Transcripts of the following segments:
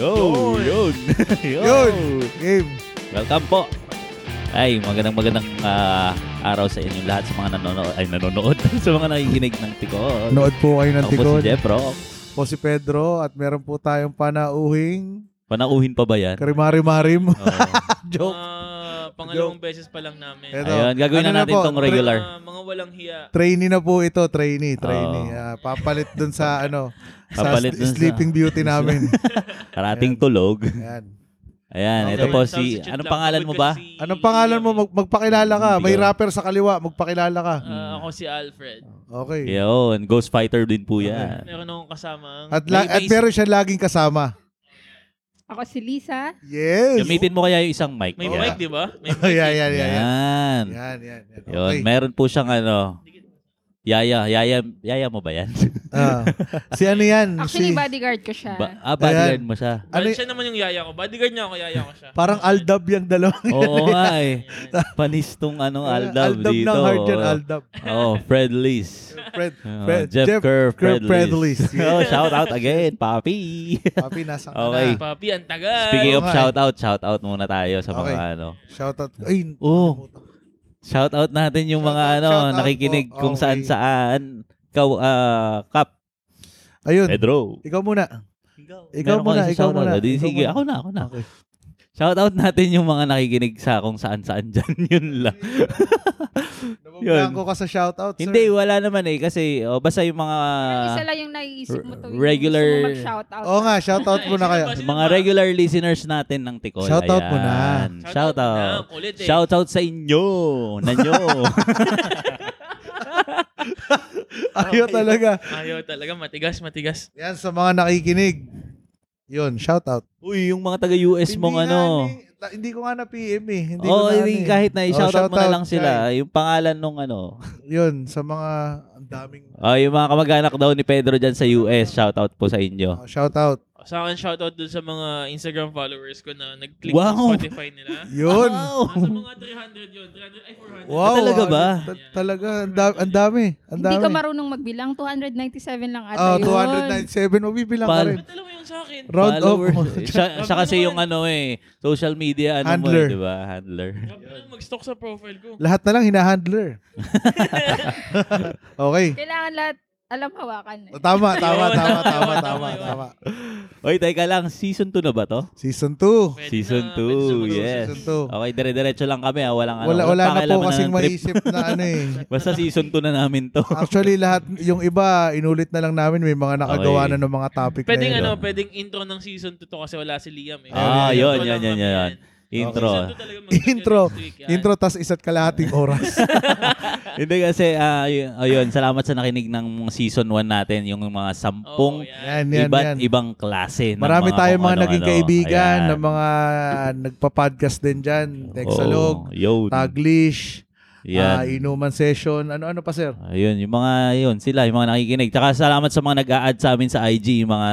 Go! Yun! Yun! Game. Welcome po! Ay, magandang magandang ah, araw sa inyong lahat sa mga nanonood, ay nanonood, sa mga nakikinig ng Tikon. Nood po kayo ng Ako po tikon. si Jeff Rock. Po si Pedro at meron po tayong panauhing Panauhin pa ba yan? karimari-marim. Oo. Joke. Ah, pangalawang beses pa lang namin. Eto. Ayun, gagawin Ano na na natin po? tong regular. Ah, mga walang hiya. Trainee na po ito, trainee, trainee. Oo. Ah, papalit dun sa ano, Papalit sa dun sa- Sleeping Beauty namin. Karating tulog. Ayan. Ayan, Okay. ito po si, Walang substitute anong lang. pangalan mo Pagod ba? kasi si- Anong pangalan mo? Mag- magpakilala ka. May Hindi ko- rapper sa kaliwa, magpakilala ka. Ah, ako si Alfred. Okay. Yun, Ghost Fighter din po yan. Meron akong kasama. At, la- at meron siya laging kasama. Ako si Lisa. Yes. Gamitin mo kaya yung isang mic. May Oo. mic, di ba? May Oh, yan, yan, yan, yan. Yan. Yan, yan, yan. Yun, Okay. meron po siyang ano, yaya, yaya, yaya mo ba yan? Ah. si ano yan? Actually, si, bodyguard ko siya. Ba- ah, bodyguard Ayan. mo siya. ano, Ano siya naman yung yaya ko. Bodyguard niya ako, yaya ko siya. parang Aldab yung dalawa. Oo nga eh. Ayan. Panis tong anong Aldab, dito. ng hard yan, Oo. Aldab. Oh, Fred Lees. Fred, Oh, Fred- Jeff, Kerr, Fred, Lees. Yeah. oh, shout out again, papi. Papi, nasa Okay. na. Papi, ang tagal. Speaking of Okay. shout out, shout out muna tayo sa mga eh. Okay. ano. Shout out. Ay, Oh, shout out natin yung mga Shout out, ano, shout out nakikinig po. kung Okay. saan saan. Ikaw, ah, Kap. Ayun. Pedro. Ikaw muna. Ikaw Meron ka muna, isa ikaw shoutout. muna. O, di, ikaw sige, muna. ako na, ako na. Okay. Shout out natin yung mga nakikinig sa kung saan saan dyan. Yun lang. Nabablanko ka sa shout out, sir. Hindi, wala naman eh. Kasi, oh, basta yung mga... Parang isa lang yung naiisip mo tuwing regular- gusto mo mag-shoutout. Oo nga, shout out muna kayo. Sa mga regular listeners natin ng Tikol. Shoutout mo na. Shout out. na, Ulit eh. Shout out sa inyo. Nanyo. Ayaw Okay. talaga. Ayaw talaga, matigas, matigas. Yan sa mga nakikinig. Yun, shout out. Uy, yung mga taga-US mong Hindi nga ano. ni- ta- hindi ko nga na PM eh. Hindi ko Oo, na hindi ano eh. kahit na Oh, i-shout out mo na shoutout, lang sila. Yung pangalan nung ano. guys. Yun, sa mga ang daming Oh, yung mga kamag-anak daw ni Pedro dyan sa US. Shout out po sa inyo. oh, shout out. Sa akin, shoutout dun sa mga Instagram followers ko na nag-click Wow. ng Spotify nila. Yun. Wow. Nasa mga 300 yun. 300, ay, 400. Wow. Ah, ano, Talaga ba? ta- talaga, ang dami. Ang dami. Ang Hindi dami. ka marunong magbilang. 297 lang ata Oh, yun. 297. Mabibilang ka Pal- rin. Ba't alam mo yun sa akin? Round off. Followers. Siya, siya kasi yung ano eh. Social media ano mo Handler. eh, di ba? Handler. Grabe lang, mag-stalk sa profile ko. Lahat na lang hinahandler. okay. Kailangan lahat alam hawakan. Eh. Tama, tama, Yun. tama, tama, Tama, tama, yun. tama. Oy, teka lang. Season 2 na ba to? Season 2. Pwede Season na, two, pwede sumunod. yes. Season 2. Okay, dire-diretso lang kami. Ah. Walang, ano, Oh. Wala, wala walang na po pakialaman kasing ng trip. maisip na ano eh. Basta season 2 na namin to. Actually, lahat, yung iba, inulit na lang namin. May mga nakagawa Okay. na ng mga topic na Pwedeng yun. ano, pwedeng intro ng season 2 to kasi wala si Liam eh. Ah, yun, yun, Intro lang yun, kami yun, yan. Season Intro. two talaga maganda Intro. next week, yan. Intro, tas isa't kalahating oras. Hindi kasi, ah, yun, ayun, salamat sa nakinig ng season 1 natin, yung mga sampung Oh, yan, yan. yan, iba't yan. ibang klase. ng mga Marami tayong kung mga ano-ano. naging kaibigan, Ayan. ng mga nagpa-podcast din dyan. Oh, Texalog, yun. Taglish, Yan. ah, Inuman Session, ano-ano pa, sir? Ayun, yung mga yun, sila, yung mga nakikinig. Tsaka salamat sa mga nag-a-add sa amin sa IG, yung mga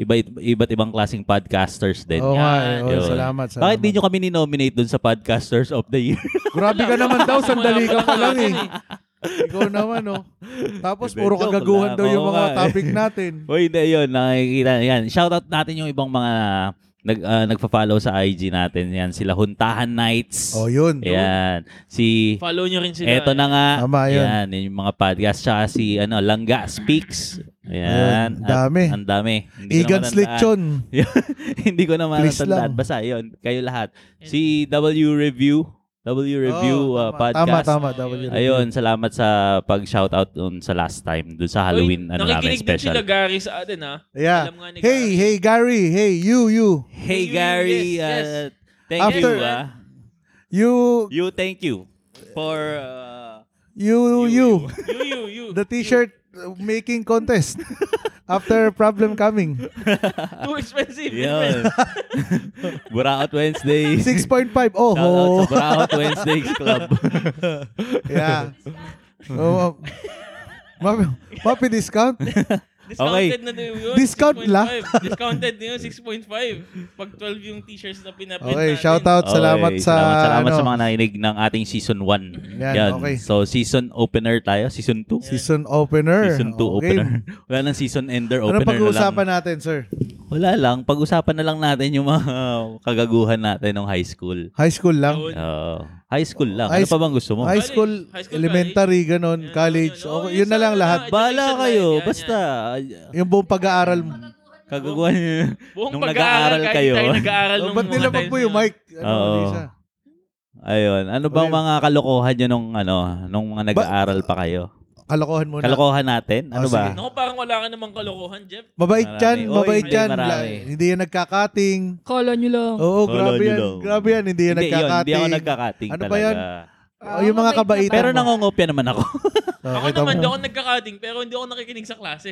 iba, iba't ibang klaseng podcasters din. Oo nga, eh. Yan. oo, Yun. salamat. Bakit salamat. di nyo kami ni-nominate dun sa Podcasters of the Year? Grabe ka naman daw, sandali ka pa lang eh. Wala Ikaw naman, oh. Tapos, Hindi, puro joke kagaguhan lang. daw yung Oo mga nga eh. topic natin. o hindi, yun, nakikita. Yan, shoutout natin yung ibang mga nag, ah, nagpa-follow sa IG natin. Yan, sila Huntahan Nights. Oh, yun. Yan. Si, Follow nyo rin sila. eh. eto na nga. Tama, yun. Yan, yung mga podcast. Tsaka si, ano, Langga Speaks. Yan. Ayun, ang At- dami. Ang dami. Hindi ko na Egan matandaan. Slichon. Hindi ko na Please matandaan. lang. Basta, yun, kayo lahat. Si W Review. W Review ah, Oh, Tama, podcast. tama. Oo, tama yun. Ayun, salamat sa pag-shoutout dun sa last time, dun sa Halloween ano namin Nakikinig din special. sila Gary sa atin ah. ha. Yeah. Alam nga ni Hey, hey, Gary. Hey, you, you. Hey Yes, Gary, yes. uh, thank After- you. ah. You, you thank you for uh, you, you. You, you, you. The t-shirt uh, making contest. After problem coming. Too expensive. yun. Buraot Wednesday. 6.5. Shoutout Oh, ho. sa Buraot Wednesdays Club. Yeah. Oh, ma- Mapi discount? Discounted na din yun. Discount lang. 6.5. Discounted na yun, 6.5 Pag 12 yung t-shirts na pinapit Okay, natin. shout out. Salamat Okay, sa... salamat, salamat ano, sa mga nakinig ng ating season 1. Yan, okay. So season opener tayo, season 2. Season opener. Season 2 Okay. opener. Wala nang season ender opener Ano na lang. pag-uusapan natin, sir? Wala lang. Pag-usapan na lang natin yung mga kagaguhan natin ng high school. High school lang. Yun. Oo. high school lang. High ano pa bang gusto mo? High school, High school, elementary, ganun, Yun, college. yun. Oo, Okay, yun na sa lang ano lahat. na, Bala education line, kayo. yan, Basta. yan. Yung buong pag-aaral mo. Kagaguhan yun. Buong Nung pag-aaral nag-aaral kahit kayo. tayo nag-aaral Oh, nung ba't mga nila times po na yung yun. mic? Ano, Oo. Lisa? Ayun. Ano bang Okay. mga kalokohan nyo nung, ano, nung mga nag-aaral pa kayo? Kalokohan muna. Kalokohan natin? Ano Oh, ba? sige. Naku, parang wala ka namang kalokohan, Jeff. Mabait Marami. yan, Oy, mabait hindi, yan. marami. La- Hindi yan nagkakating. Kala nyo lang. Oo, Kolo Oh, grabe nyo yan. daw. Grabe yan, hindi yan Hindi, yun. Hindi nagkakating. ako nagkakating Ano talaga. pa yun? Ah, Oh, yung mga mabait na kabaitan ba? Pero mo. nangongopya naman ako. Oh, Ako kita naman, mo. di ako nagkakating, pero hindi ako nakikinig sa klase.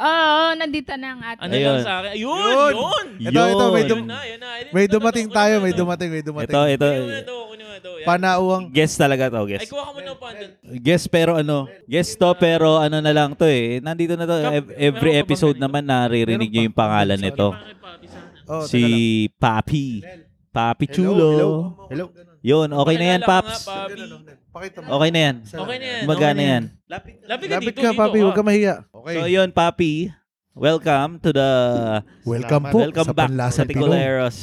Oo, nandito na ang ate. Ano Ayun. lang sa akin? Ayun! Yun! Yun! Ito, ito, may Yun. Yun na, yun na. Ayun, May ito, ito, dumating kunin mo tayo, na may ito. dumating, may dumating. Ito, eh. ito. Kunin mo na ito, kunin mo na ito. Yan. Panauang. Guess talaga to, Ay, guess. kuha ka muna ng pandan. Guess pero ano, guess to pero ano na lang to eh. Nandito na to. Kap- Ev- Every meron pa bang episode ganito? naman naririnig Meron nyo pa. yung pangalan Sorry. nito. Bakit, papi, sana? Oh, teka lang. Si Papi. Papi Chulo. Hello. Yun, okay na yan, Pakilala ka Paps. nga, Papi. Pakita mo. Okay na yan. Okay na yan. Gumagana yan. Lapit ka Lapit dito, ka, dito, papi. ah. Huwag ka mahiya. So yun, Papi. Welcome to the... Welcome po Welcome sa back Panlasa sa Pinoy. Ticoleros.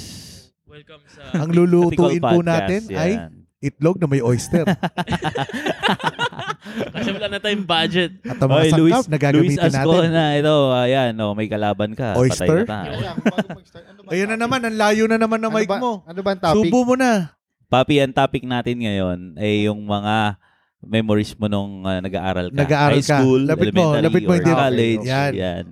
Welcome sa... Ang Sa Ticol lulutuin po Podcast, natin yan. ay itlog na may oyster Kasi wala na tayong budget. at ang mga Oy, Luis, sangkap na Luis gagamitin natin. Ascona, ito, ayan, oh, may kalaban ka. Patay na Oyster? tayo. Ayan na naman, ang layo na naman ng mic mo. Ano ba ang topic? Subo mo na. Papi, ang topic natin ngayon ay yung mga memories mo nung ah, nag-aaral ka. Nag-aaral High ka. school, Lapit mo, elementary, lapit mo or yung dibdib. college. Yan. Yan.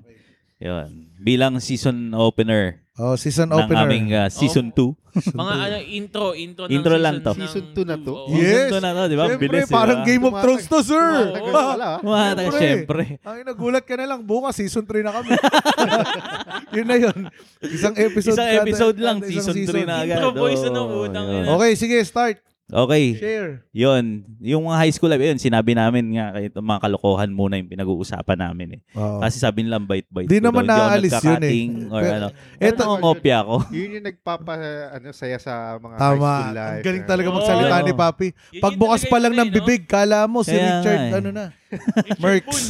Yun. Bilang season opener, Oh, season ng opener. aming ah, season 2. Mga ano, intro, intro ng Intro lang to. season ng oh. Season two na to? Oo. Yeah. Oh. Yes! Season 2 na to, di ba? Siyempre, Bilis, di ba? parang Game of Thrones to, sir. Oo. Tagal pala. ah. Mga Siyempre. siyempre. Ang nagulat ka na lang, bukas season 3 na kami. yun na yun. Isang episode. Isang kada- episode lang, kada isang season 3 na agad. Intro voice na, Oo, putang yun. ina. Okay, sige, start. Okay, Share. yun. Yung mga high school life, yun, sinabi namin nga, kahit mga kalokohan muna yung pinag-uusapan namin eh. Oo. Kasi sabi nila bite-bite. Di ko naman daw, hindi ako naaalis yun eh. nagka-cutting Or Pero- ano. Ito, Eto- ngopya ko. Yun yung nagpapa ano saya sa mga high Tama. school life. eh. Ang galing talaga Oo, magsalita ano. ni Papi. Yun Pag yung bukas talaga pa lang yun ng eh, no? bibig, kala mo si Kaya nga eh. Richard, ano na. Richard Merks. Poon.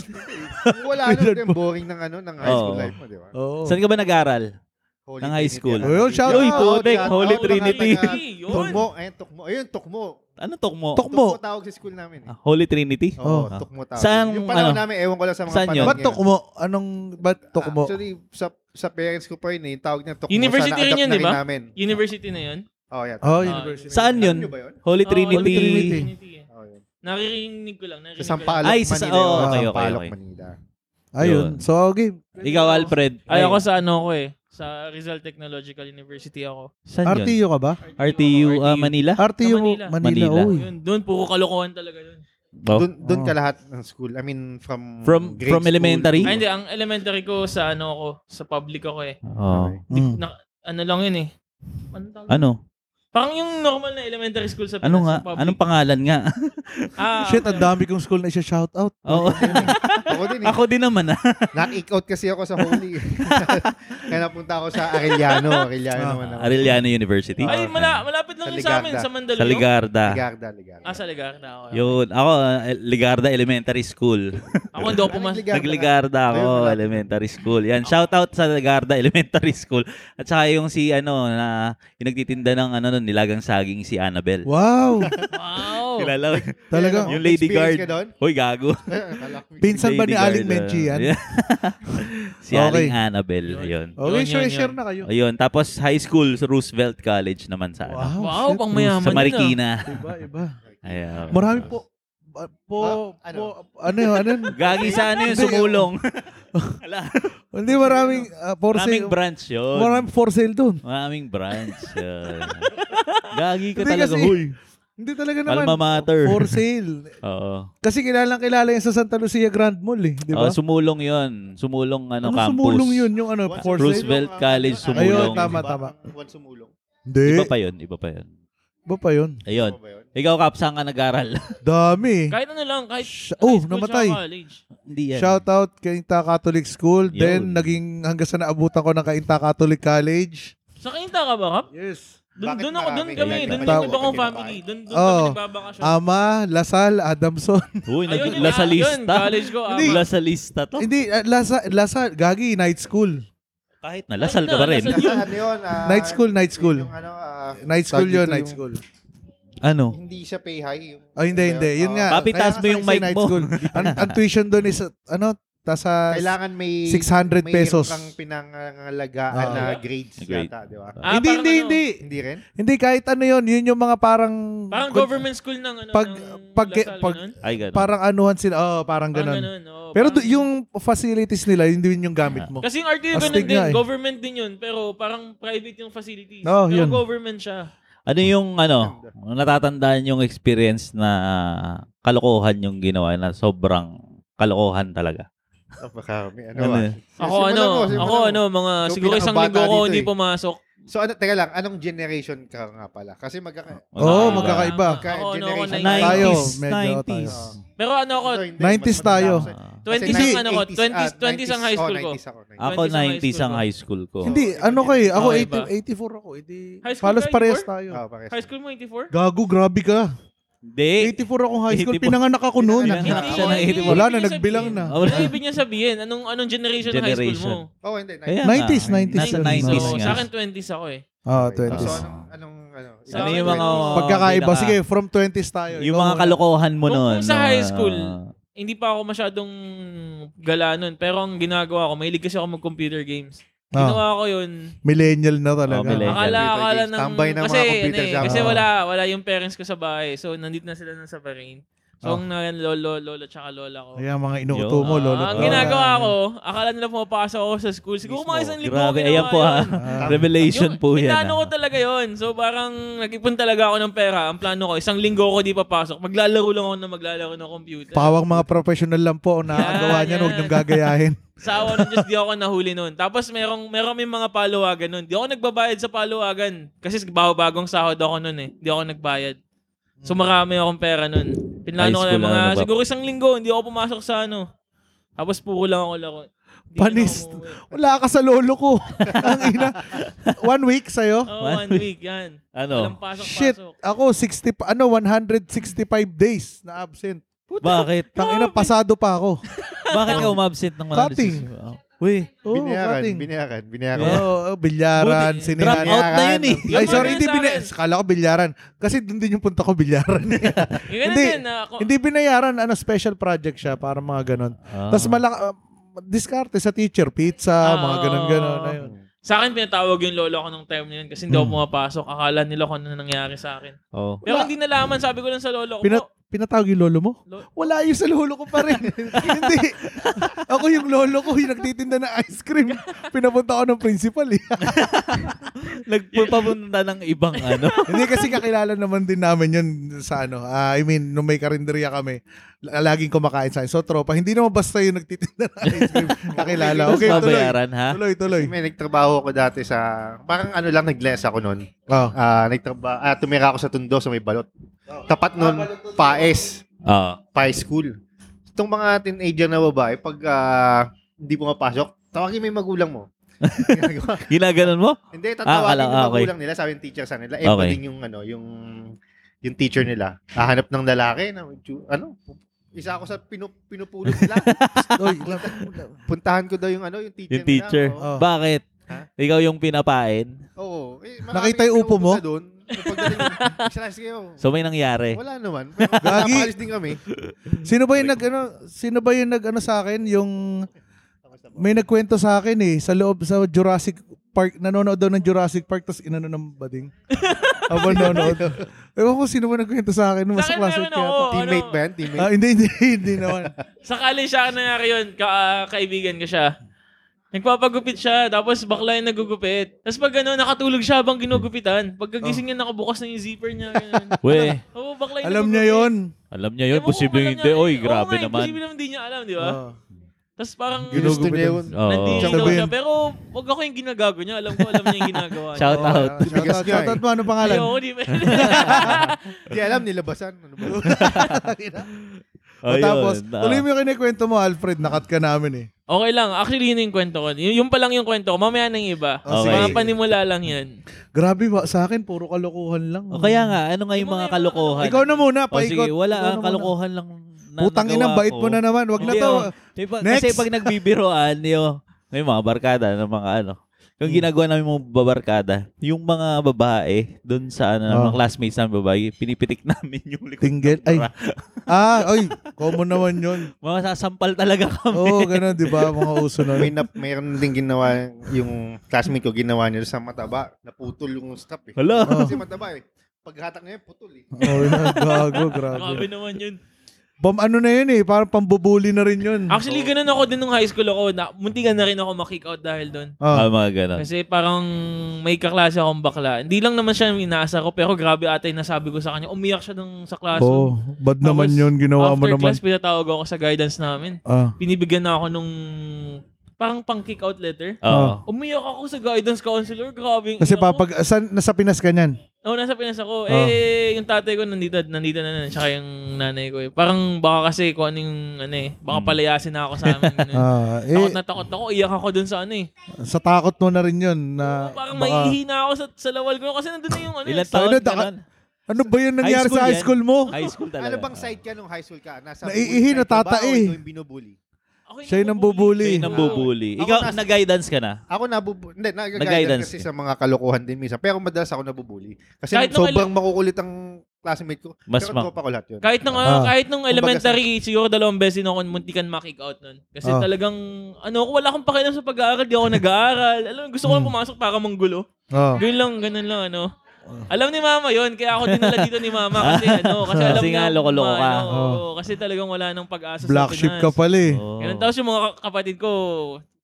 Wala ano, yung boring ng ano ng high school Oo. life mo, di ba? Oo. Saan ka ba nag-aral? Holy Ng high Trinity, school. ano? Ayun, shout Uy, out. putik, Shout Holy out, Trinity. mga taga- Yun. Tukmo, ayun, tukmo. Ayun, tukmo. Ano tukmo? Tok- Oh. Tukmo. Tukmo tawag sa school namin. eh. Ah, Holy Trinity? Oo, Oo. tukmo tawag. Saan, yung panahon ano? namin, ewan ko lang sa mga Saan yun? panahon Ah. Ba't ngayon. tok mo? Anong ba't tok mo? Actually, sa, sa parents ko pa yun, eh, yung tawag niya tukmo. University Sana adapt yun, na di rin ba? Namin. University na yun? Oh, yeah. Oh, Ah, university. Saan Alam yun? niyo ba yun? Holy Oo, Trinity. Oh, Holy Trinity. eh. Oh, yun. Naririnig ko lang. Naririnig ko lang. Sa Sampaloc, Ay, Manila. sa- oo, yun. okay, okay, Sampaloc, okay. Manila. Ayun. Yun. So, game. Ikaw, Alfred. Ay, ako sa ano ko eh. Sa Rizal Technological University ako. Saan yun? RTU ka ba? RTU ah, Manila? RTU mo, Manila. Manila. Manila. Uy. Yun, doon puro kalokohan talaga yun. Oh. Doon doon Oh. ka lahat ng school. I mean from From- grade from school elementary? to- Ay, hindi. Ang elementary ko sa ano ko, sa public ako eh. Oh. Mm. Na, ano lang yun eh. Ano tawag? Ano? Parang yung normal na elementary school sa Ano nga? Pinas, yung public. Anong pangalan nga? Ah, Shit, ang dami kong school na isa-shout out. Oo. Ako din eh. ako din naman ah. Knock out kasi ako sa Holy. Kaya napunta ako sa Arellano. Arellano Ah, naman ako. Arellano University. Ay, mala, malapit lang Sa yun sa amin, Ligarda. sa Mandaluyong. Sa Ligarda. Ligarda, Ligarda. Ah, sa Ligarda ako. Yun. Ako, ah, Ligarda Elementary School. Ako hindi ako pumasok. Ligarda. Nagligarda Ayun, ako, malapit. elementary school. Yan, shout out sa Ligarda Elementary School. At saka yung si, ano, na, yung nagtitinda ng, ano, nun, nilagang saging si Annabel. Wow. Wow. Kilala mo? Talaga? Yung lady Experience guard. ka doon? Hoy, gago. Akala ko- Pinsan ba Lady ni Garda. Aling Menchie yan? si Okay. Aling Annabel. Yun. Okay, Yun, so yun, share yun. na kayo. Ayun. Tapos high school, sa Roosevelt College naman sa ano. wow, shit. pang mayaman Sa nila. Marikina. Iba, iba. Ayun. Marami po. ba- Po, Ah, ano? po, ano yun, ano yun? Gagi sa ano yun, Hindi, sumulong. Hindi maraming ah, for Maraming sale. branch yun. Maraming for sale doon. Maraming branch yun. Gagi ka Hindi talaga. kasi- Huy. Hindi talaga naman. Alma mater. For sale. Oo. Kasi kilalang kilala yan sa Santa Lucia Grand Mall eh. Di ba? Oh, sumulong yun. Sumulong ano, ano campus. sumulong yun? Yung ano, Once for Bruce sale? Roosevelt sumulong, College, ah, sumulong. Ayun, tama, Diba? tama. Once sumulong. Hindi. Iba pa yun, iba pa yun. Iba pa yun. Ayun. Ano ba yun? Ikaw, Kap, saan ka nag-aral? Dami. Kahit ano lang, kahit Sh- high oh, school namatay. tsaka college. Hindi Shout out Kainta Catholic School. Yun. Then, naging hanggang sa naabutan ko ng Kainta Catholic College. Sa Kinta ka ba, Kap? Yes. Doon Bakit doon ako, doon marami? kami, Ayun, doon tao. yung iba kong family. Doon doon Oo. kami nagbabakasyon. Ama, Lasal, Adamson. Uy, Ayun, nag yun, ah, yun, lasalista. college ko. Hindi. ah, Hindi. Lasalista to. Hindi, uh, Lasal, Lasal, Gagi, night school. Kahit na, lasal ka Ano, ba rin? lasal. Nasa ano yun? ah, Night school, night school. Yung ano, ah, Night school tawag yun, dito night yung- school. Ano? Hindi siya pay high. Yung, ano Oh, hindi, hindi. Yun Ah, nga. Papi, taas mo Kaya nga yung sa mic night mo. school, ang, ang tuition doon is, ano, tasa Kailangan may 600 may pesos. kang pinangalagaan Ah. na grades Grade. yata, di ba? Ah, hindi, parang hindi, ano, hindi. Hindi rin? Hindi, kahit ano yun. Yun yung mga parang... Parang kun- government school ng ano, Pag- ng pag- Lasal, pag- ganun? Ay, ganun. Parang anuhan sila. Oo, parang Parang ganun. ganun, oo, Pero parang- do- yung facilities nila, yun din yung gamit mo. Kasi yung RTO Astig ganun din, nga eh. government din yun, pero parang private yung facilities. Oo, pero yun. government siya. Ano yung ano, natatandaan yung experience na ah, kalokohan yung ginawa na sobrang kalokohan talaga. Oh, baka may ano, Ano ah. eh? Ako Simulan ano, mo, simulan ako mo. ano, mga Ikaw siguro isang pinakabata linggo ko dito hindi eh. pumasok. So ano, teka lang, anong generation ka nga pala? Kasi magka... Ah. Oo, Ano, magkaka- magkakaiba. Ako ano ako Generation 90s. Tayo, 90s. medyo 90s. tayo. Pero ano ako, So, hindi, 90s mas matanda tayo. ako sa'yo. Ah. Kasi 20s ang ano ko, 90s, 20s, ah, 20s ang high school ko. 90s ako. 90s. Ako 90s ang ko. high school ko. Hindi, ano ko eh. Ako Okay, 80, 84 ako. Hindi, High school halos ka, parehas 84? tayo. Oh, pares. High school mo 84? Gago, grabe ka. Hindi. 84 akong high school. 84. Pinanganak ako noon. Pinanganak. Anak Eh, siya ng Hindi, 84. Wala na, ibig niya nagbilang na. sabihin. Wala. Ano ibig niya sabihin? Anong anong generation, ng high school mo? Generation. Oh, hindi. 90s. Kaya nga, 90s, 90s. Nasa yun. 90s So, nga. sa akin 20s ako eh. Ah, So, 20s. anong, anong, ano? Sa Ano akin, yung mga... Pagkakaiba. pinaka- Sige, from 20s tayo. Yung Ikaw mga muna. kalokohan mo Kung- noon. kung sa no, high school, ah, Hindi pa ako masyadong gala nun. Pero ang ginagawa ko, mahilig kasi ako mag-computer games. Ah, Ginawa ko yun. millennial na talaga. Oh, millennial. Akala, computer akala games. ng... Tambay ng mga kasi, computer ano, eh, shop. kasi Oo. wala, wala yung parents ko sa bahay. So, nandito na sila nun sa Bahrain. So, ang nangan lolo, lolo, tsaka lola ko. Ah. Ayan, mga inuuto mo, Yun. lolo. Ah, ang ginagawa ko, akala nila pumapasok ako sa school. Siguro Mismo. mga isang linggo Grabe, ginawa ayan po yun. ha. Ah. Revelation Yung- po yan. Plano ah. ko talaga yon So parang nag-ipon talaga ako ng pera. Ang plano ko, isang linggo ko di papasok. Maglalaro lang ako na maglalaro ng computer. Pawang mga professional lang po ang nakagawa Yan, niyan, huwag yan. niyong gagayahin. sa awa ng Diyos, di ako nahuli noon. Tapos merong, merong may mga paluwagan noon. Di ako nagbabayad sa paluwagan. Kasi bago bagong sahod ako noon eh. Di ako nagbayad. So marami akong pera noon. High Pinlano ko school na na mga, nagbab- siguro isang linggo, hindi ako pumasok sa ano. Tapos puro lang ako laro. Hindi Panis. na ako umuwi. Wala ka sa lolo ko. ang ina. One week sa'yo. Oh, One one week, yan. Ano? Walang pasok-pasok. Shit. Ako, 60, pa- ano, 165 days na absent. Bakit? Tangina, pasado pa ako. Bakit ka umabsent ng mga Cutting. Uy, Oo, Binayaran, cutting. binayaran, binayaran. Oo, Oh, bilyaran, Buti, drop sinihan. out na yun eh. Ay, Yung sorry, mga hindi sa binayaran. akin. Kala ko bilyaran. Kasi doon din yung punta ko, bilyaran. Yung ganun Hindi. din, ah, ako- hindi binayaran, ano, special project siya, para mga ganon. Ah. Tapos malaka, uh, diskarte sa teacher, pizza, mga Ah, ganon-ganon. oo. Ayun. Sa akin, pinatawag yung lolo ko nung time na yun kasi hindi ako Hmm. pumapasok. Akala nila kung ano na nangyari sa akin. Oh. Pero Wala. hindi nalaman, sabi ko lang sa lolo ko. Pinat- pinatawag yung lolo mo? Lo- Wala yung sa lolo ko pa rin. Hindi. Ako yung lolo ko, yung nagtitinda ng ice cream. Pinapunta ko ng principal eh. Nagpapunta ng ibang ano. Hindi kasi kakilala naman din namin yun sa ano. Ah, I mean, nung may karinderya kami, l- laging kumakain sa akin. So, tropa, hindi naman basta yung nagtitinda ng ice cream. Kakilala. Tapos Okay, tuloy. babayaran ha? Tuloy, tuloy. May nagtrabaho ako dati sa, parang ano lang, nag-less ako noon. Oh. Ah, nagtrabaho, ah, tumira ako sa Tundo sa may balot. Tapat noon, paes, Oo. paes school. Itong mga teenager na babae, pag ah, hindi pumapasok, tawagin mo yung magulang mo. Ginagawa. Ginaganon mo? Ah, hindi, tatawagin alam- yung ah, okay. magulang nila, sabi ng teacher sa nila. Eh, okay. Okay. din yung, ano, yung, yung teacher nila. Hahanap ng lalaki na, medyo- ano, isa ako sa pinu, pinupulot nila. Tuloy. Puntahan ko daw yung, ano, yung teacher. Yung teacher. Nila, oo. Oo. Bakit? Ha? Ikaw yung pinapain? Oo. Eh, marami Nakita yung upo mo? pinupunta Doon, pagdating, sinayos kayo. So may nangyari? Wala naman. Pero Gagi. napalis din kami. Sino ba yung nag, ano, sino ba yung nag, ano sa akin, yung may nagkwento sa akin eh, sa loob sa Jurassic Park, nanonood daw ng Jurassic Park, tapos inano ng bading. Habang nanonood. Ewan ko sino ba nagkwento sa akin, Sa mas akin classic meron ako. yata. Teammate ba yan? Ah, Teammate? hindi, hindi, hindi naman. Sa college siya nangyari yun. Ka, ah, kaibigan ko siya. Nagpapagupit siya, tapos bakla yung nagugupit. Tapos pag ano, nakatulog siya habang ginugupitan. Pagkagising niya, nakabukas na yung zipper niya. ganun. Weh, Oo, bakla yung Alam nagugupit. niya yon. alam niya yun. Ewan ko kung Posible alam hindi. niya. Oy, Oo grabe nga, eh, naman. Posible naman hindi niya alam, di ba? Oh. Tapos parang Ginugupit. Oh. Gusto niya yun. Oo. nandito Sabihin. siya. Pero wag ako yung ginagago niya. Alam ko, alam niya yung ginagawa niya. Ah, Shout out. Bigas Shoutout, niya eh. shoutout mo, ano pangalan? Ayoko, di ba? Hindi alam, nilabasan. Ano ba? O, Ayun, tapos, ah. tuloy mo yung kinikwento mo, Alfred, nakat ka namin eh. Okay lang. Actually, yun yung kwento ko. Y- yung pa lang yung kwento ko. Mamaya na yung iba. Okay. Mga panimula lang yan. Grabe ba, sa akin, puro kalokohan lang. O kaya nga, ano nga yung mga kalokohan? Ikaw na muna, O sige, paikot. wala. Ikaw na Ang muna. kalokohan lang na Putang ina, nagawa bait ko. mo na naman. Wag na Hindi, to. oh. Diba, Next. Kasi pag nagbibiroan, yun, may mga barkada ng mga ano. Yung ginagawa namin mga babarkada, yung mga babae, doon sa ano, Oh. mga classmates namin babae, pinipitik namin yung likod. Tinggel. Ay. Ah, oy, common naman yun. Masasampal talaga kami. Oo, ganun, di ba? Mga uso May nun. na, mayroon din ginawa yung classmate ko ginawa niya sa mataba. Naputol yung stop eh. Hello? Oh. Kasi mataba eh. Paghatak niya, putol eh. Oo, yun ang gago, grabe. Grabe naman yun. Bam, ano na yun eh, parang pambubuli na rin yun. Actually, ganun ako din nung high school ako. Na, muntikan na rin ako makick out dahil doon. Ah, Ah, mga ganun. Kasi parang may kaklase akong bakla. Hindi lang naman siya yung inaasa ko, pero grabe ate nasabi ko sa kanya. Umiyak siya nung sa klase. oh, bad naman Tapos, yun, ginawa mo After naman. class, pinatawag ako sa guidance namin. Ah, Binibigyan na ako nung parang pang kick out letter. Oo. Ah. Umiyak ako sa guidance counselor. Grabe. yung kasi iyak ko. papag, saan, nasa Pinas ka niyan? Oo, nasa Pinas ako. Oh. Eh, yung tatay ko nandito, nandito na nun, tsaka yung nanay ko. Eh. Parang baka kasi kung ano yung, ano eh, baka Hmm. palayasin na ako sa amin. ganun. Ah, eh, takot na takot ako, iyak ako dun sa ano eh. sa takot mo na rin yun na parang baka- maihi na ako sa, sa lawal ko kasi nandun na yung ano eh. Ilan sa- taon Ano, ka daka- nun? Ano ba yun nangyari High school sa high yan? school mo? High school talaga. Ano bang side ka nung high school ka? Nasa Naiihi, bully side ka ba natatae. o ikaw yung binubully? Ako Siya yung Kayo nambubuli. nang Wow. bubuli. Ako Ikaw, nasa- nag-guidance ka na. Ako nabubu... Hindi, Nag-guidance nag-guidance kasi ka. sa mga kalokohan din minsan. Pero madalas ako nabubuli. Kasi Kahit nung sobrang makukulit ang classmate ko. Mas pero ma- tropa ko lahat yun. Kahit nung, Ah. kahit nung Kumbaga elementary, siguro dalawang beses na ako muntikan makick out nun. Kasi Ah. talagang, ano ako, wala akong pakialam sa pag-aaral, di ako nag-aaral. Alam mo, gusto ko lang Hmm. pumasok para manggulo. Oh. Ganun lang, ganun lang, ano. Ah. Alam ni mama yon kaya ako dinala dito ni mama kasi ano, kasi alam Kasi nga, niya, loko-loko ka. ano, Oo. oo, kasi talagang wala nang Ah. pag-asa Black sa sheep Pinas. Oh, ka pala eh. Oo. Ganun, tapos yung mga kapatid ko,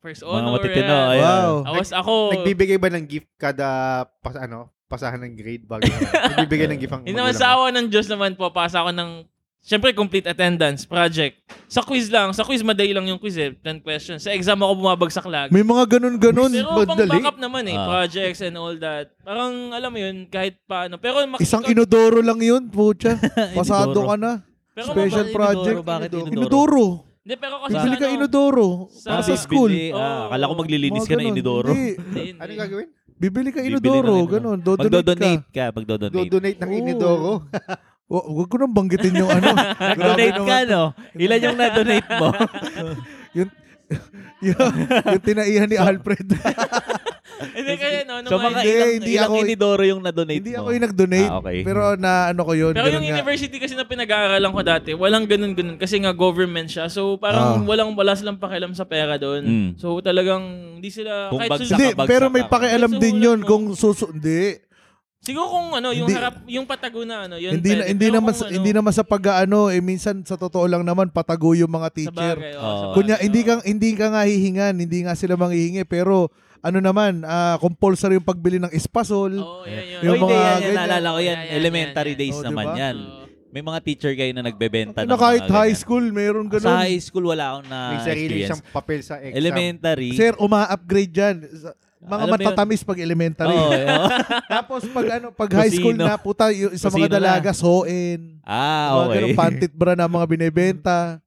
first Mga honor. matitino. eh. yan. ayan. Wow. Tapos ako, Nagbibigay ba ng gift kada pas, ano, pasahan ng grade bago? Nagbibigay ng gift ang Hindi naman magulang sa mo? awa ng Diyos naman po, pasa ako ng, syempre complete attendance, project. Sa quiz lang, sa quiz madali lang yung quiz eh, 10 questions. Sa exam ako bumabagsak lagi. May mga ganun-ganun. Pero pang madali. backup naman eh, Ah. projects and all that. Parang alam mo yun, kahit paano. Pero makikita- Isang inodoro lang yun, pucha. Pasado Inodoro. ka na. pero special mabali- project. Inodoro, bakit inodoro? Inodoro. Hindi, pero kasi Bibili sa ka ano, inodoro. sa- Para sa Bibili. school. Bili, ah, Oo. akala ko maglilinis Mga ka na ganun. inidoro. Hindi. Hindi, hindi. Ano gagawin? Bibili ka Bibili ng inodoro. inodoro. Ganun. Dodonate ka. Magdodonate ka. Magdodonate. Do-donate ng Oo. inidoro. Wa- Huwag ko nang banggitin yung ano. Grabe Nag-donate ka, naman. no? Ilan yung na-donate mo? Ano yung, yung tinaihan ni Alfred. Hindi kaya ano, no, nung so, mga high- Hindi, ilang, hindi ilang ako- inidoro yung na-donate Hindi mo? ako yung nag-donate. Ah, okay. Pero na ano ko yun. Pero yung ganun nga. university kasi na pinag-aaralan ko dati, walang ganun-ganun kasi nga government siya. So Ah. parang walang wala silang pakialam sa pera doon. Mm. So talagang hindi sila Kung bagsak sul- Hindi, Saka bagsak pero may ako. pakialam Sa din ulan yun mo. kung susu... Hindi. siguro kung ano yung Hindi. harap yung patago na ano, yun hindi na, pwede. hindi Pero naman kung sa, ano, hindi naman sa pag-aano eh minsan sa totoo lang naman patago yung mga sa teacher. bagay, oo, Oo. sa bagay, Kunya hindi oo. ka hindi ka nga hihingan, hindi nga sila manghihingi pero ano naman ah, compulsory yung pagbili ng espasol. Oo, yan, yan. Yung Yung mga Oh, mga yan, yan, ganyan. naalala ko yan. Yan, yan, Elementary yan, yan. days Oh, naman diba? yan. Oo. May mga teacher kayo na nagbebenta ng na Ano, kahit mga high ganyan. Ah, school meron ganun. Sa high school, wala akong na May sarili experience. siyang papel sa exam. Elementary. Sir, uma-upgrade diyan. Mga Ah, Alam mo yun? matatamis pag elementary. Oo, eh, oo. Tapos pag ano, pag Kusino. high school na puta yung, sa Kusino na. mga dalaga soen. ah, mga okay. ganun, pantit bra na mga binebenta.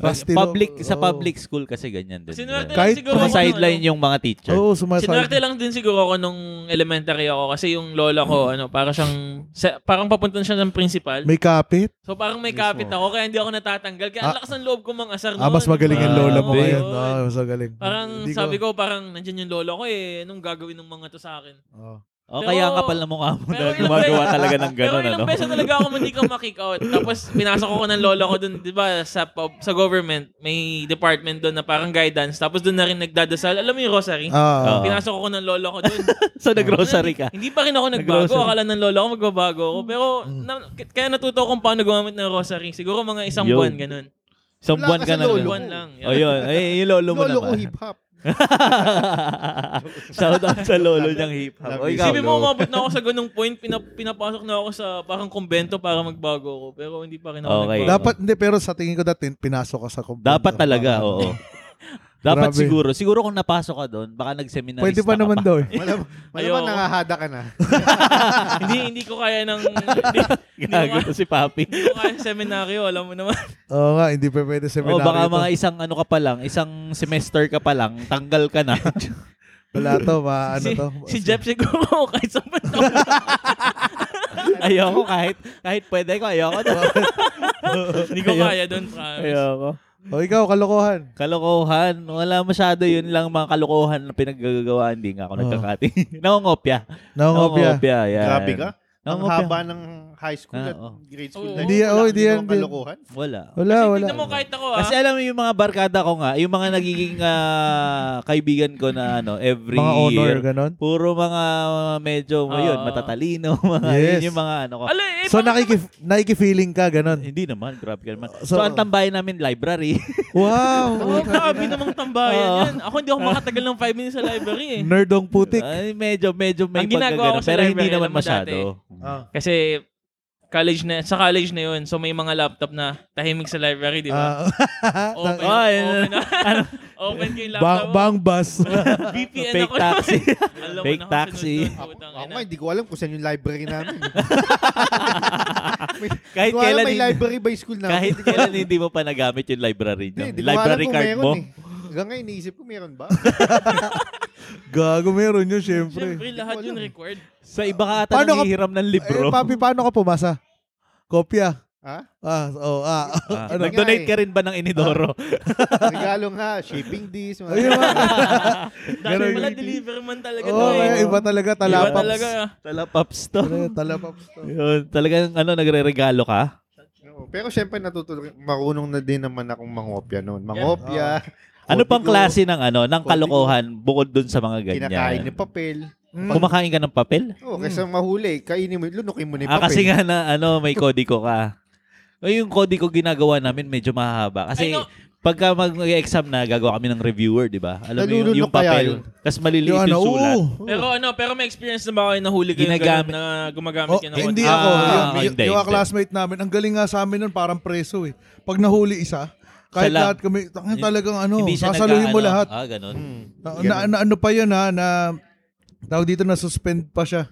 Rastilo. public, sa Oo. public school kasi ganyan din. Sinuwerte lang Kahit siguro Sa ako ng sideline ano. yung mga teacher. Oo, sumasali. Sinuwerte lang din siguro ako nung elementary ako kasi yung lola ko ano, para siyang sa- parang papuntan siya ng principal. Mm. May kapit. So parang may Mismo. kapit ako kaya hindi ako natatanggal. Kaya ang Ah. lakas ng loob ko mang asar Ah, mas magaling ang lola mo Grabe. ngayon. Ah, mas magaling. Parang Hindi sabi ko, parang nandyan yung lolo ko eh, anong gagawin ng mga to sa akin? Oo. O Oh, kaya Pero- ang kapal na mukha mo pero na ilang gumagawa beses- talaga ng Pero gano'n, ilang ano? beses talaga ako hindi ka makick out. Tapos pinasok ko ng lolo ko dun, di ba, sa, pub- sa government, may department dun na parang guidance. Tapos dun na rin nagdadasal. Alam mo yung rosary? Ah. Oo. Pinasok ko ng lolo ko dun. so, nag-rosary ka. Hindi pa rin ako nagbago. Nag-rosary. Mm. Akala ng lolo ko magbabago ako. Pero na- kaya natuto ko kung paano gumamit ng rosary. Siguro mga isang Yo. buwan, ganun. Isang Wala buwan kasi ka na. lolo. Buwan lang. O yun, ay, yung lolo mo Lolo ko naman. hip-hop. Shout out sa lolo niyang hip-hop. Love O you. ikaw, Isipin mo, Lolo. umabot na ako sa ganung point, pinap- pinapasok na ako sa parang kumbento para magbago ako. Pero hindi pa rin ako Okay. nagbago. Dapat, hindi, pero sa tingin ko dati, pinasok ka sa compound. Dapat talaga, oo. Dapat Grabe. siguro. Siguro kung napasok ka doon, baka nag-seminarista Pwede pa ka naman daw eh. Malam- Malaman Ayoko. nangahada ka na. hindi, hindi ko kaya ng... Hindi, hindi ko Gago kaya- si Papi. hindi ko kaya ng seminaryo, alam mo naman. Oo nga, hindi pa O pwede seminaryo. baka to. mga isang ano ka pa lang, isang semester ka pa lang, tanggal ka na. Wala to, ma, ano si, to. si Jeff siguro, kahit sa pantaon. ayoko kahit, kahit pwede ko, ayoko. hindi ko kaya doon, promise. Ayoko. O ikaw, kalokohan. Kalokohan. Wala masyado yun lang mga kalokohan na pinaggagawa. Hindi nga ako Oo. nagkakati. Nangongopya. Nangongopya. yan. Grabe ka. Ang Nangongopya. haba ng high school Ah, at oo. grade school. Oo. na Hindi yun. yan, Wala oh, kang hindi yan, ginawang hindi yan. kalokohan. Wala. Wala, Kasi wala. tignan mo kahit ako ah. Kasi alam mo yung mga barkada ko nga, yung mga nagiging ah, kaibigan ko na ano, every Mga honor, year. ganon. Puro mga medyo Oo. yun, matatalino, mga Yes. yun yung mga ano ko. Ala, eh, So, bakit nakiki, nakiki-feeling ka, ganon. Hindi naman, grabe ka naman. So, So- ang tambayan namin, library. Wow! Oh, grabe namang tambayan Oo. yan. Ako hindi ako makatagal ng 5 minutes sa library eh. Nerdong putik. Ay, medyo, medyo may Ang pagkagano. ginagawa ko sa Pero hindi library, naman alam mo dati, masyado. Ah. Kasi college na sa college na yun. So may mga laptop na tahimik sa library, di ba? Ah, open, Ah, yun. open, open ko bang, yung laptop. mo. bang bus. VPN Fake ako. taxi. Alam mo, Fake nakasunod taxi. doon, Ako, putang ako ina. nga, hindi ko alam kung saan yung library namin. May- kahit Hindi ko alam kailan, may hindi- library by school namin. kahit kailan hindi mo pa nagamit yung library Hindi, niyo. hindi ko alam Library kung card meron mo. eh. Hanggang ngayon, iniisip ko meron ba? Gago, meron yun, syempre. Siyempre, lahat Hindi ko yun alam. required. Sa iba ka ata Paano ka- nanghihiram ng libro. Eh, papi, paano ka pumasa? Kopya. ha? Ah, oh, ah. Ah, Ano nag-donate nga eh. ka rin ba ng inidoro? Regalo nga, shipping this. Mga Ayun, Dati Ganun. pala deliver man talaga. Oo, to, eh. kaya Oh, iba talaga talapaps. Iba talaga. Talapaps ah. to. Ano yun, Talapaps to. Yun, talagang ano, nagre-regalo ka? Oo, Pero syempre natutulog, marunong na din naman akong mangopya noon. Mangopya, Ano Kodigo. pang klase ng ano, ng Kodigo. kalokohan bukod dun sa mga ganyan? kinakain ni papel. Mm. Kumakain ka ng papel? Oh, kasi mahuli, kainin mo, lunukin mo ni Ah, papel. kasi nga na ano, may kodiko ka. O yung kodiko ginagawa namin medyo mahaba. Kasi Ay, no. pagka mag-exam na, gagawa kami ng reviewer, di ba? Alam mo Nalulunok yung, yung kaya papel. yun? oh, Tapos maliliit Yung yung, ano, sulat. oo. Pero ano, pero may experience na ba kayo nahuli kayo Ginagamit- ganun na gumagamit Oh, kayo ng eh, kotse? hindi Ah, ako. ah, yung, yung, hindi, yung mga hindi. classmate namin, ang galing nga sa amin nun, parang preso eh. Pag nahuli isa, kahit Salam. lahat kami, tangan talagang ano, Hindi siya sasaluhin mo nagkaano. lahat. Ah, ganun. Hmm. Na, Ganun. na, na, ano pa yun ha, na, tawag dito na suspend pa siya.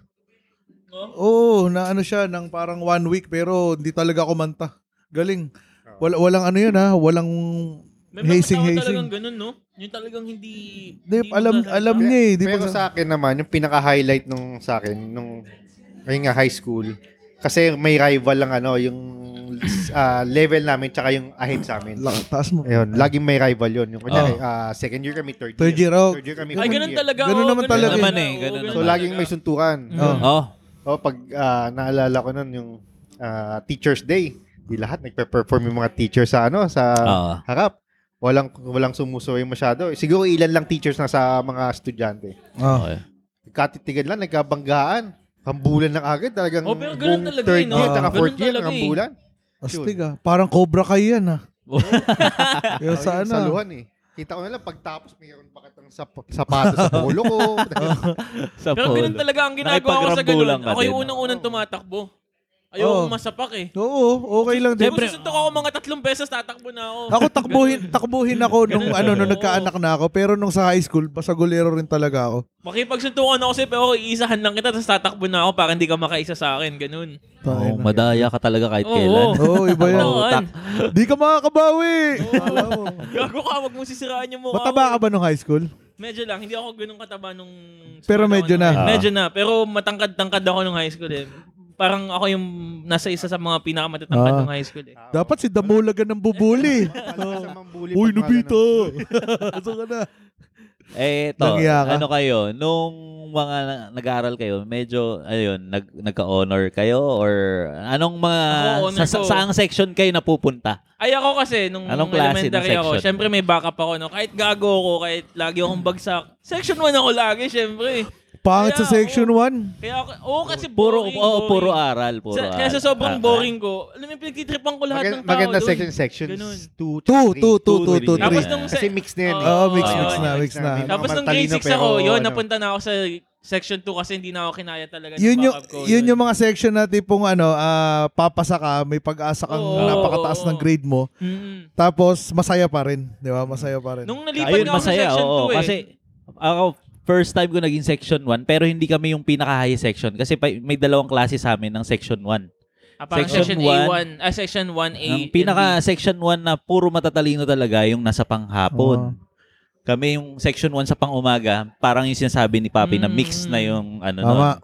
Oo, na ano siya, ng parang one week, pero hindi talaga kumanta. Galing. Wal, walang ano yun ha, walang May mga hazing tao hazing. talagang ganun, no? Yung talagang hindi... Hindi, alam, magsasalita. alam niya eh. Di Pero pa, sa, sa akin naman, yung pinaka-highlight nung sa akin, nung, ayun nga, high school, kasi may rival lang ano, yung ah, level namin, tsaka yung ahead sa amin. La- taas mo. Ayun, laging may rival yun. Yung kunyari, Oh. ah, second year kami, third year. Third year, oh. Third year kami, Ay, fourth ganun year. talaga. Ganun oo, naman talaga. Naman eh, oo, ganun So, naman. laging may suntukan. Mm. Oo. Oh, O, pag ah, naalala ko nun, yung ah, Teacher's Day, di lahat nagpe-perform yung mga teacher sa ano sa Oo. harap. Walang walang sumusuway masyado. Siguro ilan lang teachers na sa mga estudyante. Ah. okay. Nagkatitigan lang, nagkabanggaan. Hambulan lang agad. Talagang Oh, pero ganun buong talaga third eh, no? year, taka Ganun fourth year, talaga eh. hambulan. Astig ah. Parang cobra kayo yan ha. Oh, Yung sa yun, ano. Saluhan eh. Kita ko na lang, pagtapos mayroon pa katang sap- sapatos sa polo ko. Sa Pero ganun polo. talaga ang ginagawa ko sa Nakipagrambulan ganun. ka Ako yung din. Oh. unang-unang tumatakbo. Oo. Ayoko masapak eh. Oo, okay lang din. Siyempre, susuntok ako mga tatlong beses, tatakbo na ako. Ako takbuhin, takbuhin ako nung Ganun. ano nung Oo. nagkaanak na ako pero nung sa high school pasagulero rin talaga ako. Makipagsuntukan ako sa'yo, pero iisahan lang kita, tapos tatakbo na ako para hindi ka makaisa sa akin. Ganun. Oh, Tangina. madaya ka talaga kahit Oo. kailan. Oo, iba yan. Oo. Tawaan. Di ka makakabawi. Alam mo. Gago ka, wag mong sisiraan yung mukha. Mataba ka ko. ba nung high school? Medyo lang, hindi ako ganun kataba nung... Pero medyo na. Ah. Medyo na, pero matangkad-tangkad ako nung high school eh. Parang ako yung nasa isa sa mga pinakamatangkad Ah. nung high school eh. Dapat si Damulagan ng bubuli. Uy, Nobita! Asa ka na? Eh, to, Nanghiya ka? ano kayo, nung mga na- nag-aaral kayo, medyo, ayun, nag, nagka-honor kayo or anong mga, Ako, honor sa, sa, ko. saang section kayo napupunta? Ay ako kasi, nung Anong klase ng elementary ako, section? syempre may backup ako. No? Kahit gago ako, kahit lagi akong bagsak. Section 1 ako lagi, syempre. Pangit sa Kaya, section 1. Kaya ako, oo kasi Puro, boring, oo, boring. puro aral, puro Sa, aral. kaya sa sobrang Ah, boring ko, alam mo, yung pinagtitripan ko lahat ng tao Maganda, maganda dun. section, sections. Ganun. Two, Two, three. two, two, two, Two, two, three. three. Tapos nung Kasi mix na yan eh. Oo, mix, mix na, mix na. Ano, May mga Tapos nung grade matalino 6 pero ako, yun, ano. napunta na ako sa section 2 kasi hindi na ako kinaya talaga ng Yun yung, backup ko. yun yung mga section na tipong ano, ah, papasa ka, may pag-asa kang Oo, napakataas oo, ng grade mo. Mm. Tapos masaya pa rin, 'di ba? Masaya pa rin. Nung nalipat ah. Ayun, nga ako sa masaya, section oo. 2 eh. Kasi, ako, first time ko naging section 1, pero hindi kami yung pinaka-high section kasi pa- may dalawang klase sa amin ng section 1. ah, parang section section, A1, ah, section 1A. Ang pinaka section 1 na puro matatalino talaga yung nasa Oo. panghapon. Kami yung section 1 sa pangumaga, parang yung sinasabi ni Papi na Mm. mix na yung ano no. Tama.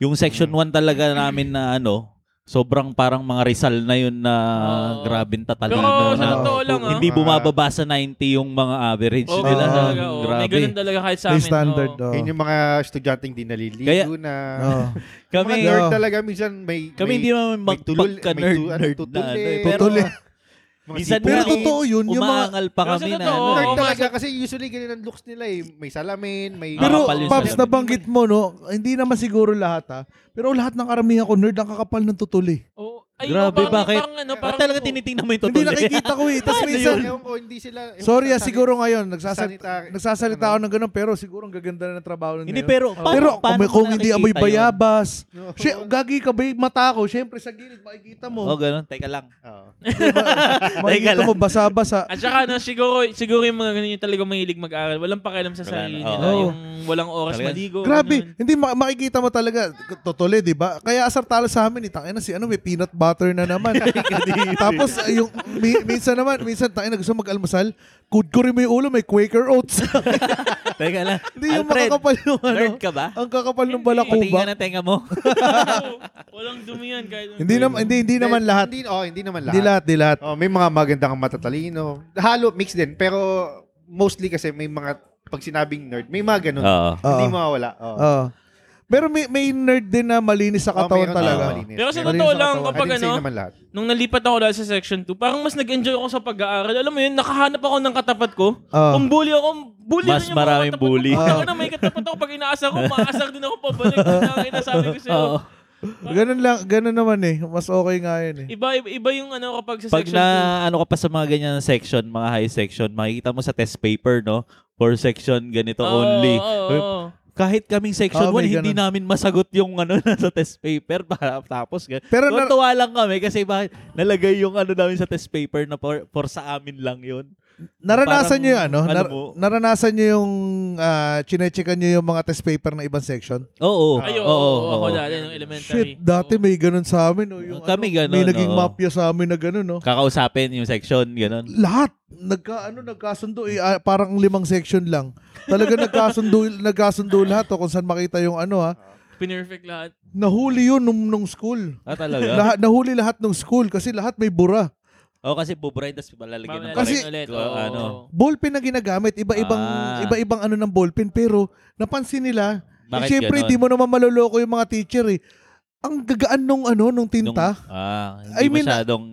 Yung section 1 talaga namin na ano, sobrang parang mga Rizal na yun na Oo. grabing tatalo. Pero na, sa na- totoo lang, ah. Hindi bumababa sa 90 yung mga average Oo, nila. ganun Ah, talaga. oo. May grabe. ganun talaga kahit sa May amin. standard. oo. Oh. Yun yung mga estudyante hindi naliligo Kaya- na. Oh. Kami, mga nerd Oh. talaga minsan may kami may, hindi naman may tulul, may magpagka-nerd tu- nerd ano, na. tutuli. ano eh. Pero, Tutuli. mga minsan tipo- Pero nga, totoo yun, yung mga umaangal pa Pero sa kami na. totoo, ano, nerd Oo, talaga kasi usually ganun ang looks nila eh. May salamin, may Pero Kakapal yun sa Paps, labi. nabanggit mo, no? Hindi naman siguro lahat, ha? Pero lahat ng karamihan ko, nerd ang kakapal ng tutuli. Oo. Ay, Grabe, oo, parang, bakit? Parang, ano, Ba't parang, talaga tinitingnan mo yung Hindi totoo? nakikita ko eh. Ano Ano Tapos minsan, Ewan ko, hindi sila. ewan sorry ah, ko sa siguro ngayon, sanit- nagsasalita, sanitary- nagsasalita ako ng ganun, pero siguro ang gaganda na ng trabaho na Hindi, yun. pero paano, pero paano kung, kung mo hindi amoy nakikita yun? bayabas, ano. siya, gagi ka ba yung mata ko? Siyempre, sa gilid, makikita Oo, mo. Oh, ganun. Teka lang. Oo. makikita mo, basa-basa. At saka ano, siguro, siguro yung mga ganun yung talaga mahilig mag-aral. Walang pakialam sa Wala na, sarili oo. nila. Yung walang oras Talaga. maligo. Grabe, ganun. hindi ma- makikita mo talaga. Totoo, di ba? Kaya asar talo sa amin, itangin na si ano, may peanut butter na naman. Tapos, ay, yung, mi- minsan naman, minsan tayo na gusto mag-almasal, kudkurin mo yung ulo, may Quaker Oats. Teka lang. hindi yung Alfred, makakapal yung ano. nerd ka ba? Ang kakapal ng Hindi. Patingin ka balakuba. ng tenga mo. Oo, walang dumi yan. Kahit ano. Hindi naman, hindi, hindi naman lahat. Hindi, oh, hindi naman lahat. Hindi lahat, hindi lahat. Oh, may mga magandang matatalino. Halo, mix din. Pero mostly kasi may mga, pag sinabing nerd, may mga ganun. Oo. Hindi Oo. mawawala. Oo. Oo. Pero may, may nerd din na malinis sa Oo, katawan meron talaga. tayong malinis. Pero sa Meron. totoo sa lang, katawan. I kapag didn't say ano, naman lahat. nung nalipat ako dahil sa section 2, parang mas nag-enjoy ako sa pag-aaral. Alam mo yun, nakahanap ako ng katapat ko. Ah. Kung bully ako, bully Mas rin yung mga maraming katapat ko. bully. Pag Ah. ano, may katapat ako, pag inaasar ko, maasar din ako pabalik. Yun ang inasabi ko sa'yo. Oo. Ganun lang, ganun naman eh. Mas okay nga yun eh. Iba, iba, iba yung ano kapag sa Pag section na ano ka pa sa mga ganyan na section, mga high section, makikita mo sa test paper, no? For section ganito 2. Oo, only. Eh, oo, oo. Kahit kaming section 1, Oo, Ah, may hindi ganun. namin masagot yung ano nasa test paper para tapos. gan- Pero na- Tuwa lang kami kasi bakit nalagay yung ano namin sa test paper na for, for sa amin lang yun. Parang, Naranasan nyo yung ano? alam Nar- mo. naranasan nyo yung uh, chinechekan nyo yung mga test paper ng ibang section? Oo. Ay, oo, oo, oo, ako oo. dati nung elementary. Shit, dati Oo. may ganun sa amin. No? Yung Kami ano, ganun, May naging oo. mafia sa amin na ganun. No? Kakausapin yung section, ganun. Lahat. Nagka, ano, nagkasundo. Eh, ah, parang limang section lang. Talaga nagkasundo, nagkasundo lahat. O, kung saan makita yung ano ha. Pinerfect lahat. Nahuli yun nung, nung school. Ah, talaga? Lahat, nahuli lahat nung school kasi lahat may bura. Oo, kasi bubrain, tapos malalagyan ng Mamalalaman Kasi- ulit. Oo, oo. ano. ballpen na ginagamit, iba-ibang Ah. iba-ibang ano ng ballpen pero napansin nila, Bakit eh, syempre ganon? di mo naman maloloko yung mga teacher eh. Ang gagaan nung ano Nung- nung tinta. ah, hindi I mean, masyadong...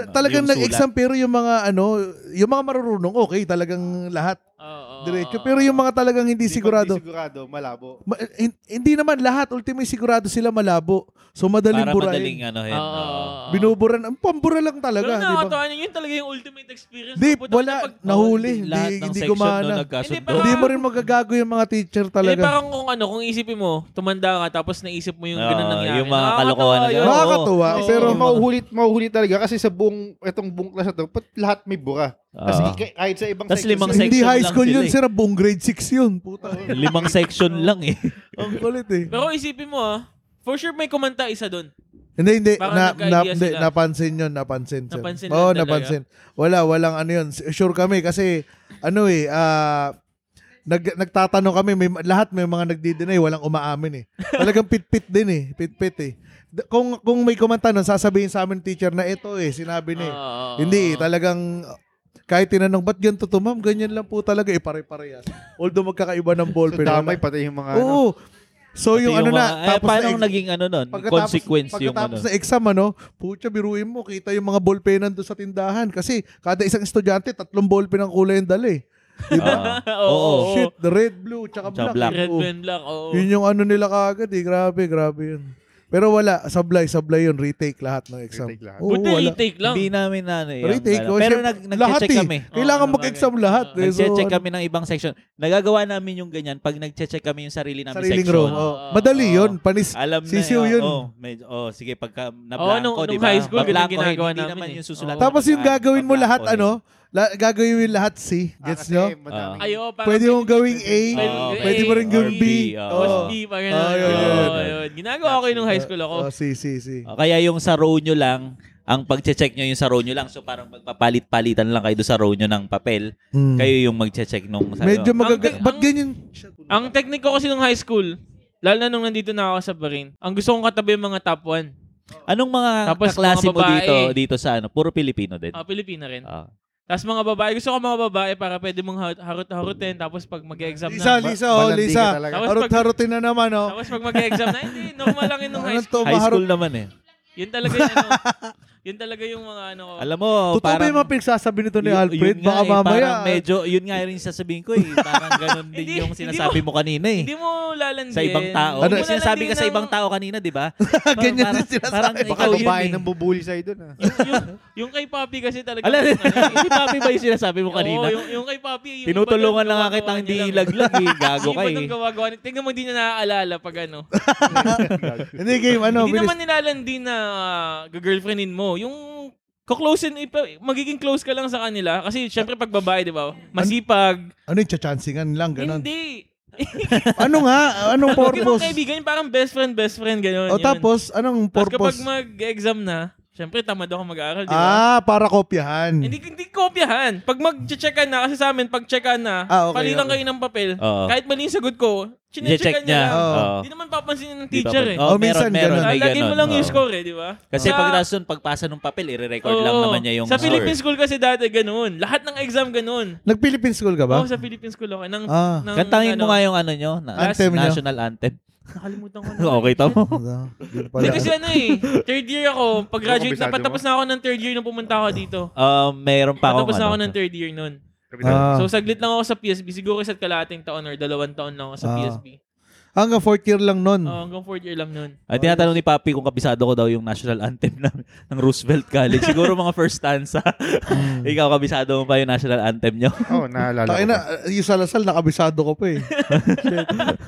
Ta- talagang yung sulat. nag-exam pero yung mga ano, yung mga marurunong okay, talagang lahat Oo, oo, diretso. oo. Pero yung mga talagang hindi Hindi sigurado, Hindi sigurado, malabo. ma- hin- hindi naman lahat ultimo sigurado sila malabo. So madaling Para burahin. madaling ano Oo, yun. oo, oo. oo. Binuburan, ang pambura lang Pero talaga, di ba? nakakatawa yun, yun talaga yung ultimate experience. Di, Puta, wala, kapag- nahuli, Lahat Eh, hindi, ng hindi section nun gumana. nagkasundo. Hindi Hindi mo rin magagago yung mga teacher Hindi, talaga. parang kung ano, kung isipin mo, tumanda ka, tapos naisip mo yung ganun Oo, nangyari. Ah, yung mga Nakakatawa kalokohan na yun. ganun. Nakakatuwa, Kasi Ah, pero yung mauhulit, mauhulit talaga kasi sa buong, itong buong class na to, pat- lahat may bura. Kasi Oo. ika- kahit sa ibang Tas limang sila- section Hindi high lang school sila yun, eh. sir. Buong grade 6 yun. Puta. Limang section lang eh. Ang kulit eh. Pero isipin mo ah, for sure may kumanta isa doon. Hindi, hindi. Parang Na, nagka-idea na, hindi, sila. napansin yun. Napansin, sir. Napansin lang Oo, talaga. napansin. Wala, walang ano yun. Sure kami kasi, ano eh, ah, nag, nagtatanong kami, may, lahat may mga nagdi-deny, walang umaamin eh. Talagang pit-pit din eh. Pit-pit eh. D- Kung, kung may kumanta nun, sasabihin sa amin teacher na ito eh, sinabi niya. eh. Oo. Hindi, talagang kahit tinanong, ba't ganito to, ma'am? Ganyan lang po talaga. Eh, pare-parehas. Although magkakaiba ng ball. So, damay pati yung mga ano. Oo. So yung, ano na, eh, tapos paano na, ang naging ano nun? pagkatapos- Consequence yung ano. pagkatapos na exam, ano, putya, biruin mo, kita yung mga ballpen nandun sa tindahan. Kasi kada isang estudyante, tatlong ballpen ang kulay ang dali. Diba? Oo. Oo. Oo. Shit, the red, blue, tsaka Tsaka black. black. ah. Red oh. Oo. Ben Black, oo. Yun yung ano nila kagad eh. Grabe, grabe yun. Pero wala, sablay, sablay yun. Retake lahat ng exam. Retake lahat. Oo, Buti wala. retake lang. Hindi namin na ano yung Retake. ano. oh, Pero syem- nag, lahat nag-check eh. kami. Kailangan Oo, mag-exam lahat. bagay. eh. So, Nag-check ano- kami ng ibang section. Nagagawa namin yung ganyan pag nag-check kami yung sarili namin Sariling section. row. oh. Madali Oo. yun. Panis, Alam na. Sisiw eh, yun. Oh, medyo, oh, sige, pagka Oo, nung- nablangko, nung di ba? high school, ganun Bablangkohin, ginagawa hindi namin naman eh. yung susulat. Oo. mo Tapos yung pagkaan, gagawin mo lahat, bablangkohin. ano, la- gagawin mo yung lahat C. Ah, Gets kasi nyo? madami. Ah. Ayo, parang Pwede mong gawing A, Pwede mong gawing A pwede mo rin gawing or B. B, oo. Oo. Tapos B, parang Ah, ganun. yun, Oo, yun. yun. Ginagawa ko yun nung Oh, high school ako. Oh, C, C, C. O, eh. Kaya yung sa row nyo lang, ang pag-check nyo yung sa row nyo lang. So parang magpapalit-palitan lang kayo doon sa row nyo ng papel. Mm. Kayo yung mag-check nung sa Medyo Ang- magaga... ang- Ba't ganyan? Ah, Ang technique ko kasi nung high school, lalo na nung nandito na ako sa Bahrain, ang gusto kong katabi yung mga top 1. Anong mga Tapos kaklase mga mo dito babae. dito sa ano? Puro Pilipino din. Ah, Pilipina rin. Ah. Tapos mga babae, gusto ko mga babae para pwede mong har- harut-harutin tapos pag mag-exam Lisa, na. Lisa, oh, Balandi ka Lisa. talaga. Tapos pag- Harot-harutin na naman, oh. Tapos pag mag-exam na, hindi, normal lang yun nung high Ano school. to, high maharot? school naman eh. Yun talaga yung ano, yun talaga yung mga ano ko. Alam mo, Totoo ba parang... yung mga pinagsasabi nito ni Yun- Alfred? yun nga Baka eh, mamaya. Parang medyo, yun nga rin yung sasabihin ko eh. Parang ganun din Hindi- yung hindi sinasabi mo kanina eh. Hindi mo lalandian. Sa ibang tao. Hindi Ano, mo sinasabi ka sa lalandian ibang ng- tao kanina, di ba? Ganyan Parang- yung sinasabi. parang Baka ikaw yun babae eh. nang bubuli sa'yo dun. ah. yung, yung kay Papi kasi talaga. Alam, yung ano, si Papi ba yung sinasabi mo kanina? Oo, yung, yung kay Papi. Yung Tinutulungan lang nga kita, hindi ilaglag eh. Gago ka Yung iba eh. doon gawa-gawa. niya. Tingnan mo, di niya naaalala pag ano. Hindi, game, ano, hindi bilis. naman nilalandi na ah, girlfriendin mo. Yung kuklose, magiging close ka lang sa kanila. Kasi syempre pag babae, di ba? Masipag. Ano yung chachansingan lang, ganun. Hindi. ano nga? Anong Pag yung mga purpose? kaibigan, parang best friend, best friend, gano'n. O tapos, anong Tapos kapag purpose? mag-exam na, syempre tamad ako mag-aaral, di ba? Ah, para kopyahan. Hindi, hindi kopyahan. Pag mag-checkan na, kasi sa amin, pag checkan na, Ah, okay, palitan okay. kayo ng papel. Oo. Kahit mali yung sagot ko, I-check chine-checkan niya. lang. Oo. Oo. Hindi naman papansin ng Di ba? teacher eh. Oo, Oh, minsan meron, meron. ganun. May Lalagyan mo ganun. lang yung Oo. score eh, di ba? Kasi Sa- pag nasun, pagpasa ng papel, i-record lang Oo. naman niya yung Sa score. Philippine school kasi dati ganun. Lahat ng exam ganun. Nag-Philippine school ka ba? Oo, sa Philippine school ako. Nang, Diba? Ah. nang, Kantangin mo ano, nga yung ano nyo, na, Anthem nyo. national anthem. Nakalimutan ko na. okay tamo. Hindi Hindi pala. kasi ano eh, third year ako, pag-graduate na, Kabisado mo? patapos na ako ng third year nung pumunta ako dito. Um, meron pa akong Patapos na ako ano. ng third year nun. Ah. So saglit lang ako sa PSB, siguro isa't kalating taon or dalawang taon lang ako Ah. sa PSB. Hanggang fourth year lang nun. Hmm. Oo, Oh, hanggang fourth year lang nun. At tinatanong ni Papi kung kabisado ko daw yung national anthem ng, ng Roosevelt College. Siguro mga first stanza. Ikaw, kabisado mo pa yung national anthem nyo? Oo, naalala ko. Takin na, eh, yung salasal, nakabisado ko pa eh. Shit. Takin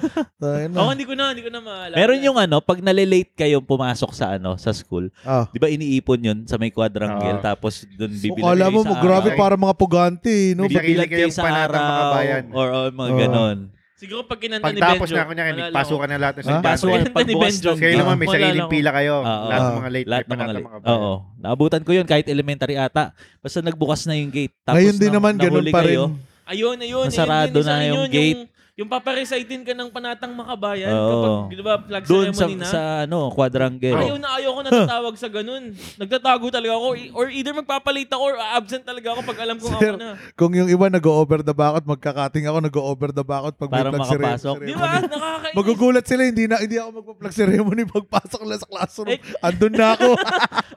Oo, Hmm. na. Oh, hindi ko na, hindi ko na maalala. Meron yung ano, pag nalilate kayong pumasok sa ano sa school, Ah. di ba iniipon yun sa may quadrangle, Oo. tapos doon So, bibilang kala kayo mo, sa mo, grabe araw. para mga pugante eh. No? Bigla- Bibilang kayo Kailan sa kayong panatang araw, makabayan? or, or mga Oo. ganon. Siguro pag kinanta ni Benjo. Pagtapos na ako niya, wala lang pasukan na lahat ng Ah? sa Kaso Kailan pag ni bukas Benjo? ng- Kayo naman, may Wala sariling lang. pila kayo. Oo. lahat ng Oo. mga late Lahat ng night, mga lahat ng late. mga bayan. Oo. Naabutan ko yun kahit elementary ata. Basta nagbukas na yung gate. Tapos Ngayon din na- naman, ganun nahuli pa rin. kayo. Ayun, ayun. Nasarado ayun, yun, na isa- yung yun, gate. Yung, yung paparecitein ka ng panatang makabayan Oo. kapag, di ba, flag Doon sa, ceremony na. sa ano, quadrangle. Ayaw na ayaw ko natatawag sa ganun. Nagtatago talaga ako. I- Or either magpapalit ako or absent talaga ako pag alam kong Sir. ako na. Kung yung iba nag-over the bakot, magkakating ako, nag-over the bakot pag Para may flag cere- makapasok. ceremony. Di ba? Nakakainis. Magugulat sila, hindi na hindi ako magpa-flag ceremony pagpasok lang sa classroom. Andun na ako.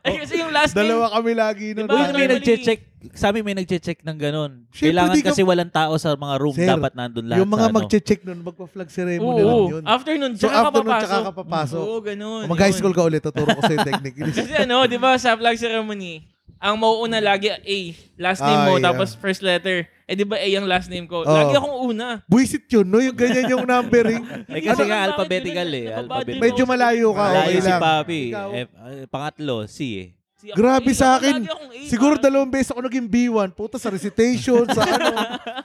Ay, kasi yung last Dalawa name, kami lagi noon. Diba? Uy, may Actually, nag-check. Sa amin may nag-check ng ganun. Siyempre, Kailangan di ka- kasi walang tao sa mga room. Sir, dapat nandun lahat Yung mga sa ano. mag-check noon, magpa-flag ceremony Oo, lang yun. afternoon, So, tsaka afternoon, papasok. tsaka ka papasok. Oo, ganun. Mag-high yun. school ka ulit, tuturo ko sa'yo technique. Kasi ano, di ba, sa flag ceremony, ang mauuna lagi A, last name Ah, mo, yeah. Oh. tapos first letter. Eh, di ba A ang last name ko? Oo. Lagi akong una. Buisit yun, no? Yung ganyan yung numbering. Eh, kasi Ano- nga bakit alphabetical ganun? eh. Nakabadyo Alphabetical. Medyo malayo ka, Malayo okay si lang. Papi. Ikaw. F, eh, pangatlo, C eh. Si ako Grabe A, sa ako akin. lagi akong A, Siguro parang- dalawang beses ako naging B1. Puta sa recitation, sa ano.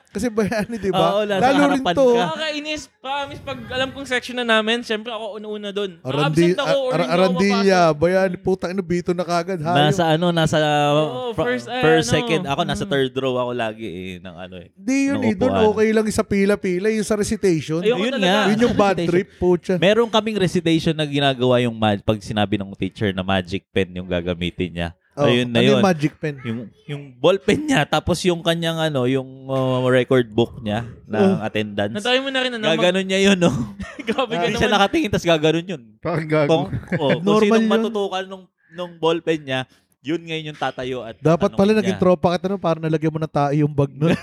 Kasi bayani, di Oo, ba? nasa Lalo rin harapan to. ka. Nakakainis. Promise, pag alam kong section na namin, syempre ako una-una doon. Arandi, Absent ako or Ar- hindi ako Arandilla, mapasok. bayani, puta, ano, bito na kagad. Hayo. Nasa ano, nasa Oo, fr- first, ah, first, ano. second. Ako nasa Mm. third row ako lagi eh. Ng ano eh. Di yun Nung eh. Doon upuan. okay lang yung sa pila-pila, yung sa recitation. Ayoko Yun talaga. nga. Yun yung bad Recitation. trip, pucha. Meron kaming recitation na ginagawa yung mag- pag sinabi ng teacher na magic pen yung gagamitin niya. Oh, Ayun na ano yun. yung magic pen? yung yung ball pen niya tapos yung kanyang ano yung uh, record book niya Oh. ng attendance. Natayo mo na rin, ano? Mag- Gaganon niya yun, no? Grabe ka Hindi siya naman. nakatingin, tapos gaganon yun. Parang gago. Kung, oh, kung Normal sinong yun. matutukan nung, nung ball pen niya, yun ngayon yung tatayo at Dapat tatanungin pala niya. naging tropa ka tanong para nalagyan mo na tayo yung bag nun.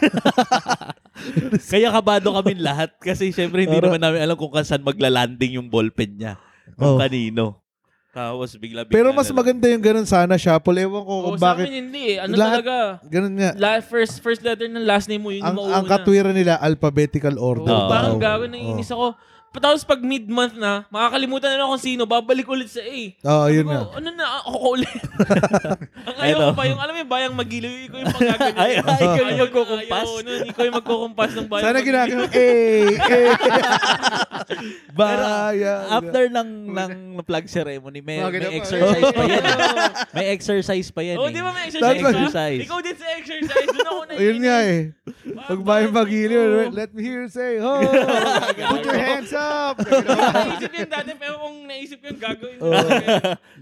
Kaya kabado kami lahat kasi syempre hindi Pero- naman namin alam kung saan magla-landing yung ball pen niya. Oh. Kung kanino. Tapos bigla bigla Pero na mas lang. maganda yung ganun sana, Shuffle. Ewan ko Oo, kung sa bakit. akin hindi eh. Ano Lahat- talaga? Ganun nga. La, first first letter ng last name mo, yun Ang, yung mauuna. ang katwira nila, alphabetical Oo, order. Oo. Oo. Parang gago, naiinis ako. Tapos pag mid-month na, makakalimutan na lang kung sino, babalik ulit sa A. Oo, Sabi yun ko, nga. Ano na, ako ko ulit. ang ayaw ko Eto. pa yung, alam mo yung bayang magiliw, ikaw yung pagkagalit. Ay, ay, ikaw yung magkukumpas. Ayaw, na, ikaw yung magkukumpas ng bayang Sana magiliw. ginagawa. Eh, eh. Pero Bayan. after ng, ng flag ceremony, may, Mga ganun may pa. exercise pa yan. eh. May exercise pa yan. Oh, eh. di ba may exercise May Dapat- ka? exercise. Ikaw din sa exercise. Doon ako Ayun nga eh. naiinis. Pag may magiliw, let me hear you say, "Oh." ho! Put your hands up! naisip yun dati, pero kung naisip ko yun, gagawin. ko.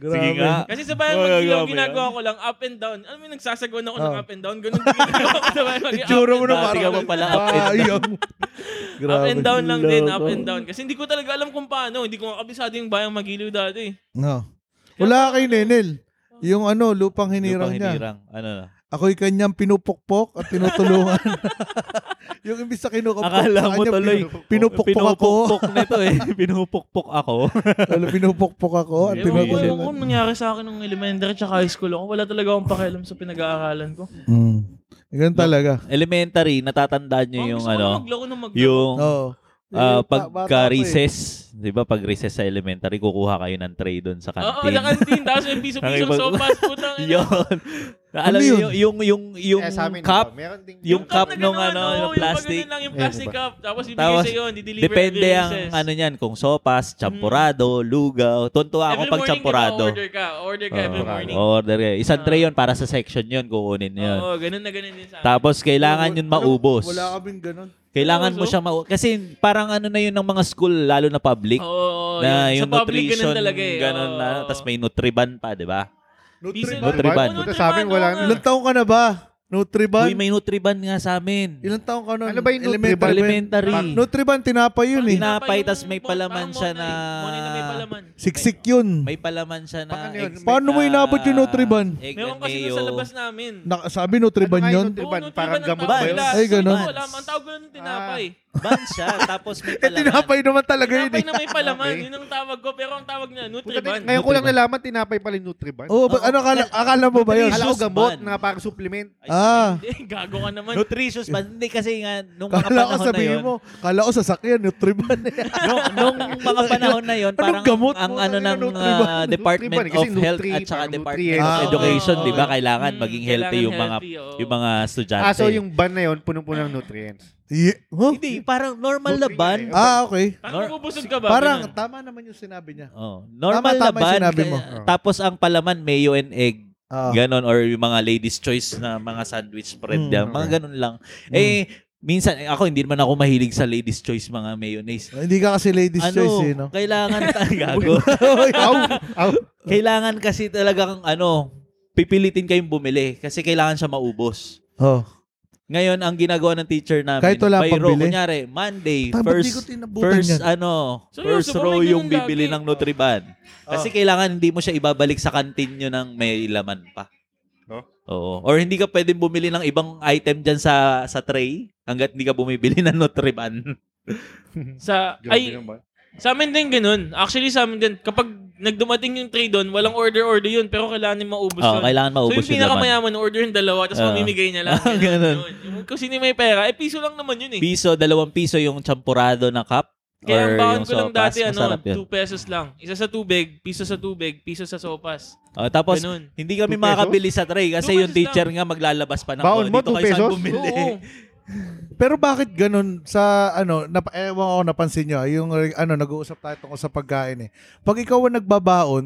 Sige Grabe. nga. Kasi sa bayan Oh, mag-ilaw, grabe ginagawa yan. ko lang up and down. Alam mo, yung nagsasagawan ako ng Oh. up and down. Ganun din ginagawa ko sa bayan mag-up. Itsura mo na Dati parang... Ah, ka pa pala up and Ayun. Up Grabe. and down lang din, up and down. Kasi hindi ko talaga alam kung paano. Hindi ko makabisado yung bayang magiliw dati. No. Wala kay Nenel. Yung ano, lupang hinirang Lupang niya. hinirang. Ano na? Ako'y kanyang pinupukpok at tinutulungan. yung imbis sa kinukupok, Akala sa mo kanya, tuloy, pinu- pinupukpok ako. Pinupukpok nito eh. Pinupukpok ako. Alam, pinupukpok ako at Ewan Ewan ko, Pinag- ewan ko tinutulungan. anong nangyari sa akin nung elementary tsaka high school ako. Wala talaga akong pakialam sa pinag-aaralan ko. Mm. Ganun talaga. Elementary, natatandaan nyo Parang yung gusto ko ano, na maglaro ng maglaro. yung Oo. ah, Yung ba- bata ako eh. pagka-recess. Di ba pag recess sa elementary, kukuha kayo ng tray doon sa Oo, canteen. sa kantin. Tapos may piso-pisong Nakipag- sopas. Putang ina. Yun. Alam Ano niyo, yun? yung, yung, yung Eh, sa amin, cup, diba, meron ding- yung cup na nung ganun, ano, oo, yung plastic. Yung, pag ganun lang, yung Ayan, plastic diba? cup. Tapos ibigay Tapos, sa'yo, di-deliver Depende every ang recess. Mm. ano yan, kung sopas, champurado, lugaw. Tontuwa ako Every pag morning, champurado. Diba, order ka. Order ka every Oh. Oo, morning. order ka. Isang Ah. tray yun para sa section yun, kukunin yun. Oo, ganun na ganun din sa amin. Tapos Ano, kailangan yun Wala- maubos. eh. Wala kaming ganun. Kailangan mo Seryoso? siya maubos. Kasi parang ano na yun ng mga school, lalo na public. Oo, na yun. yung sa public, nutrition, ganun talaga eh. ganun na. Oo. Tapos may nutriban pa, di ba? Piso- Nutriban. Oo, Puta, sa amin, wala oo nga. Ilang taong ka na ba? Nutriban? Uy, may nutriban nga sa amin. Ilang taong ka nun? Ano ba yung Elementary Nutriban? ba yun? Elementary. Nutriban, tinapay yun eh. Tina- Tinapay, yung tas may bon- palaman parang siya bonay. na- Bonay na may palaman. Siksik yun. May palaman siya na... Paano yun? egg- ah, Paano mo inabot yung Nutriban? Egg Meron and kasi mayo. nun sa labas namin. Na, sabi Nutriban Ano nga yun? yung Nutriban? Parang ang gamot tawag ba yun? Ah, nila. Ay, Hindi ko ganun. alam. Ang tawag ganun tinapay. Ban siya, tapos may Eh, palaman. tinapay naman talaga yun eh. Tinapay na may palaman. Okay. Yun ang tawag ko. Pero ang tawag niya, Puta, Nutriban. Ngayon ko lang nalaman, tinapay pala yung Nutriban. Oo, but ano, akala, akala mo ba yun? Alam ko Oh, Jesus gamot ban. na parang supplement. Ah, Hindi, Eh, gago ka naman. Nutritious ba? Hindi kasi nga, nung mga kala ko panahon na sabihin yun, mo, kala ko sasakyan, Nutriban na yan. nung, nung mga panahon na yun, Anong parang gamot ang mo? ano Ano ng yun, Nutriban? eh, ah, Department Nutriban, kasi of Health nutri, at saka parang Department nutrients. of Ah, Education, oo. di ba? Kailangan Mm, maging healthy kailangan yung mga healthy, oo. yung mga estudyante. Ah, so yung ban na yun, punong-puno ng nutrients. Yeah. Huh? Hindi, parang normal na ban. Nutrients. Ah, okay. Parang mabubusog ka ba? Parang Ganun. tama naman yung sinabi niya. Oh, normal Tama, na tama yung ban. sinabi mo. kaya- Tapos ang palaman, mayo and egg. Ah. Ganon. Or yung mga ladies' choice na mga sandwich spread. Mm. yan, mga ganon lang. Hmm. Eh, minsan, eh, ako hindi naman ako mahilig sa ladies' choice mga mayonnaise. Hindi ka kasi ladies ano, choice eh, no? kailangan gago. Ow! Ow! kailangan kasi talagang ano, pipilitin kayong bumili kasi kailangan siya maubos. Oh. Ngayon, ang ginagawa ng teacher namin, Kahit wala by pang row, bili? kunyari, Monday, Tama, ba't di first, ko tinabutan first, yan? ano, Seryoso first ba? May row ganun yung bibili lagi? ng Nutriban. Ah. Kasi kailangan hindi mo siya ibabalik sa kantin nyo ng may laman pa. Oh? Oo. Or hindi ka pwedeng bumili ng ibang item dyan sa sa tray hanggat hindi ka bumibili ng Nutriban. Sa, ay, Sa amin din ganun. Actually, sa amin din, kapag nagdumating yung tray doon, walang order-order yun, pero kailangan yung maubos Oo, yun. kailangan maubos so, yung yung laman. pinakamayaman, order yung dalawa, tapos Oo. mamimigay niya lang. Ganun. Yung, kung sino may pera, eh, piso lang naman yun eh. Piso, dalawang piso yung champurado na cup. Kaya ang or baon yung ko lang sopas. dati, ano, Masarap yun. 2 pesos lang. Isa sa tubig, piso sa tubig, piso sa sopas. Oh, tapos, Ganun. hindi kami Two pesos? makakabili sa tray kasi Two yung pesos teacher nga maglalabas pa ng Baon "Oh, mo, dito two kayo saan pesos?" bumili. Oo. Pero bakit ganun sa ano, nap ewan ko napansin nyo, ah, yung ano, nag-uusap tayo tungkol sa pagkain eh. Pag ikaw ang nagbabaon,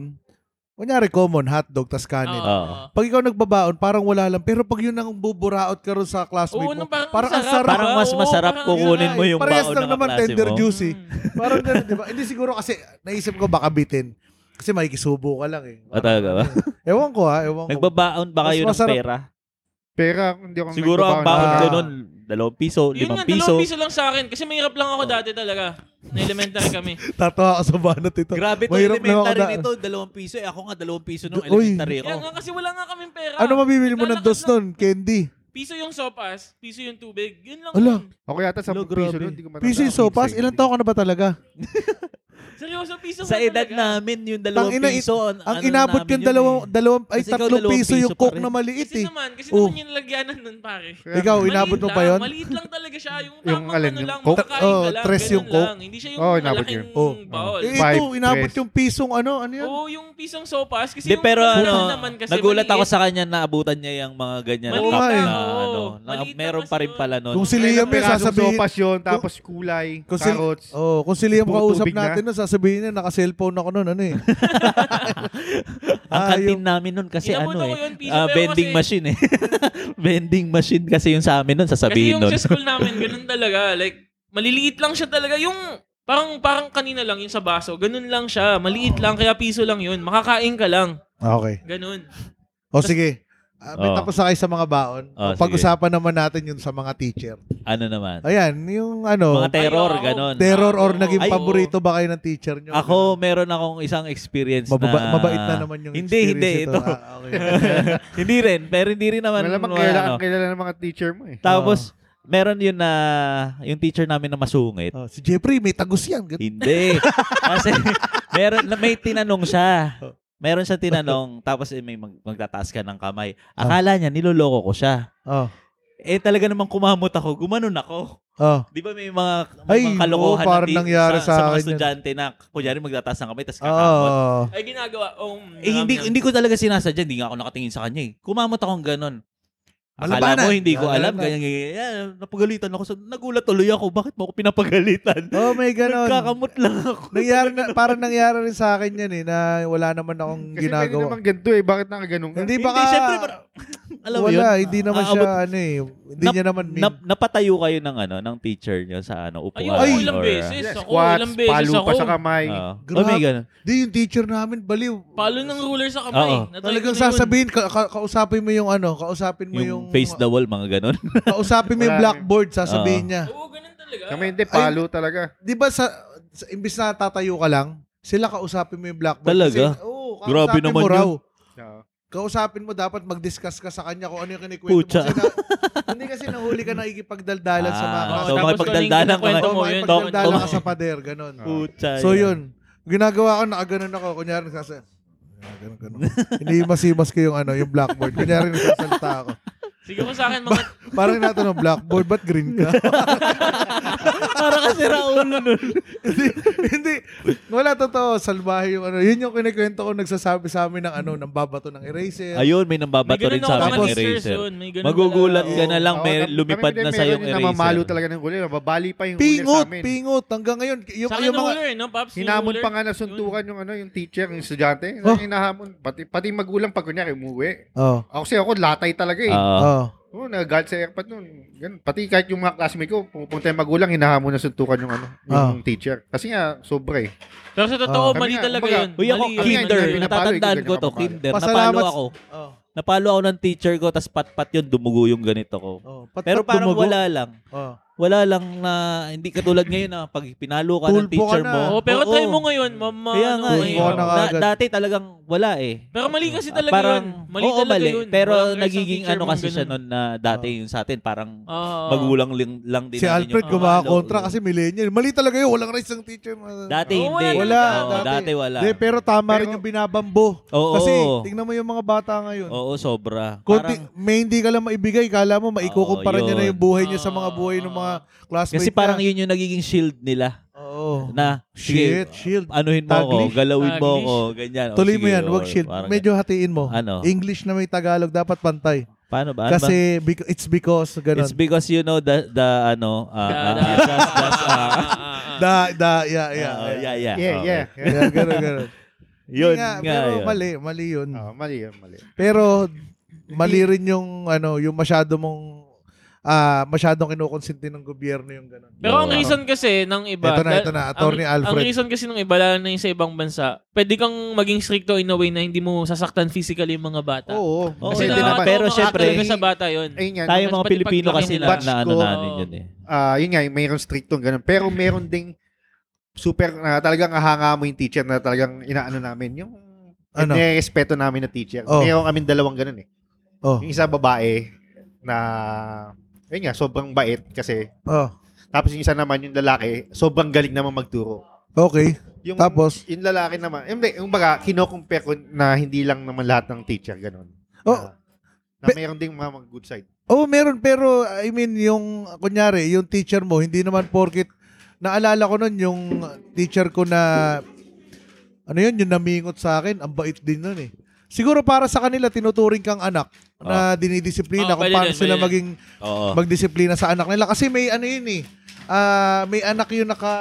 kunyari common, hotdog, tas kanin. Oo. Pag ikaw nagbabaon, parang wala lang. Pero pag yun ang buburaot ka rin sa classmate Oo, mo, nung parang parang ang sarap. sarap. Parang mas Oo, masarap parang- kukunin mo yung Parehas baon lang ng naman, kaklase tender mo. juicy. Mm. Parang ganun, di ba? Hindi siguro kasi, naisip ko baka bitin. Kasi makikisubo ka lang eh. O Ah, talaga ba? Ewan ko ha, ewan ko. Nagbabaon ba Mas kayo ng masarap. pera? Pera, hindi ako Siguro ang nagbabaon. baon Ah. ko nun, dalawang piso, Yun limang nga, dalawang piso. piso lang sa akin. Kasi mahirap lang ako dati talaga. Na elementary kami. Tatawa ka sa banat ito. Grabe to, Mahirap na ako elementary da- nito, dalawang piso. Eh, ako nga, dalawang piso nung Uy. elementary Kaya ako. nga, kasi wala nga kaming pera. Ano mabibili mo ng Naglalakad dos lang. nun? Candy. Piso yung sopas, piso yung tubig. Yun lang. Ala. yun. Ako yata sa Lo, piso grabe. nun, hindi ko matanda. PC sopas, ilang taon ka na ba talaga? Seryoso, piso Sa nga edad talaga. namin, yung dalawang Tangina, piso. Ang, ano Ang inabot yung dalawang, dalawang, eh. ay Kasi ikaw tatlong dalawang piso piso yung pa coke rin. na maliit Kasi eh. naman, kasi Oh. naman yung lagyanan nun, pare. Ikaw, Oh, inabot mo Maliit pa lang, yun? Maliit lang talaga siya. Yung Yung tamang alin, ano yung lang, Coke? makakain ka Oh, lang. tres ganun yung Coke. lang. Hindi siya yung Oh, inabot malaking yun. Oh. bawal. Eh, Five, ito, inabot tres. yung pisong ano, ano yan? Oo, yung pisang sopas. Kasi Di, yung pero malaki ano, naman kasi nagulat ako maliit. sa kanya na abutan niya yung mga ganyan. Maliit cup lang, na, oo. ano, na, Maliit lang meron kasi pa rin yun. pala nun. Kung si Ilang Liam yun, pirasong sasabihin, sopas yun, tapos kulay, Kung si- carrots. oh, kung si Liam Puro kausap tubig na. natin, no, sasabihin niya, naka-cellphone ako noon, ano eh. Ang Ah, kantin yung- namin nun kasi ano Inabutan ko eh. yun, Pisa, ah, pero vending kasi- machine eh. vending machine kasi yung sa amin nun, Kasi sasabihin yung nun. sa school namin, ganun talaga. Like, maliliit lang siya talaga. Yung, parang, parang kanina lang yung sa baso. Ganun lang siya. Maliit lang, kaya piso lang yun. Makakain ka lang. Okay. Ganun. O sige. Ah, Oh. may tapos na kayo sa mga baon. Oh, Ah, Pag-usapan naman natin yun sa mga teacher. ano naman? Ayan, yung ano, mga terror, Ayaw. ganon. terror or Ay, naging oo. paborito ba kayo ng teacher nyo? Ako, meron akong isang experience na... Mababa- mabait na naman yung Hindi, hindi. experience Ito. Ah, okay. hindi rin. Pero hindi rin naman. Malamang wala, kilala, ano. kilala ng mga teacher mo eh. Tapos, meron yun na... Yung teacher namin na masungit. Oh, si Jeffrey, may tagus yan. Oh, Ganun. Hindi. Kasi meron na- may tinanong siya. Meron siya tinanong tapos eh, may mag, magtataas ka ng kamay. Akala niya niloloko ko siya. Oh, Eh talaga namang kumamot ako, gumanon ako. oh. 'Di ba may mga Ay, may mga kalokohan oo, parang di- nangyari sa mga akin yun. estudyante na kunyari magtataas ng kamay tapos kakamot. Oh. Ay, ginagawa. Oh, mm, eh hindi yun. hindi ko talaga sinasadya, hindi nga ako nakatingin sa kanya eh. Kumamot akong ganon. Akala Malabanan. mo hindi ko alam, Malabanan. ganyan, ganyan, ganyan. Napagalitan ako. So, nagulat tuloy ako. Bakit mo ako pinapagalitan? Oh, may ganon. Nagkakamot lang ako. nangyari na, parang nangyari rin sa akin yan eh, na wala naman akong Kasi pwede ginagawa. naman ganito eh. Bakit nakaganon ka? Hindi baka, Hindi, syempre, parang, alam mo yun? wala, hindi naman siya, Aabot- ano eh, hindi Nap- niya naman mean. Nap- napatayo kayo ng ano, ng teacher niyo sa ano, upuan. Ayun, ako Ay! ilang or- beses. Yes, Ako, squats, ilang beses palo ako. pa sa kamay. Oo. Grabe. Oh, may ganun. Hindi, yung teacher namin, baliw. Palo ng ruler sa kamay. Oo. Natry ko Talagang na yun. sasabihin, ka, ka- kausapin mo yung ano, kausapin mo yung... Yung face Ah. the wall, mga ganun. kausapin mo yung Wala. blackboard, sasabihin niya. Oo, ganun talaga. Kami hindi, palo talaga. Di ba sa, sa imbis na tatayo ka lang, sila kausapin mo yung blackboard. Talaga? Kasi, oo, kausapin Grabe naman mo yun. raw. Oo. Kausapin mo, dapat mag-discuss ka sa kanya kung ano yung kinikwento Pucha. mo. Kasi na, hindi kasi nahuli ka nakikipagdaldalan sa Ah, mga Oo, So, tapos makipagdaldalan kung ano yung ka- Oo, kinakwento mo yun. makipagdaldalan Tok- ka sa pader, ganun. Ah, Pucha. So yun, ginagawa ko, nakaganon ako. Kunyari nagsasa, Ah, ganun, ganun. Hinihimas-himas ko yung ano, yung blackboard. Kunyari nagsasalita ako. Sige po sa akin, mga Parang natanong, blackboard, ba't green ka? Para kasi Raul nun. hindi, hindi. Wala totoo, salbahe yung ano. Yun yung kinikwento ko nagsasabi sa amin ng ano, ng babato ng eraser. Ayun, may May nambabato ganun rin ako sa sa amin ng mga teachers eraser. yun. May ganun Magugulat talaga. ka na lang, Oo, may kami- lumipad kami na din, sa meron yung yung eraser. Namamalo talaga ng huli. Nababali pa yung huli sa pingot, amin. pingot. Hanggang ngayon, yung, Sa akin yung yung mga... ruler, no, Paps? Yung Hinamon ruler. pa nga nasuntukan yung ano, yung teacher, yung estudyante. Oh. Yung hinahamon. Pati, pati magulang pag kunyari umuwi. Oh, Ako kasi ako latay talaga eh. Oo. oh. Oo, nagagalit sa airpad nun. Ganun. Pati kahit yung mga classmate ko, pupunta yung magulang, hinahamon na suntukan yung ano, yung teacher. Kasi nga, sobra eh. Pero sa Oo. totoo, mali Kami nga, talaga kumbaga, yun. Uy, ako, Mali yun, kinder. mali yun. Pinapalo, Natatandaan ikaw ko to, pinapalo. kinder. Pasalamat Napalo sa- ako. Oh, Napalo ako ng teacher ko, tas pat-pat yun, dumugo yung ganito ko. oh. Pero Pat-pat parang dumago. wala lang. Oh. wala lang na hindi katulad ngayon na pag pinalo ka ng Tulpo ka teacher na. mo. Oo, pero Oo. try mo ngayon, mama. Kaya ano, nga eh. mahirap. Tulpo ka na Da- agad. dati talagang wala eh. Pero mali kasi talaga parang, yun. Mali oo, talaga mali. yun. Pero Walang isang nagiging teacher ano mang kasi siya ganun. noon na dati yung sa atin parang Oo. magulang lang, lang din. Si natin Alfred yung gumawa pangalo. kontra kasi millennial. Mali talaga yun. Walang rights ng teacher. Dati Oo, hindi. wala Oo, talaga. dati. wala. Hindi, pero tama rin Pero- yung binabambo. Oo. Kasi tingnan mo yung mga bata ngayon. Oo, sobra. Kunti, Parang- may hindi ka lang maibigay. Kala mo, maikukumpara Oo, niya na yun. yung buhay niya sa mga buhay ng mga kasi classmates parang niya. yun yung nagiging shield nila Oo. na sige, Shit, shield. anuhin mo ako, Taglish. galawin mo Taglish. ako, ganyan. O, Tuloy mo sige, yan, wag or shield. parang- Medyo hatiin mo. Ano? English na may Tagalog, dapat pantay. Paano ba? Ano ba? Kasi bec- it's because, ganun. It's because you know the the ano uh, Da- uh, da- uh, just- just, uh, da, da, yeah, yeah. uh, yeah, yeah. Yeah, Okay. yeah. yeah. Yeah, ganun, ganun. Yun Hindi nga, Pero yun. mali, mali yun. Oo, Ah, mali yun, mali. Pero mali rin yung ano, yung masyado mong ah masyadong kinukonsinti ng gobyerno yung ganun. Pero ang Oo. reason kasi ng iba... Ito na, dahil- ito na, Attorney ang, Alfred. Ang reason kasi ng iba, lalo na yung sa ibang bansa, pwede kang maging stricto in a way na hindi mo sasaktan physically yung mga bata. Ah. Oo. Oo, kasi yun. hindi naman. Pero syempre- Pero sa bata yun. Ayun nga. Tayo Mas mga pati Pilipino paglaki kasi nila. na, na ano Batch ko. natin yun eh. Ah, yun nga, mayroon strictong ganun. Pero meron ding super, na talagang ahanga mo yung teacher na talagang inaano namin. Yung Ano? ano? nirespeto namin na teacher. Oh. Meron kaming dalawang ganun eh. Oh. Yung isa babae na, ayun nga, sobrang bait kasi. Oh. Tapos yung isa naman, yung lalaki, sobrang galing naman magturo. Okay. Yung, Tapos? Yung lalaki naman, eh, hindi, yung baga, kinocompare ko na hindi lang naman lahat ng teacher ganun. Oh. na, na Pe- meron ding mga good side. Oh, meron pero I mean yung kunyari, yung teacher mo hindi naman porkit naalala ko nun yung teacher ko na ano yun, yung namingot sa akin, ang bait din nun eh. Siguro para sa kanila tinuturing kang anak na dinidisiplina Oh, kung pwede paano din, sila pwede din. maging Oo. ah, magdisiplina sa anak nila kasi may ano yun eh. Ah, may anak yung naka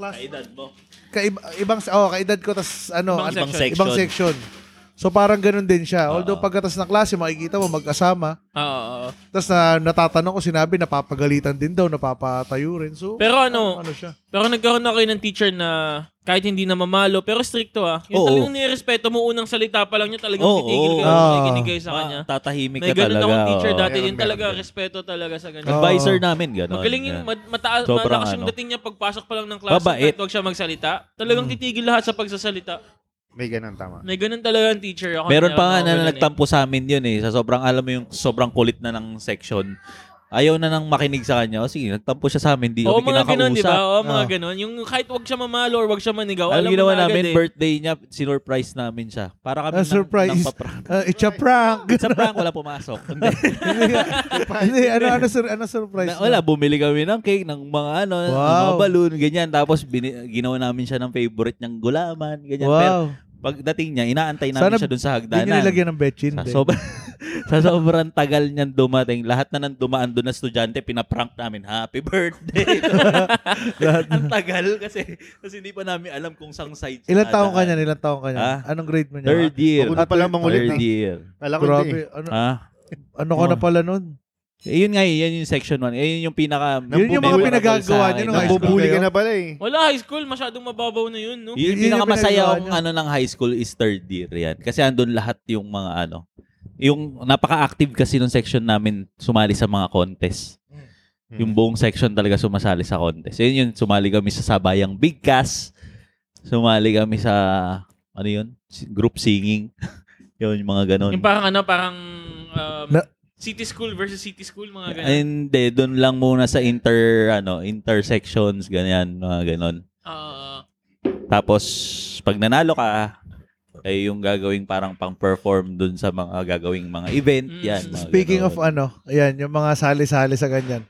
class Edad mo. kaib- ibang, oh, kaedad ko, tas ano, Ibang ano- Ibang section. section. ibang section. So parang ganun din siya. Although Oo. pagkatas ng klase, makikita mo magkasama. Oo, oo. Tapos na, natatanong ko, sinabi, napapagalitan din daw, napapatayo rin. So, Pero ano, ano siya? pero nagkaroon ako ng teacher na kahit hindi na mamalo, pero stricto ah. Yung Oo. talagang nirespeto mo, unang salita pa lang niya talagang Oo, titigil ka, oo. makikinig kayo Ah. sa Ma- kanya. Tatahimik May ka ganun talaga. akong teacher oo. dati, Meron, yun talaga, meron. respeto talaga sa ganyan. Oo. Advisor namin, gano'n. Magaling yung Yeah. mad- mataas, Sobrang malakas yung ano. dating niya pagpasok pa lang ng klase Babait. kahit wag siya magsalita. Mm. Talagang titigil lahat sa pagsasalita. May ganun, tama. May ganun talaga ang teacher. Ako Meron pa nga na meron ako ganun eh. nagtampo sa amin yun eh. Sa sobrang, alam mo yung sobrang kulit na ng section. Ayaw na nang makinig sa kanya. O sige, nagtampo siya sa amin. Di Oo, kami mga ganun, di ba? kinakausap. Oo, mga Ah. ganun. Yung kahit wag siya mamalo or wag siya manigaw, Alam alam mo mo ginawa na agad namin, eh. birthday niya, sinurprise namin siya. Para kami Ah, surprise. nang paprank. Ah, it's a prank. Sa prank, wala pumasok. Hindi. Hindi, ano, ano, sur- ano surprise? Na, wala, bumili kami ng cake, ng mga ano, ng mga Wow. balloon, ganyan. Tapos bini- ginawa namin siya ng favorite niyang gulaman, ganyan. Pero Wow. pagdating niya, inaantay namin Sana siya dun sa Hindi niya hagdanan. nilagyan ng betchin. Sa, hindi. sobrang, sa sobrang tagal niyan dumating, lahat na nang dumaan doon na estudyante, pinaprank namin, happy birthday. Ang tagal kasi, kasi hindi pa namin alam kung saan side. siya Ilan taong ka dadaan. niyan? Ilan taong ka niyan? Ah? Anong grade mo niyan? Third year. Ako na pala mangulit. Third eh. year. Alam ko Grabe. hindi. eh. Ano, Ah. ano ka na pala nun? Eh, yun nga, eh, yun yung section 1. Eh, yun yung pinaka... Yun yung mga memorable pinagagawa sa niyo akin. nung high school. Nabubuli kayo? ka na pala eh. Wala, high school, masyadong mababaw na yun, Yun yung no? Yun yung pinakamasaya pinagawa yung niyo. ano ng high school is third year yan. Kasi andun lahat yung mga ano. Yung napaka-active kasi nung section namin sumali sa mga contest. Hmm. Yung Mm. buong section talaga sumasali sa contest. Yun yun, sumali kami sa Sabayang Bigkas. Sumali kami sa, ano yun? Si- Group singing. yun, yung mga ganun. Yung parang ano, parang um, Na- city school versus city school, mga ganun. Hindi, doon lang muna sa inter, ano, intersections, ganyan, mga ganun. Ah, Tapos, pag nanalo ka, ay yung gagawing parang pang-perform dun sa mga gagawing mga event. Mm. Yan. mga Speaking of ganun. ano, ayan, yung mga sali-sali sa ganyan.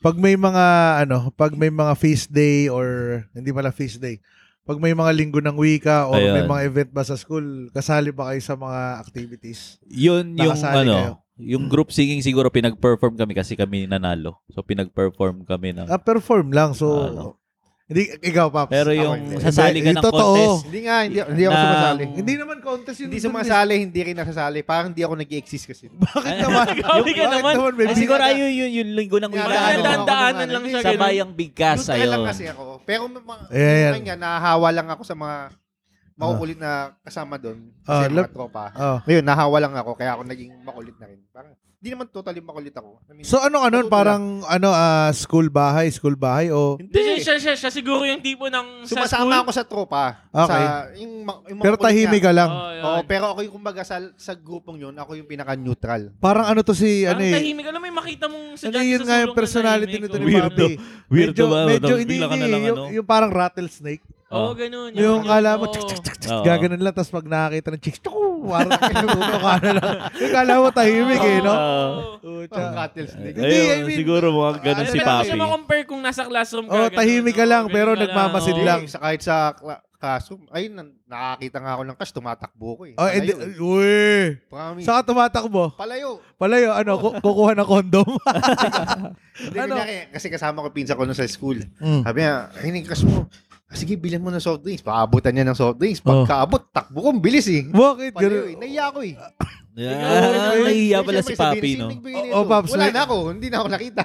Pag may mga ano, pag may mga feast day or hindi pala feast day. Pag may mga linggo ng wika or may Ayun. mga event ba sa school, kasali ba kayo sa mga activities? yun yung Nakasali ano, kayo. yung group singing siguro pinag-perform kami kasi kami nanalo. So, pinag-perform kami ng... Ah, perform lang. So, Ano? hindi, ikaw, Paps. Pero Ako yung hindi. sasali ka Hindi, ng totoo. contest, Hindi nga, hindi, hindi ako Na- sumasali. hindi naman contest yun. Oh. Hindi dun eh. sumasali, hindi rin nasasali. Parang hindi ako nag-exist kasi. Bakit naman? Grabe ka Bakit naman. may Ay, bi- siguro ayun yun, yung linggo ng Kaya wika. Parang ano, Ano, dadaan-daanan ano, lang ano, siya, Sa ganun. bayang bigkas, Lutra lang ayun. kasi ako. Pero may mga, Ayan. yeah. nga, nahahawa lang ako sa mga makukulit na kasama doon. Ah, Kasi mga lap- tropa. Oh. Ngayon, nahawa lang ako, kaya ako naging makulit na rin. Parang, hindi naman totally makulit ako. I mean, So ano ano Natutuwa. parang ano ah, school bahay, school bahay o Hindi, siya, siya, siya, siya siguro yung tipo ng sa school. Sumasama ako sa tropa. Okay. Sa, yung, ma- yung pero makukulit na. tahimik ka lang. Oo, yun. Oo, pero ako yung kumbaga sa, sa grupong yun, ako yung pinaka-neutral. Parang ano to si Parang ano eh. tahimik. Alam mo, yung makita mong sa Ano yun nga yung personality nito ni Bobby. Weirdo ba? Medyo Bigla hindi, ka na hindi eh, lang, yung, ano? yung parang rattlesnake. Oh. Oo, ganun. Yung kala mo, oo. tsk, tsk, tsk, tsk, Oo. gaganon lang. Tapos pag nakakita ng chicks, tsuku, parang kinukuno ka na lang. Yung kala mo tahimik eh, no? Oo. Parang Puta. cattle snake. Hindi, I Ayun, mean- ah, siguro mga ganun si Pero Papi. Hindi Papi. siya makompare kung nasa classroom ka. Oo, ganun, tahimik ka oo, lang, ganun pero ka lang, nagmamasid oo. Hindi, lang. Sa kahit sa kla- kaso, ayun, nan- nakakita nga ako ng kas, tumatakbo ko eh. Oh, and, Palayo. eh. uy. Promise. Saka tumatakbo. Palayo. Palayo, ano, ku- kukuha ng condom. Hindi, Ano? kunyari, kasi kasama ko pinsa ko nun sa school. Mm. Sabi niya, ay, kas mo. Ah, Sige, bilan mo ng soft drinks. Paabutan niya ng soft drinks. Oh. Pagkaabot, takbo ko, ang bilis eh. Bakit? Ganun. Palayo eh. Naiya ako eh. Ah, nahihiya pala si Siyempre, sabihin, Papi, sino no? Ano nagbigay nito? Oo, Paps, Oh, Wala may- na ako. Hindi na ako nakita.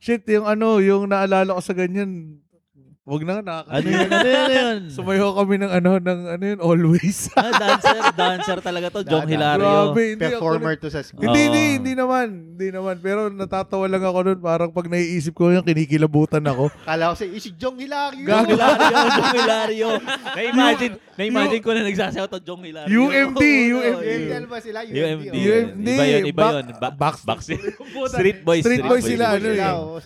Shit, yung ano, yung naalala ko sa ganyan, wag na nga Ano yun? Ano nakakatawa. yun? Ano yun? Sumayo kami ng ano, ng ano yun, always. Ah, dancer. Dancer talaga to. Jong Dada. Hilario. Grabe, hindi Performer ako. to sa school. Hindi, Oo. hindi, hindi naman. Hindi naman. Pero natatawa lang ako nun. Parang pag naiisip ko yung kinikilabutan ako. Kala ko sa si Jong Hilario. Jong Gago. Hilario. Jong Hilario. Na-imagine. Na-imagine ko na nagsasayaw to Jong Hilario. Oh, Oo, UMD, UMD. yun. UMD ano ba sila? UMD. oh. UMD. Iba yun, iba Ba- yun. Ba- Box- box- ano Street boys. Street boys sila, Sila, ano eh. oh.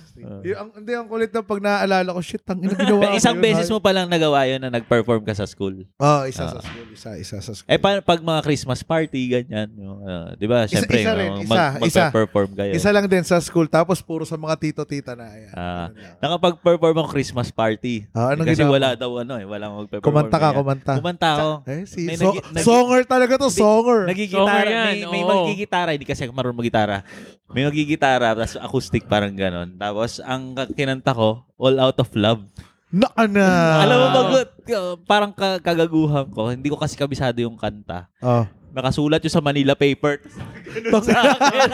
Yung, ang, hindi, ang kulit na pag naaalala ko, shit, ang ina ginawa ko Isang yun, beses ha? mo Ah. palang nagawa yun na nag-perform ka sa school. Oo, Ah, isa sa school. Isa, isa sa school. Eh, pa- pag mga Christmas party, ganyan. yung, ah, di ba? Isa- Siyempre, isa rin, isa, isa. mag-perform kayo. Isa lang din sa school. Tapos puro sa mga tito-tita na. Ayan. Ah. Nakapag-perform ako Christmas party. Ah, anong Kasi ginawa mo? wala daw ano eh, wala akong mag-perform. Kumanta ka, ganyan. kumanta. Kumanta ako. Eh, si, May so, nagi- nagi- songer talaga to, songer. Nagigitara, Songer yan, may, may oo. magigitara, hindi kasi ako marunong magitara. May magigitara, tapos acoustic parang ganon. Tapos ang kinanta ko, All Out of Love. Naka na. Alam mo, bagot, parang ka- kagaguhan ko. Hindi ko kasi kabisado yung kanta. Oh. Nakasulat yung sa Manila paper. Ganun sa akin.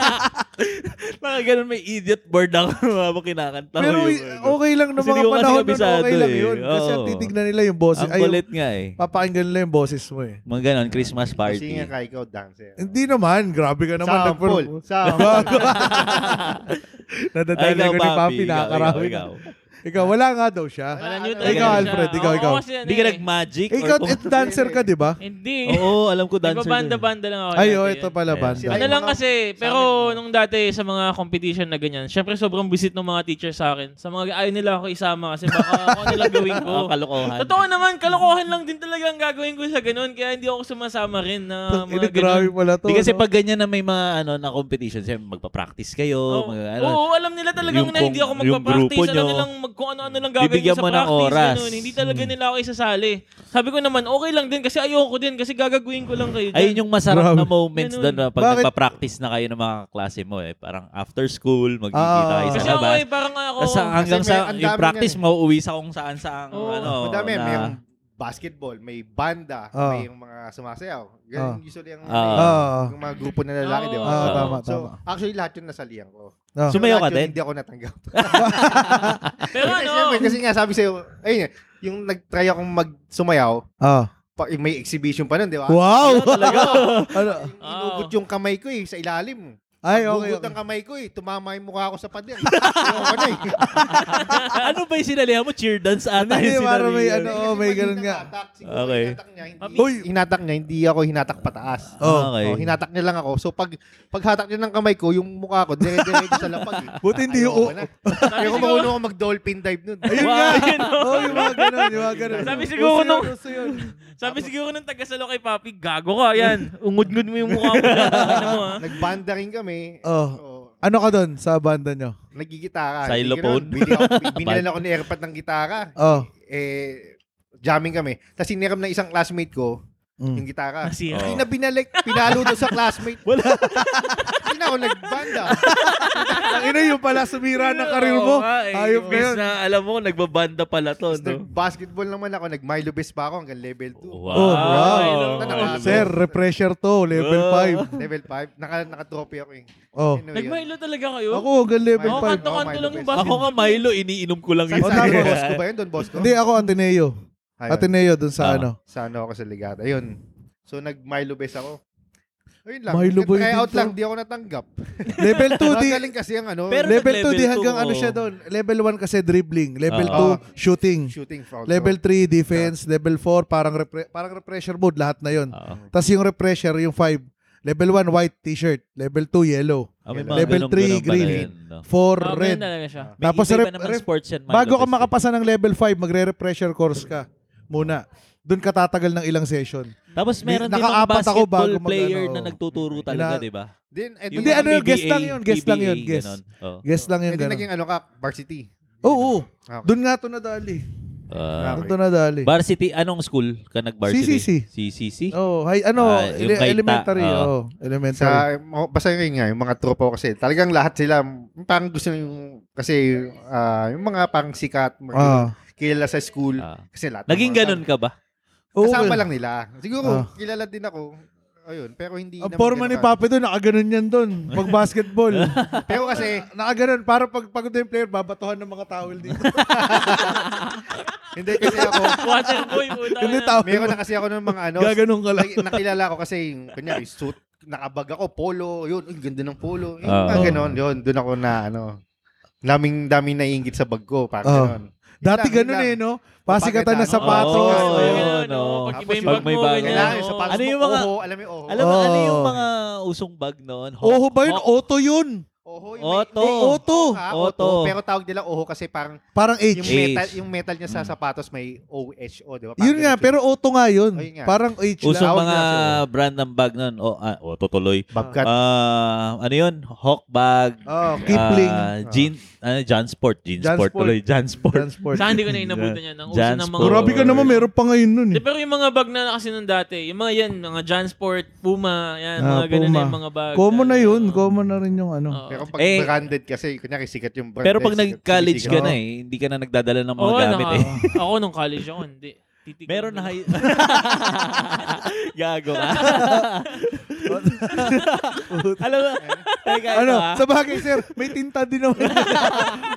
Mga ganun may idiot board ako habang kinakanta. ko Pero oh, yung- ano. okay lang ng Kasi di mga ko kasi panahon nun, kabisado okay lang eh. yun. Kasi Oo. ang titignan nila yung boses. Ang Ay, yung, kulit nga eh. papakinggan nila yung boses mo eh. Mga ganun, Christmas Kasi party. nga ka, ikaw, dancer. Hindi naman. Grabe ka naman. Sample. nagpro- Diba? Sample. Ay, Nadadali ikaw, ko ni Papi. Papi. Ikaw, ikaw, Nakakarami ikaw. na. Ikaw, wala nga daw siya. Wala new Ikaw, talaga siya. Alfred, ikaw, Ako ikaw. kasi yan Hindi ka eh. nag-magic? or Ikaw, kung- eh, dancer ka, di ba? Hindi. Oo, alam ko dancer. Nagbabanda-banda lang ako. Ay, dati oh, eh. ito pala Ayan. banda. Sila Ano Ay, lang mga- kasi, sa pero amin, nung dati sa mga competition na ganyan, syempre sobrang bisit ng mga teacher sa akin. Sa mga ayaw nila ako isama kasi baka ako nila gawin ko. Oh, kalokohan. Totoo naman, kalokohan lang din talaga ang gagawin ko sa ganun. Kaya hindi ako sumasama rin na Ini mga ano, grabe ganun. pala to. Hindi kasi no? pag ganyan na may mga ano na competition, siyempre magpa-practice kayo, Oo, mag, ano, oo, alam nila yung talagang na hindi ako kung- yung magpa-practice. grupo Alam nyo, nilang mag, kung ano-ano lang gagawin bibigyan ko sa mo ng practice. oras. Hmm. ganun. Hindi talaga nila ako isasali. Sabi ko naman, okay lang din kasi ayoko din kasi gagaguin ko lang kayo. dyan. Ayun yung masarap Grabe. na moments Ganun. doon na pag Bakit? nagpa-practice na kayo ng mga klase mo eh. Parang after school, magkikita Ah. kayo sa Kasi ako labas. eh, parang ako. Tapos hanggang Kasi may- sa ang yung dami practice, niyan eh. mauuwi sa kung saan saan. Oo. ano, Madami, na- may basketball, may banda, Ah. may yung mga sumasayaw. Ganun usually ang Ah. Ah. yung mga grupo na lalaki, di ba? Ah, tama, so, tama. actually, lahat yun nasalihan ko. Ah. Pero Sumayaw ka lahat yun, din? Hindi ako natanggap. pero Kasi, ano, syempre, kasi nga sabi sa'yo, ayun, eh, yung nag-try akong magsumayaw, Ah. pa, may exhibition pa nun, di ba? Wow! ano? Inugot yung kamay ko eh, sa ilalim. Ay, okay. Bugot okay. ang kamay ko eh. Tumama yung mukha ko sa pader. Ayoko na eh. ano ba yung sinalihan mo? Cheer dance ata Hindi, yung parang may sinalihan. ano, Kasi oh, may pag ganun nga. hinatak, siguro Okay. Hinatak niya, hindi, Uy! hinatak niya, hindi ako hinatak pataas. Oh. okay. Oh, hinatak niya lang ako. So pag paghatak niya ng kamay ko, yung mukha ko dire-diretso sa lapag. Eh. Buti hindi Ayoko u- na. Ayoko marunong ako mag-dolphin dive nun. Ayun Wow, nga. yun, oh. Oh, yung mga ganun, yung mga ganun. Sabi siguro Gusto yun, nung- gusto yun. sabi siguro ng taga-salo kay Papi, gago ka yan. Ungod-ngod mo yung mukha mo. dyan. Ano mo ha? Nagbanda rin kami. Oh. Oh, Ano ka doon sa banda nyo? nagigitara. Xylophone. Hindi ganun. Bili ako- Binilan ako ng airpad ng gitara. Oh. Eh, jamming kami. Tapos siniram ng isang classmate ko, yung Mm. gitara. Ah, Nasira. Hindi na binalik. Pinalo doon sa classmate. Wala. Hindi na ako nagbanda. Ang ina yung pala sumira ng karir mo. Oo nga eh. Ayop na Imbis yun. na alam mo, nagbabanda pala to, Tapos no? nag-basketball naman ako. Nag-Milo Bes pa ako hanggang level 2. Wow. Oh, wow. Wow. Sir, refresher to. Level Wow. 5. Level 5. Naka, naka-trophy ako eh. Oh. Ano yun? Nagmahilo talaga kayo? Ako, hanggang level Ako, Milo 5. kanto- kanto-kanto lang yung Ako basket. nga Milo, iniinom ko lang Saan, yun. Oh, saan? tapos- Don Bosco ba yun? Don Bosco? Hindi, ako Ateneo. Ayun. Ateneo doon Ah. sa ano. Sa ano ako sa Ligata. Ayun. So, nag-Milo Bes ako. Ayun lang. Milo Milo Boy Try out dito. lang. Di ako natanggap. Level 2, di, Magaling kasi ang ano, Pero- level nag-level 2, di two, hanggang ano oh. siya doon. Level 1 kasi dribbling. Level Ah. 2, shooting. shooting foul. Level 3, defense. Level 4, parang, repre- parang refresher mode. Lahat na yun. Oo. Tapos yung refresher, yung 5. Level 1, white t-shirt. Level 2, yellow. Ah, may mga Level ganun-ganun three, pala green. yun, no? 4, Papi red. talaga siya. May Tapos iba-iba rep- naman rep- sports yan, Milo Bago ka Bes. makapasa ng level 5, magre-refresher course ka. Muna. Doon ka tatagal ng ilang session. Tapos meron din mga Nakaapat ako basketball bago mag- player ano, na oh. nagtuturo talaga, Ina- di ba? Then, eh, Yung Hindi, di- ano yun, PBA, guest lang yun, guest lang yun, PBA, guest. ganun. Oh. Guess lang eh, yung di gano'n. naging ano ka, varsity. Oo, oo. Okay. Doon nga ito nadali. Ah. Okay. Doon ito nadali. varsity, anong school ka nag-varsity? CCC. CCC? Oh, hi, ano, Eh. Ah, yung ele- kaita, elementary. ah. Oh, elementary. Sa, mga- basta yun nga, yung mga tropa ko kasi, talagang lahat sila, parang gusto nyo yung, kasi, ah, yung mga parang sikat, mga Ah. kilala sa school. Ah. kasi lahat. ng Naging mga ganun ka ba? Oo, Kasama well, lang nila. Siguro, Ah. kilala din ako. Ayun, pero hindi Ang naman forma ni ganun Papi doon, nakaganon yan doon. Pag basketball. ka. Pero kasi, nakaganon. Para pag pagod na yung player, babatuhan ng mga towel dito. hindi kasi ako, Water boy, puta Hindi na. towel. meron na kasi ako ng mga ano, Gaganon ka lang. nak- nakilala ko kasi yung, kunyari, suit, nakabag ako, polo, yun, uy, ganda ng polo. Yung Ah. mga ganon, yun, doon ako na, ano, daming, daming naiingit sa bag ko, parang Ah. ganon. Dati Yun lang, ganun eh, yun lang. no? Pasikatan na Papakitaan. sapatos. Oo, yun, Oo, yun, no. oo. ano, Pag Tapos iba yung bag eh. mo, ganyan, Kailangan yung oo. sapatos Ano mo, yung mga- oho, alam mo yung oho. Alam mo, ano Oh. yung mga usong bag noon? Ho- Oho oh, ba yun? ho- Oto yun. oho, Oto. may- Oto. Ah, Oto. oto. Pero tawag nila oho kasi parang Parang yung H. H. metal, yung metal niya sa sapatos may OHO, di ba? Parang Yun nga, ganun. pero Oto nga yun. Ayun nga. Parang H Usong lang. Tawag mga na sila. brand ng bag noon. O, ah, o, tutuloy. Babkat. Ah, ano yun? Hawk bag. Oh, Kipling. ah, jean, ano, Jansport. Jansport Jansport. tuloy. Jansport. Transport. Saan hindi ko na inabutan yan. Ang uso Jansport. ng mga... Grabe ka naman, meron pa ngayon nun Di, eh. pero yung mga bag na kasi nung dati, yung mga yan, mga Jansport, Puma, yan, Ah, mga ganun na Puma. yung mga bag. Common na yun. Oo. Common na rin yung ano. Oo. Pero pag Eh, branded kasi, kunyari sikat yung brand. Pero pag eh, sikat, nag-college ka sumisigaw. na oh. eh, hindi ka na nagdadala ng mga Oo, gamit naka- eh. ako nung college ako, hindi. Titigil Meron na high... lang. Gago ka. Alam mo, teka, ito ano, ah. sa bagay, sir, may tinta din naman.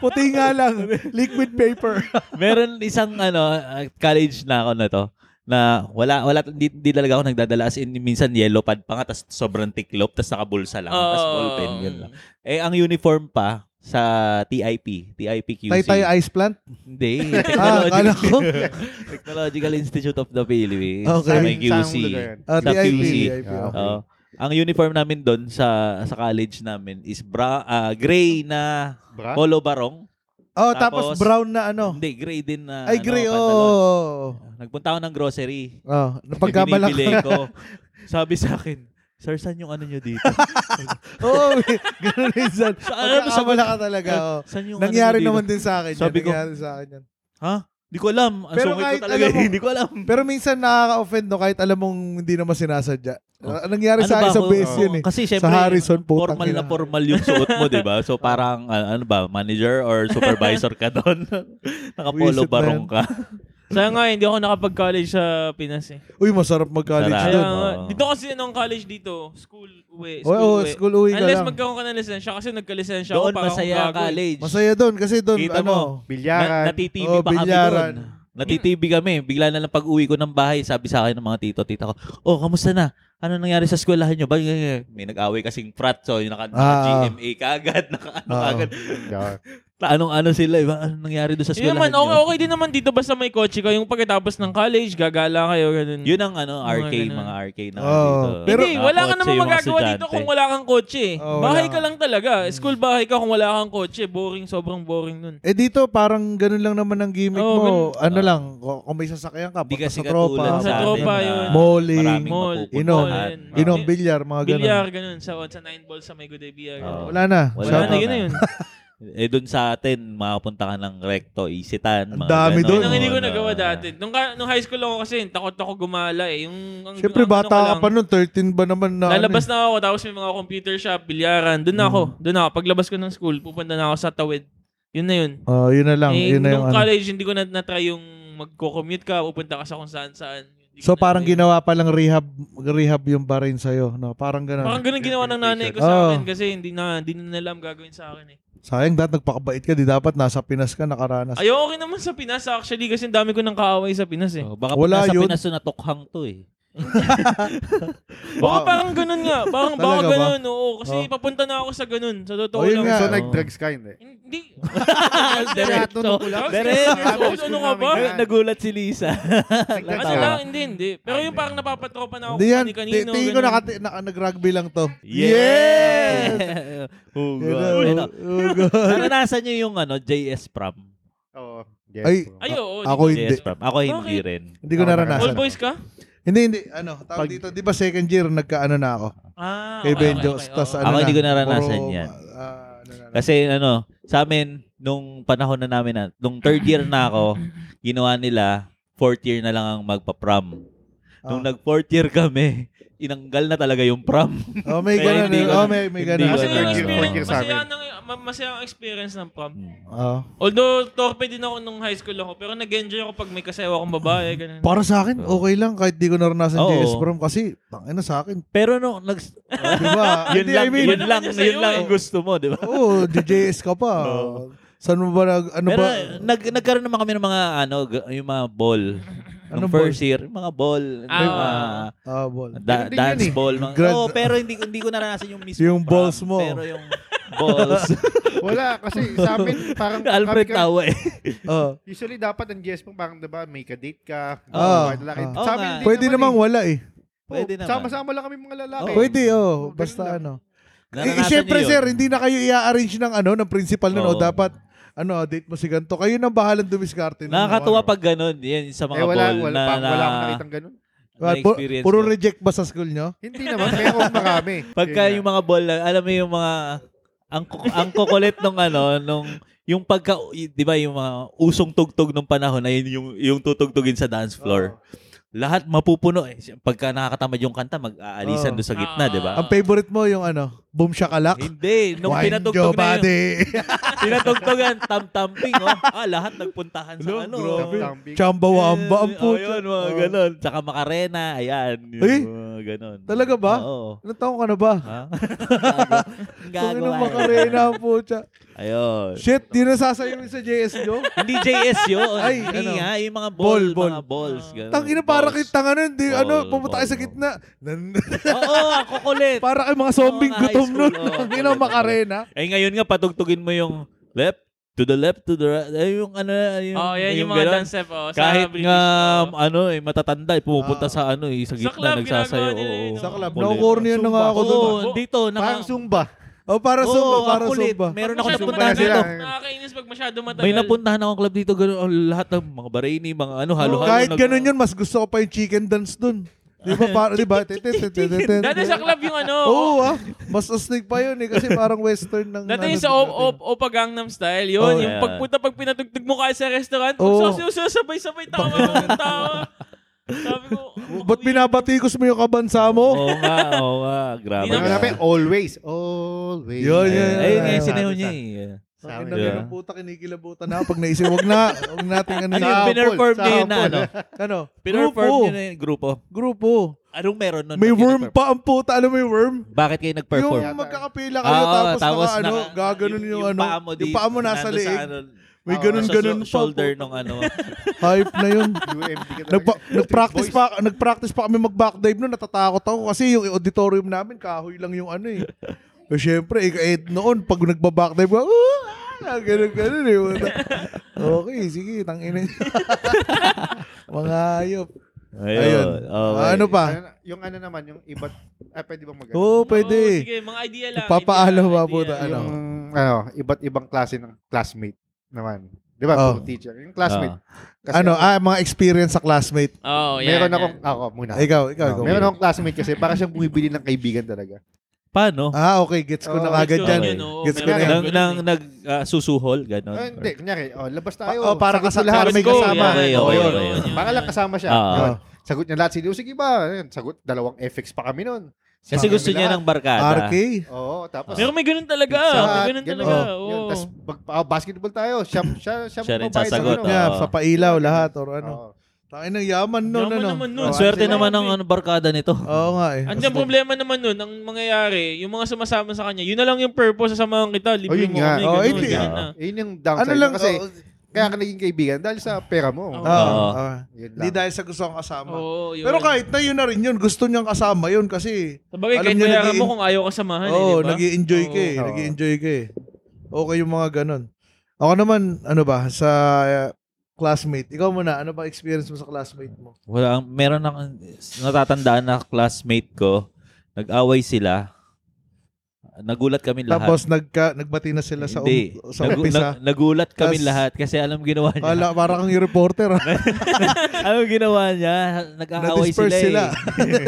Puti nga lang. Liquid paper. Meron isang ano, ah, college na ako na to na wala wala di, di talaga ako nagdadala as in minsan yellow pad pa nga tas sobrang tiklop tas nakabulsa lang tas Oo. Oh. ballpen yun lang eh ang uniform pa sa TIP TIPQC Taytay Ice Plant? Hindi. Ah, Technological, kala ko. Technological Institute of the Philippines. Sa Okay. may Saan- QC. saan lugar yan? Ah, Sa Ah, TIP. QC. TIP, okay. Oo. ang uniform namin doon sa sa college namin is bra ah, gray na Bra? polo barong. Oh, tapos, Tapos, brown na ano. Hindi, gray din na Ay, gray, ano, oo. pantalon. Oh. Nagpunta ako ng grocery. Oh, napagkabalak. Binibili ko. Sabi sa akin, Sir, saan yung ano nyo dito? Oo, eh, ganun minsan. ano, sa- Pagkakamala ka talaga. oo. Saan yung Nangyari ano nyo naman dito?" din sa akin. Sabi Sabi ko- Nangyari sa akin yan. Ha? Hindi ko alam. Ang Pero sungit ko kahit talaga. eh, alam mo- Hindi ko alam. Pero minsan nakaka-offend no, kahit alam mong hindi naman sinasadya. Oh. Ang nangyari sa Ano ba akin sa ako? base Oo. yun eh. Kasi syempre, Harrison, putang formal na ina. Oh. formal yung suot mo, di ba? So parang, uh, ano ba, manager or supervisor ka doon. Nakapolo Wisit na barong yan. ka. Sayang nga, hindi ako nakapag-college sa Pinas eh. Uy, masarap mag-college Sarap. Kaya doon. Ah, nga, Oo. dito kasi nung college dito, school Oo, uwi, school oo, uwi. school uwi ka Unless lang. magkaroon ka ng lisensya kasi nagka-lisensya ako Doon para akong masaya gago eh. college. Masaya doon kasi doon, Kita ano, mo, Bilyaran. na, natitibi Oh, pa kami bilyaran. doon. Natitibi kami. Bigla na lang pag uwi ko ng bahay, sabi sa akin ng mga tito, tita ko, oh, kamusta na? Ano nangyari sa eskwelahan nyo? Ba, may nag-away kasing frat, so yung naka, naka Ah. GMA kagad, naka ano Ah. kagad. Yeah. Anong-ano sila, iba, ano nangyari doon sa Yun eskwelahan nyo? naman, okay, okay din naman dito basta may kotse ka. Yung pagkatapos ng college, gagala kayo, ganun. Yun ang ano, Mga RK, ganun. mga RK na Oo. dito. Pero- Hindi, wala ka Mga naman kotse, mga magagawa dito estudyante. Hmm. kung wala kang kotse. eh. Oo, wala bahay ka nga. lang talaga. School bahay ka kung wala kang kotse. Boring, sobrang boring nun. eh dito parang ganun lang naman ang gimmick Oo, mo. ganun. Ano Ah. lang, kung kung may sasakyan ka, Hindi punta kasi sa katulad sa tropa. Sa atin tropa na yun. Malling, Maraming Mall, mapupuntahan. inom, Ah. inom, bilyar, mga ganun. Bilyar, ganun. Sa, sa nine balls, sa may good Oo. idea. ganun. Wala na. Wala Wala Shout na, out. yun na yun. Eh, dun sa atin, makapunta ka ng recto, isitan. Ang mga ganon. dami dun. Yun ang hindi ko Ano. nagawa dati. Nung, ka- nung high school ako kasi, takot ako gumala eh. Yung, ang, Siyempre, ang ano ko bata ka lang, pa nun, 13 ba naman na? ano Hmm. Lalabas eh. na ako, tapos may mga computer shop, bilyaran. Doon na ako. Doon na ako. Paglabas ko ng school, pupunta na ako sa tawid. Yun na yun. Oh, yun na lang. eh, yun na yung nung ano. college, hindi ko na na-try yung magko-commute ka, pupunta ka sa kung saan-saan. Hindi ko So na-try. parang ginawa pa lang rehab, rehab yung barin sa'yo. No? Parang ganun. Parang ganun ginawa ng nanay Oo. ko sa akin kasi hindi na, hindi na nila alam gagawin sa akin eh. Sayang dahil nagpakabait ka, di dapat nasa Pinas ka nakaranas. Ayaw okay naman sa Pinas actually kasi ang dami ko ng kaaway sa Pinas eh. Oh, baka Wala Wala nasa yun. Pinas na tokhang to eh. Baka parang ganun nga. Parang baka Talaga ba? ganun. Oo, kasi Oo. papunta na ako sa ganun. Sa totoo O, yun lang. nga. So, Oo. nag-drugs ka, hindi? Hindi. Diretso. Tunog ko lang. Diretso. Habang Ano ka ba? namin yan. Nagulat si Lisa. Nag-drugs Ano ka. lang, hindi, hindi. Pero yung parang napapatropa na ako Hindi yan. kung Ti- kanino. Tingin ko ganun. naka, naka, nag-rugby lang to. Yeah! Hugo. Ano? Yes! Naranasan niyo yung ano, JS prom? Oo. Yes. Ay. Ay, oo. Ako di- Hindi. JS prom. Ako hindi Bakit? rin. Hindi ko Ako naranasan. All boys ka? Hindi, hindi. Ano, tawag Pag- dito, di ba second year, nagkaano na ako. Ah, Kay okay, Benjo. okay, okay, tas oo. ano Ako na, hindi ko naranasan puro, yan. ah, ano na- Kasi ano, sa amin, nung panahon na namin na, nung third year na ako, ginawa nila, fourth year na lang ang magpa-prom. Nung Ah. nag-fourth year kami, inanggal na talaga yung prom. Oh, may Kaya ganun. hindi eh. ko Oh, na- may, may hindi ganun. ko Kasi Hindi yung ko experience, Fourth year sa masaya amin. ang, ma- masaya ang experience ng prom. Oh. Although, torpe din ako nung high school ako, pero nag-enjoy ako pag may kasayawa akong babae, ganun. Para sa akin, okay lang kahit di ko naranasan Oo. JS Prom kasi, tangina sa akin. Pero no, nag, Di ba? yun ano, Hindi, lang, I mean, ano yun naman lang, yung yun, sa'yo lang eh. ang gusto mo, di ba? Oo, JJS ka pa. Oo. Saan mo ba nag, ano Pero ba? nag, nagkaroon naman kami ng mga, ano, g- yung mga ball. Nung Anong first year, yung mga ball, Ah, yung mga Ah, ball. da- Ganun din dance yun eh. ball. Mga, Grad- Oo, pero hindi, hindi ko naranasan yung mismo Yung prom, balls mo. Pero yung balls. Wala, kasi sa amin, parang... Alfred kami ka- tawa eh. Oo. Usually, dapat ang yes mo, parang, diba, may ka-date ka. Ah. may lalaki. Ah. Sa amin, Oo nga. hindi Pwede namang eh. wala eh. Pwede Oo, naman. Sama-sama lang kami mga lalaki. Oo. Pwede, Oo, oh. ganun Basta lang. ano. Eh, Naranasan siyempre, niyo sir, yun? hindi na kayo i-arrange ng ano, ng principal nun. Oo. O dapat, ano, date mo si ganito. Kayo nang bahalang dumiskarte. nun. Nakakatuwa Ano. pag ganun. Yan, sa mga Eh, wala, ball wala, na, pa- na, wala akong nakitang ganun. na Ah, pu- experience puro ko. reject ba sa school nyo? Hindi naman, pero marami. Pagka Yun yung nga. mga ball, na- alam mo yung mga, ang, ku- ang kukulit nung ano, nung, yung pagka, y- di ba yung mga usong tugtog nung panahon na yun yung, yung tutugtugin sa dance floor. 'Di lahat mapupuno. Eh, pagka nakakatamad yung kanta, mag-aalisan Oo. doon sa gitna, Ah. di ba? Ang favorite mo yung ano, Boom Shakalak? Hindi. Nung Wine pinatugtog Joe na yun, Buddy. pinatugtogan, tam-tamping, oh. Ah, lahat nagpuntahan sa Lo, ano. grabe. Eh, Chambawamba ang oh, puto. yun, mga Oh. ganon. Tsaka Macarena, ayan. Yun, Eh? mga ganon. Talaga ba? Oo. Ilang taong ka na ba? Ha? Kung Gago. ano makarena ang puta. Ayun. Shit, di na sasayawin sa JS nyo. Hindi JS yun. Ay, Hindi ano? ha. Yung mga ball, Ball, ball. mga balls. Ganun. Tangina, para Balls. kay tanga nun. Di, Ball, ano, pumunta kayo ball, sa gitna. Nan- Oo, ang kukulit. para kay mga zombing Oo, mga high gutom school, nun. oo. Tangina, makarena. Ay, Eh, ngayon nga, patugtugin mo yung left, to the left, to the right. Ay, yung ano, yung, Oh, yan yung, mga ganon. dance step. Oh, Kahit sa British, nga, oh. ano, eh, matatanda, eh, pumupunta Ah. sa ano, eh, sa Sa gitna, club, nagsasayo. ginagawa nila oo. yun, no? Sa club. Kulit. No corny yun na nga ako Oo, dun. ah. oh, dito. Naka, Parang Zumba. O, para Oo, Oh, Zumba, para ang kulit. Zumba. Meron Pag ako masyado napuntahan matagal. dito. Nakakainis pag masyado matagal. May napuntahan akong club dito, gano'n, oh, lahat ng mga Bahraini, mga ano, halo-halo. Kahit nag- ganun yun, mas gusto ko pa yung chicken dance dun. Di ba? Para, di ba? Tin, tin, tin, tin, tin, tin. Dati sa club yung ano. Oo, ah. Mas astig pa yun eh. Kasi parang western ng... Dati ano, yung sa dati. op, op, Opa Gangnam Style, yun. Oh, yung yeah. pagpunta, pag pinatugtog mo kayo sa restaurant, Oh. oh. sabay-sabay, tawa yung tawa. Sabi ko, Ba't binabatikos mo yung kabansa mo? Oo nga, oo nga. Grabe. Hindi Ano Zumba. namin? Always. Always. Yun, yun, Ayun, yun. ayun nga, Ayun, sinayaw niya eh. Sa amin. Ang Yeah. yeah. puta, kinikilabutan na ako pag naisip. Huwag na, huwag nating ano Ano yun. yung Sample, pinerform niya yun na ano? sample. Ano? Pinerform Grupo. niya na yung grupo. Grupo. Anong meron nun? May Ba't worm pinerform? pa ang puta. Alam mo yung worm? Bakit kayo nag-perform? Yung magkakapila kayo Ah, oo, tapos, tapos naka, ano, naka- gaganon yung, ano. paa mo yung dito, paa mo nasa nandun sa leeg. ano, May Oo, sa ganun-ganun sho- pa. shoulder puta. nung ano. Hype na yun. UMD ka talaga. Nagpa- nag-practice Boys. pa nag-practice pa kami mag-back dive noon natatakot ako kasi yung auditorium namin kahoy lang yung ano eh. O syempre eh, eh, noon pag nagba-back dive ako, ah, ganun ganun eh. Puta. Okay, sige, tangina. Mga ayop. Ayun. Ayun. okay. Ano pa? Ano na- Yung ano naman, yung iba't, ah, pwede bang mag Oh, Oo, Oo, pwede. eh. oh, sige, mga idea lang. Papaalaw idea, ba, idea. puta, Yung, ano? ano, iba't ibang klase ng classmate naman. Di ba? Oh. Puro teacher. Yung classmate. Kasi ano, ah, mga experience sa classmate. Oh, Oo, yan. meron yan. akong, ako muna. Ah, ikaw, ikaw, Oh, ikaw. meron akong classmate kasi para siyang bumibili ng kaibigan talaga. Paano? Ah, okay, gets ko na Oh, kagad Yun, dyan. okay. yun, oo, Gets ko meron na yan. Nang, akong nang, ganun eh. nag ah, susuhol, gano'n. Ah, hindi, kunyari, oh, labas tayo. Pa- oh, para Sagot kasa- niya lahat. para may Let's go. kasama. Yeah, Okay, yeah, okay, yeah. okay, okay. Para lang kasama siya. Ah. Yun. Ah. Sagot niya lahat. Sige, sige ba? Ayun, Sagot, dalawang FX pa kami nun. Kasi Sama gusto kami niya lahat. ng barkada. RK. Oo, tapos... Meron may ganun talaga. Pizza Hut, May ganun ganun. talaga. Oh, yun. Oo. Tapos, mag, ah, basketball tayo. Siya, siya, siya, Siya rin magbabayad sa sasagot, ganun. oo. Yeah, sa pailaw lahat or ano. Oo. Tangin ng yaman no, Yaman no, naman no. nun. Ang Oh, swerte sige. naman ng ano, barkada nito. Oo nga eh. Andiyan problema naman nun, ang mangyayari, yung mga sumasama sa kanya, yun na lang yung purpose sa samahan kita, libre yun mo nga. kami, Oh, ganun, hindi. ganun na. Yun yung downside. Ano lang, Kasi, oo. kaya ka naging kaibigan dahil sa pera mo. Oo. Oo. Ah. Yun lang. Hindi dahil sa gusto kong kasama. Oo, yun. Pero kahit na yun na rin yun, gusto niyang kasama yun kasi alam Sabagay, kahit niya, bayaran nag-i- mo kung ayaw ka samahan, eh, oh, di ba? nag enjoy ka eh. Oo. nag enjoy ka eh. Okay yung mga ganun. Ako naman, ano ba, sa uh, classmate. Ikaw muna, ano ba experience mo sa classmate mo? Wala, ang- meron akong natatandaan na classmate ko, nag-away sila. Nagulat kami lahat. Tapos nagka, nagbati na sila sa, Hindi. um, sa Nagu- umpisa. nag- nagulat kami Tas- lahat kasi alam ginawa niya. Kala, parang kang yung reporter. ah. Anong Ano ginawa niya? Nag-aaway sila, Na-disperse sila. eh.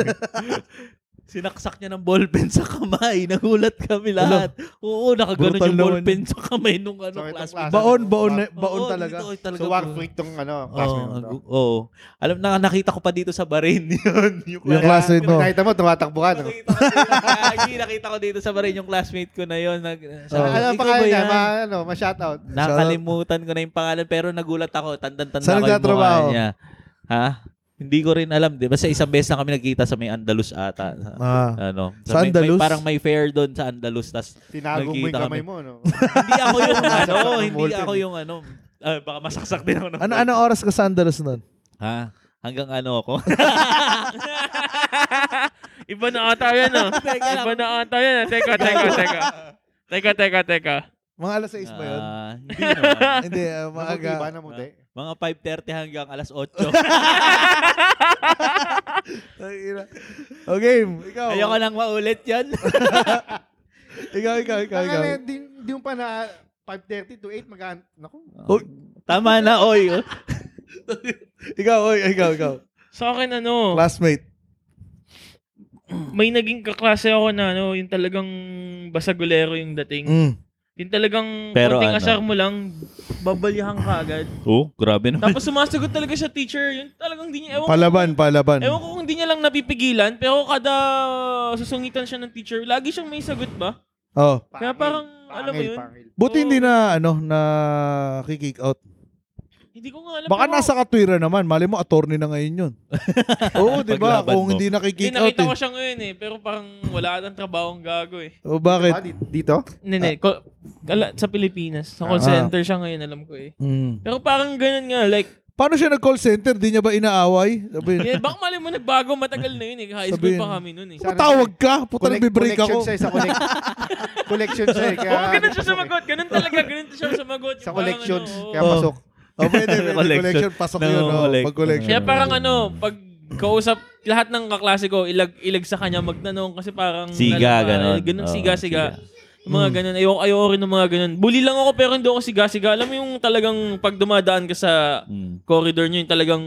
Sinaksak niya ng ballpen sa kamay. Nagulat kami lahat. Oo, nakaganon brutal yung naman. ballpen sa kamay nung ano, So, itong classmate. klase- baon, baon, na- Oo, baon talaga. dito, ay, talaga So, po. work freak tong ano, classmate Oo, mo. ang- oo. Alam na nakita ko pa dito sa Bahrain yun. Yung Yung classmate mo. Nakita mo, tumatakbo ka. No? Nakita ko, Gagi, nakita ko dito sa Bahrain yung classmate ko na yun. Nag, Ah, sabi ko, Ano ang "Ikaw pangalan ba niya? yan?" Ma, ano, ma-shoutout. Nakalimutan ko na yung pangalan pero nagulat ako. Tandan-tanda Saan ko yung nagtatrabaho? mukha niya. Ha? Hindi ko rin alam. Di ba sa isang beses na kami nagkita sa may Andalus ata. Ah. Ano? Sa may- may- Andalus? parang may fair doon sa Andalus. Tapos Tinago mo Nagkita yung kamay kami. mo, no? hindi ako yung ano. Nasaktan ng hindi molten. ako yung ano. Ah, baka masaksak din ako. ng- Ano, ano oras ka sandalos nun? Ha? Hanggang ano ako? Iba na ata yan, ah. Teka lang. Iba na ata yan. ah. Teka, teka, teka. Teka, teka, teka. Mga alas 6 ba yun? Ah, hindi naman. Hindi, ah, maaga. Iba na muli. Mga 5.30 hanggang alas 8. O Oh, game, ikaw. Ayoko nang maulit yan. Ikaw, ikaw, ikaw, ikaw. Pangalan, di, di ano, mo pa na 5.30 to 8, mag Naku. Uy. Oh, Tama na, oy. Ikaw, oy, ikaw, ikaw. Sa akin, ano, Classmate. may naging kaklase ako na, ano, yung talagang basagulero yung dating. Mm. Yung talagang Pero konting ano? asar mo lang, babalyahan ka agad. Oh, grabe naman. Tapos sumasagot talaga siya, teacher. Yun talagang hindi niya, ewan, Palaban, palaban. ewan ko kung hindi niya lang napipigilan, pero kada susungitan siya ng teacher, lagi siyang may sagot ba? Oh. Kaya parang, alam mo yun, Buti Oh. hindi na, ano, na kick out. hindi ko nga alam. Baka pero- nasa katwira naman. Mali mo, attorney na ngayon yun. Oo, di ba? Paglaban Kung mo. hindi na Hindi, kick out. nakita Eh. ko siya ngayon eh, pero parang wala atang trabaho ang gago eh. O Oh, bakit? Dito? Hindi, hindi. ko- ala- sa Pilipinas. Sa call Ah. center siya ngayon, alam ko eh. Mm. Pero parang ganun nga, like, Paano siya nag-call center? Di niya ba inaaway? Sabi, yeah, baka mali mo nagbago, matagal na yun eh. High school Sabihin. pa kami nun eh. Sa- patawag ka. Puta, Collect- nagbe-break collection ako. siya, sa collect- collection siya. eh, Kaya, Oo, ganun siya sumagot. Ganun talaga, ganun siya sumagot. Yung Sa parang collections. ano, oo. Kaya Oh. pasok. Oh, pwede, pwede. Collection. collection. Pasok No, yun. Oh, collect- pag collection. Kaya parang ano, pag kausap, lahat ng kaklase ko, ilag, ilag sa kanya magtanong kasi parang... Siga, lalo- ganun. Ganun, Oo, siga, siga. Yung mga ganun, ayoko, ayoko rin ng mga ganun. Bully lang ako pero hindi ako siga-siga. Alam mo yung talagang pag dumadaan ka sa Mm. corridor nyo, yung talagang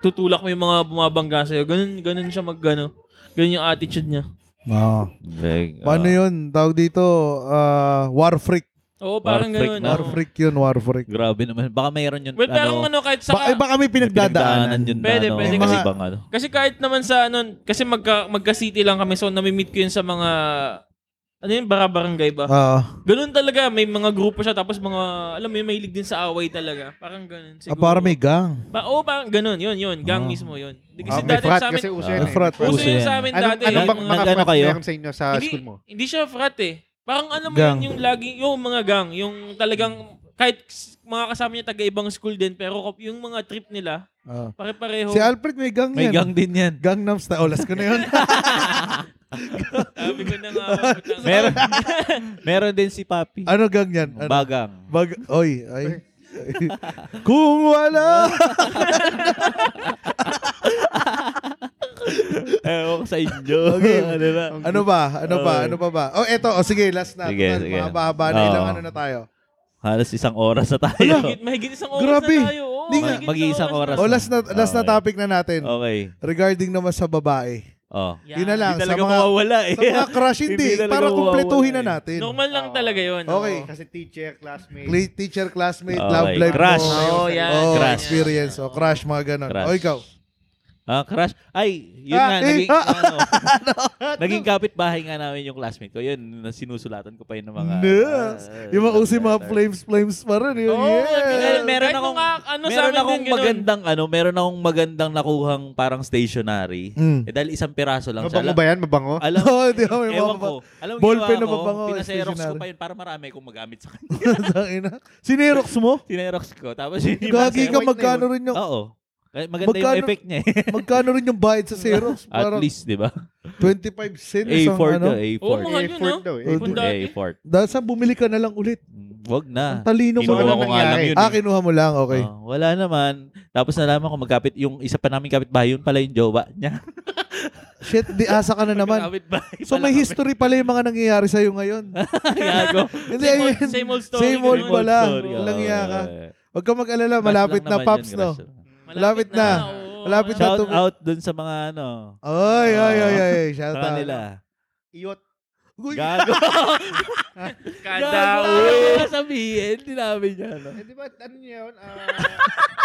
tutulak mo yung mga bumabangga sa'yo. Ganun, ganun siya mag, ano, ganun yung attitude niya. Ah. Like, Paano ah, yun? Tawag dito, ah, war freak. Oo, parang War freak ganun. na. War oo. freak yun, war freak. Grabe naman. Baka mayroon yun. Well, parang ano, kahit sa... Ba, eh, baka may pinagdadaanan. pinagdaanan yun. Pwede, na, ano, pwede. Kasi Kasi- ibang ano. Kasi kahit naman sa ano, kasi magka, magka-city lang kami, so nami-meet ko yun sa mga, ano yun, barabarangay ba? Ah, Ganun talaga, may mga grupo siya, tapos mga, alam mo yun, mahilig din sa away talaga. Parang ganun. ah, para may gang. Pa, oo, parang ganun, yun, yun, Ah. gang mismo yun. Di- Kasi Ah, may dati frat sa amin, kasi uso Ah, yun. eh. frat. uso Uso yun yan. sa amin Anong, dati. anong bang yung mga Nag-ano frat kayo? meron sa inyo sa hindi, school mo? Hindi siya frat eh. Parang alam mo Gang. yun, yung laging, yung mga gang, yung talagang, kahit s- mga kasama niya taga-ibang school din, pero kap- yung mga trip nila, Ah. pare-pareho. Si Alfred may gang May Ano yan. gang din yan. Gangnam Style. Olas ko na yun. Sabi ko na nga. putang- Meron, meron din si Papi. ano gang yan? Ano? Bagang. Bag- Oy, ay. Kung wala. Ewan ko sa inyo. Okay. ano na? ano ba? Ano ba? Ano pa ba? Oh, eto. Oh, sige, last na. Sige, Total, sige. Mahaba-haba na. Ilang Oo. ano na tayo? Halos isang oras na tayo. Mahigit, mahigit isang oras Grabe. na tayo. Oo, Hindi nga- mahigit mag-iisang oras. Oh, last na, last na Okay. Oh. topic na natin. Okay. Regarding naman sa babae. Oh. Yeah. Yun na lang. Hindi Sa talaga mga, mawawala eh. sa mga crush, hindi. Hindi talaga para mawawala kumpletuhin na eh. natin. Normal lang Oo. talaga yun. Ah. Okay. oo. Kasi teacher, classmate. Cl- teacher, classmate, Okay. love life Crush. mo. Oo, yan. Oh, Crush. experience. Oh, crush, mga ganon. Crush. O, ikaw. Ah, crush. Ay, yun Ah, nga. eh, naging, ah, ano, naging kapitbahay nga namin yung classmate ko. Yun, sinusulatan ko pa yun ng mga... Yes. ah, Yung mga usi, mga letter. flames, flames pa rin. Yun. Oo, yes. ganun. meron Kahit akong- mga ano sa meron amin akong din, ganun. magandang ano, meron akong magandang nakuhang parang stationery. Mm. Ano Eh dahil isang piraso lang siya. Mabango ba yan? Mabango? Alam, Oo, di ba? May ewan mga- ko. Alam mo, Ballpen ginawa na eh, mabango, ko, pinaserox ko stationery. pa yun para marami akong magamit sa kanya. Tang ina. Sinerox mo? Sinerox ko. Tapos yun yung Gagi ka, White na yun. magkano rin yung, Oo. Kaya Maganda yung Magkano- effect niya eh. magkano rin yung bayad sa Xerox? At Parang least, di ba? 25 cents. isang A4 ano. to, eh. Oo, A4. mahal yun, Effort Oh, no? daw eh. Effort. Kung Mm, dati. A4. Dahil sa bumili ka na lang ulit. Mm, Wag na. Ang talino mo. Kinuha Kinuha lang ko nga lang nangyari. yun. Ah, eh. kinuha mo lang. Okay. Ah, wala naman. Tapos nalaman ko magkapit, yung isa pa namin kapitbahay, yun pala yung jowa niya. Shit, di asa ka na naman. Kapitbahay So pala may kami. history pala yung mga nangyayari sa'yo ngayon. Gago. Hindi, I Same old, mean, same old story. same old ganun. pala. Sorry, oo. Langya ka. Huwag ka mag-alala, malapit Crush lang na, naman Paps, yun, no? crush lang. Malapit na. oo. Malapit na. Shout tumi- out dun sa mga ano. Ay, Ah, ay, ay, ay. Shout Sa out. kanila. Iyot. Uy, Gago. Kada Gago. uwi. Ano sabihin? Hindi namin niya. ano. Eh, di ba, ano yun?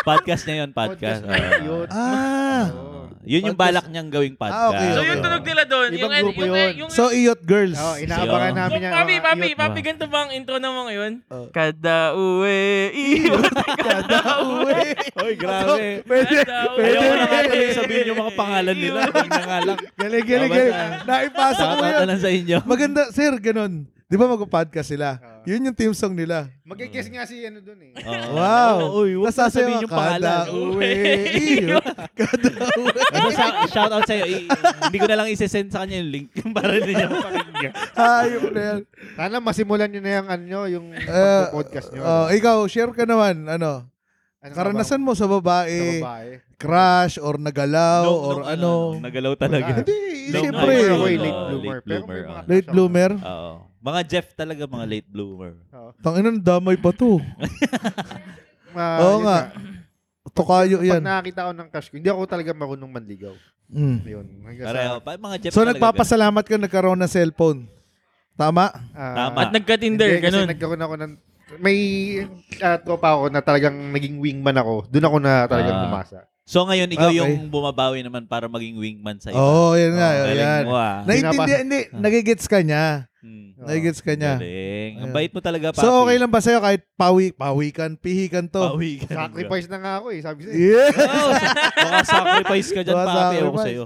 Ah, Podcast niya yun, podcast. Podcast niya, Oo. iyot. Ah. Oo. Yun yung Podcast. Ah, balak niyang gawing podcast. okay, So okay. yung tunog nila doon, Ibang yung, ano, grupo yung, yun. yung, yung So, iyot girls. Oo, inaabangan Siya. namin yan. papi, mga papi, iyot. papi, ganito ba ang intro na mo ngayon? Oh. Kada uwi, iwan Kada uwi. Hoy, grabe. Pwede, Kada pwede. Ayaw ko na nga pwede. tuloy sabihin yung mga pangalan nila. Huwag na nga lang. Galing, galing, Tama galing. na. Naipasa ko Shoutout yun. na lang sa inyo. Maganda, sir, ganun. Di ba magpa-podcast sila? Oo. Yun yung team song nila. Mag-guess nga si ano dun eh. Oo. Wow. Uy, huwag na Nasasayaw sabihin yung ka, pangalan. Kada uwi. iyot. Kada uwi. Ano? Basta sa- shout out sa'yo. I- hindi ko na lang isesend sa kanya yung link para din niya mapakinggan. Hayop na yan. Sana masimulan nyo na yung ano nyo, yung Eh, podcast nyo. oh, ikaw, share ka naman. Ano? Ano nga ba? Karanasan mo eh. sa Sa babae, babae. crush, or nagalaw, No, or no, ano. Nagalaw talaga. Hindi, No, siyempre. no, ako eh, no, late no, Ah. bloomer. late Pero may bloomer, mga ah. Late kasama. bloomer. Oo. Mga Jeff talaga, mga late bloomer. Oo. Tanginan, damay pa to. Ah, Oo yun nga. Tukayo Pag yan. nakakita ko ng crush ko, hindi ako talaga marunong manligaw. Mm. Yun. Hanggang sa- Pareho. Pa, mga Jeff So talaga. nagpapasalamat ka nagkaroon ng cellphone. Tama? ah, Tama. At nagka-Tinder, hindi, kasi ganun. nagkaroon ako ng may ah, tropa ako na talagang naging wingman ako. Doon ako na talagang Ah. pumasa. So ngayon, ikaw Okay. yung bumabawi naman para maging wingman sa iba. Oo, oh, yan nga. Galing yan. mo ah. Naiintindihan, hindi. Nagigets ka niya. Hmm. Oo. Nagigets ka niya. Galing. Ang Ayan. bait mo talaga, papi. So, okay lang ba sa'yo kahit pawi, pawikan, pihikan to? Bawi ka. Sacrifice na nga ako eh, sabi sa'yo. Yeah. Oh, baka sacrifice ka dyan, Baka papi. Ewan ko sacrifice. sa'yo.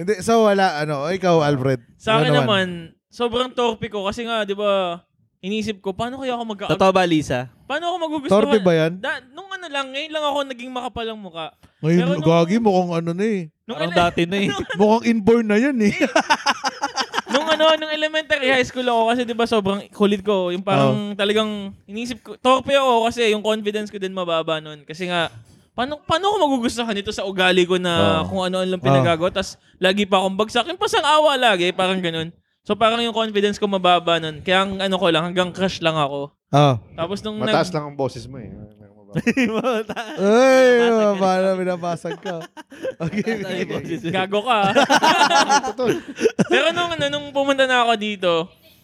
Hindi, so wala, ano, ikaw, Alfred. Ano Sa akin naman, sobrang torpe ko kasi nga, di ba, inisip ko, paano kaya ako mag Totoo ba, Lisa? Paano ako magugustuhan? Torpe ba yan? Da, nung ano lang, ngayon lang ako naging makapalang mukha. Pero Ngayon, nung- gagi, mukhang ano na eh. Nung, Parang ele- dati na eh. Mukhang inborn na yun eh. nung ano, nung elementary high school ako kasi 'di ba sobrang kulit ko, yung Oh. parang talagang inisip ko, torpe ako kasi yung confidence ko din mababa noon kasi nga paano paano ako magugustuhan ito sa ugali ko na Oh. Oo. kung ano-ano lang pinagago, tas lagi pa akong bagsak, yung pasang awa lagi, parang ganun. So parang yung confidence ko mababa noon. Kaya ang ano ko lang, hanggang crush lang ako. Oh. Tapos nung Mataas lang ang boses mo eh. Ay, paano binabasag ka? Okay. gago ka. Totoo. Pero nung ano, nung pumunta na ako dito,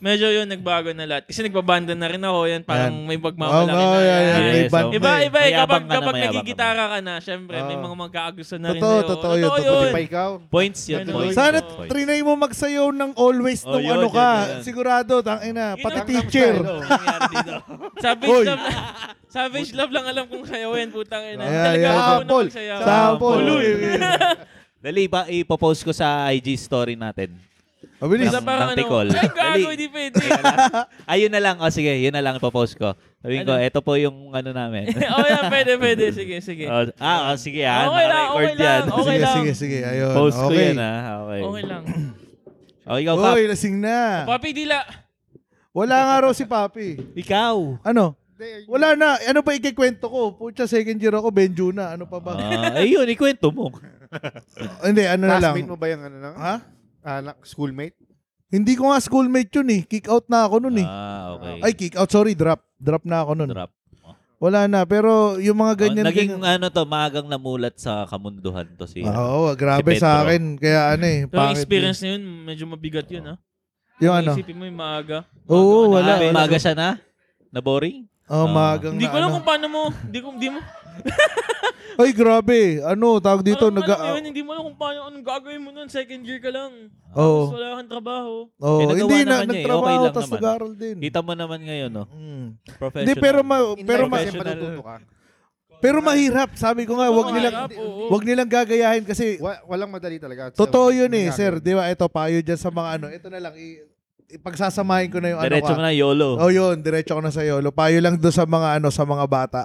medyo yun nagbago na lahat. Kasi nagbabanda na rin ako, yan parang may Oo, pagmamalaki oh, na. yan, yan. Yes, May band oh. na Iba, eh. iba Mayabang eh. Kapag, ka na, kapag mayabang ka na. nagigitara ka na, syempre, may Ah. mga magkaagusto na rin Totoo, sa'yo. totoo yun, totoo yun. Pa ikaw. Points yun. Ganun. Points. Sana Points. trinay mo magsayaw ng always Oh, nung yun, ano yun, ka. yun, yun. Sigurado, tangin na. Yun Pati ang- teacher. Kamusta, Ano nangyari dito? Savage Hoy. love lang. Savage love lang alam kung sayaw yan, putang ina. Ayan, Talaga ayan. ako na Sample. magsayaw. Sample. Tuloy. Dali, ba, ipopost ko sa IG story natin. Mabilis. Sa parang Ng ano, tikol. ay gago, Dali. hindi pwede. Ayun na lang. O sige, yun na lang ipopost ko. Sabihin ko, Ano? eto po yung ano namin. oh, yeah, pwede, pwede. Sige, sige. O, ah, o, sige ah. Okay nakarecord lang, okay lang, yan. okay sige, lang. sige, sige. Ayun. Post ko okay. yan ah. Okay. Okay lang. O, ikaw, Pap. Uy, lasing na. Papi, dila. Wala nga raw si Papi. Ikaw. Ano? Hindi, Wala na. Ano ba ikikwento ko? Pucha, second year ako, Benjo na. Ano pa ba? Ah, eh, yun, ikwento mo. Ah. Hindi, ano na lang. Classmate mo ba yung ano na? Ha? Ah, na- schoolmate? Hindi ko nga schoolmate yun eh. Kick out na ako nun eh. Ah, okay. Ay, kick out. Sorry, drop. Drop na ako nun. Drop. Wala na. Pero yung mga ganyan. Oh, naging ganyan- ano to, maagang namulat sa kamunduhan to si. Ah, Oo, grabe si Pedro. sa akin. Kaya ano eh. Pero yung pangit experience na yun, medyo mabigat yun, ha? yun. Yung ano? Isipin mo yung maaga. Oo, Maaga ka wala. Ah, wala. Maga siya na? Na boring? Oh, magang na Hindi ko alam ano. kung paano mo, hindi ko, hindi mo, Ay, grabe. Ano, tawag dito. Parang Nag- alam mo yun, eh. hindi mo alam kung paano, anong gagawin mo nun, second year ka lang. Oo. Tapos wala kang trabaho. Oh, Eh, nagawa hindi na, naman niya eh. Okay nagtrabaho, lang tapos naman. nag-aral din. Kita mo naman ngayon, no? Mm. Professional. Hindi, pero, ma- In pero, life ma- kasi Professional. matututo ka. pero mahirap. Sabi ko nga, Oo, Ah, wag nilang, mahirap, oo. wag nilang gagayahin kasi Wa- walang madali talaga. So, Totoo yun eh, nangyari. sir. Di ba? Ito, payo dyan sa mga ano. Ito na lang, i- ipagsasamahin ko na yung Diretso mo ano ka. na, YOLO. Oh, yun. Diretso ko na sa'yo. Lo, Payo lang doon sa mga ano, sa mga bata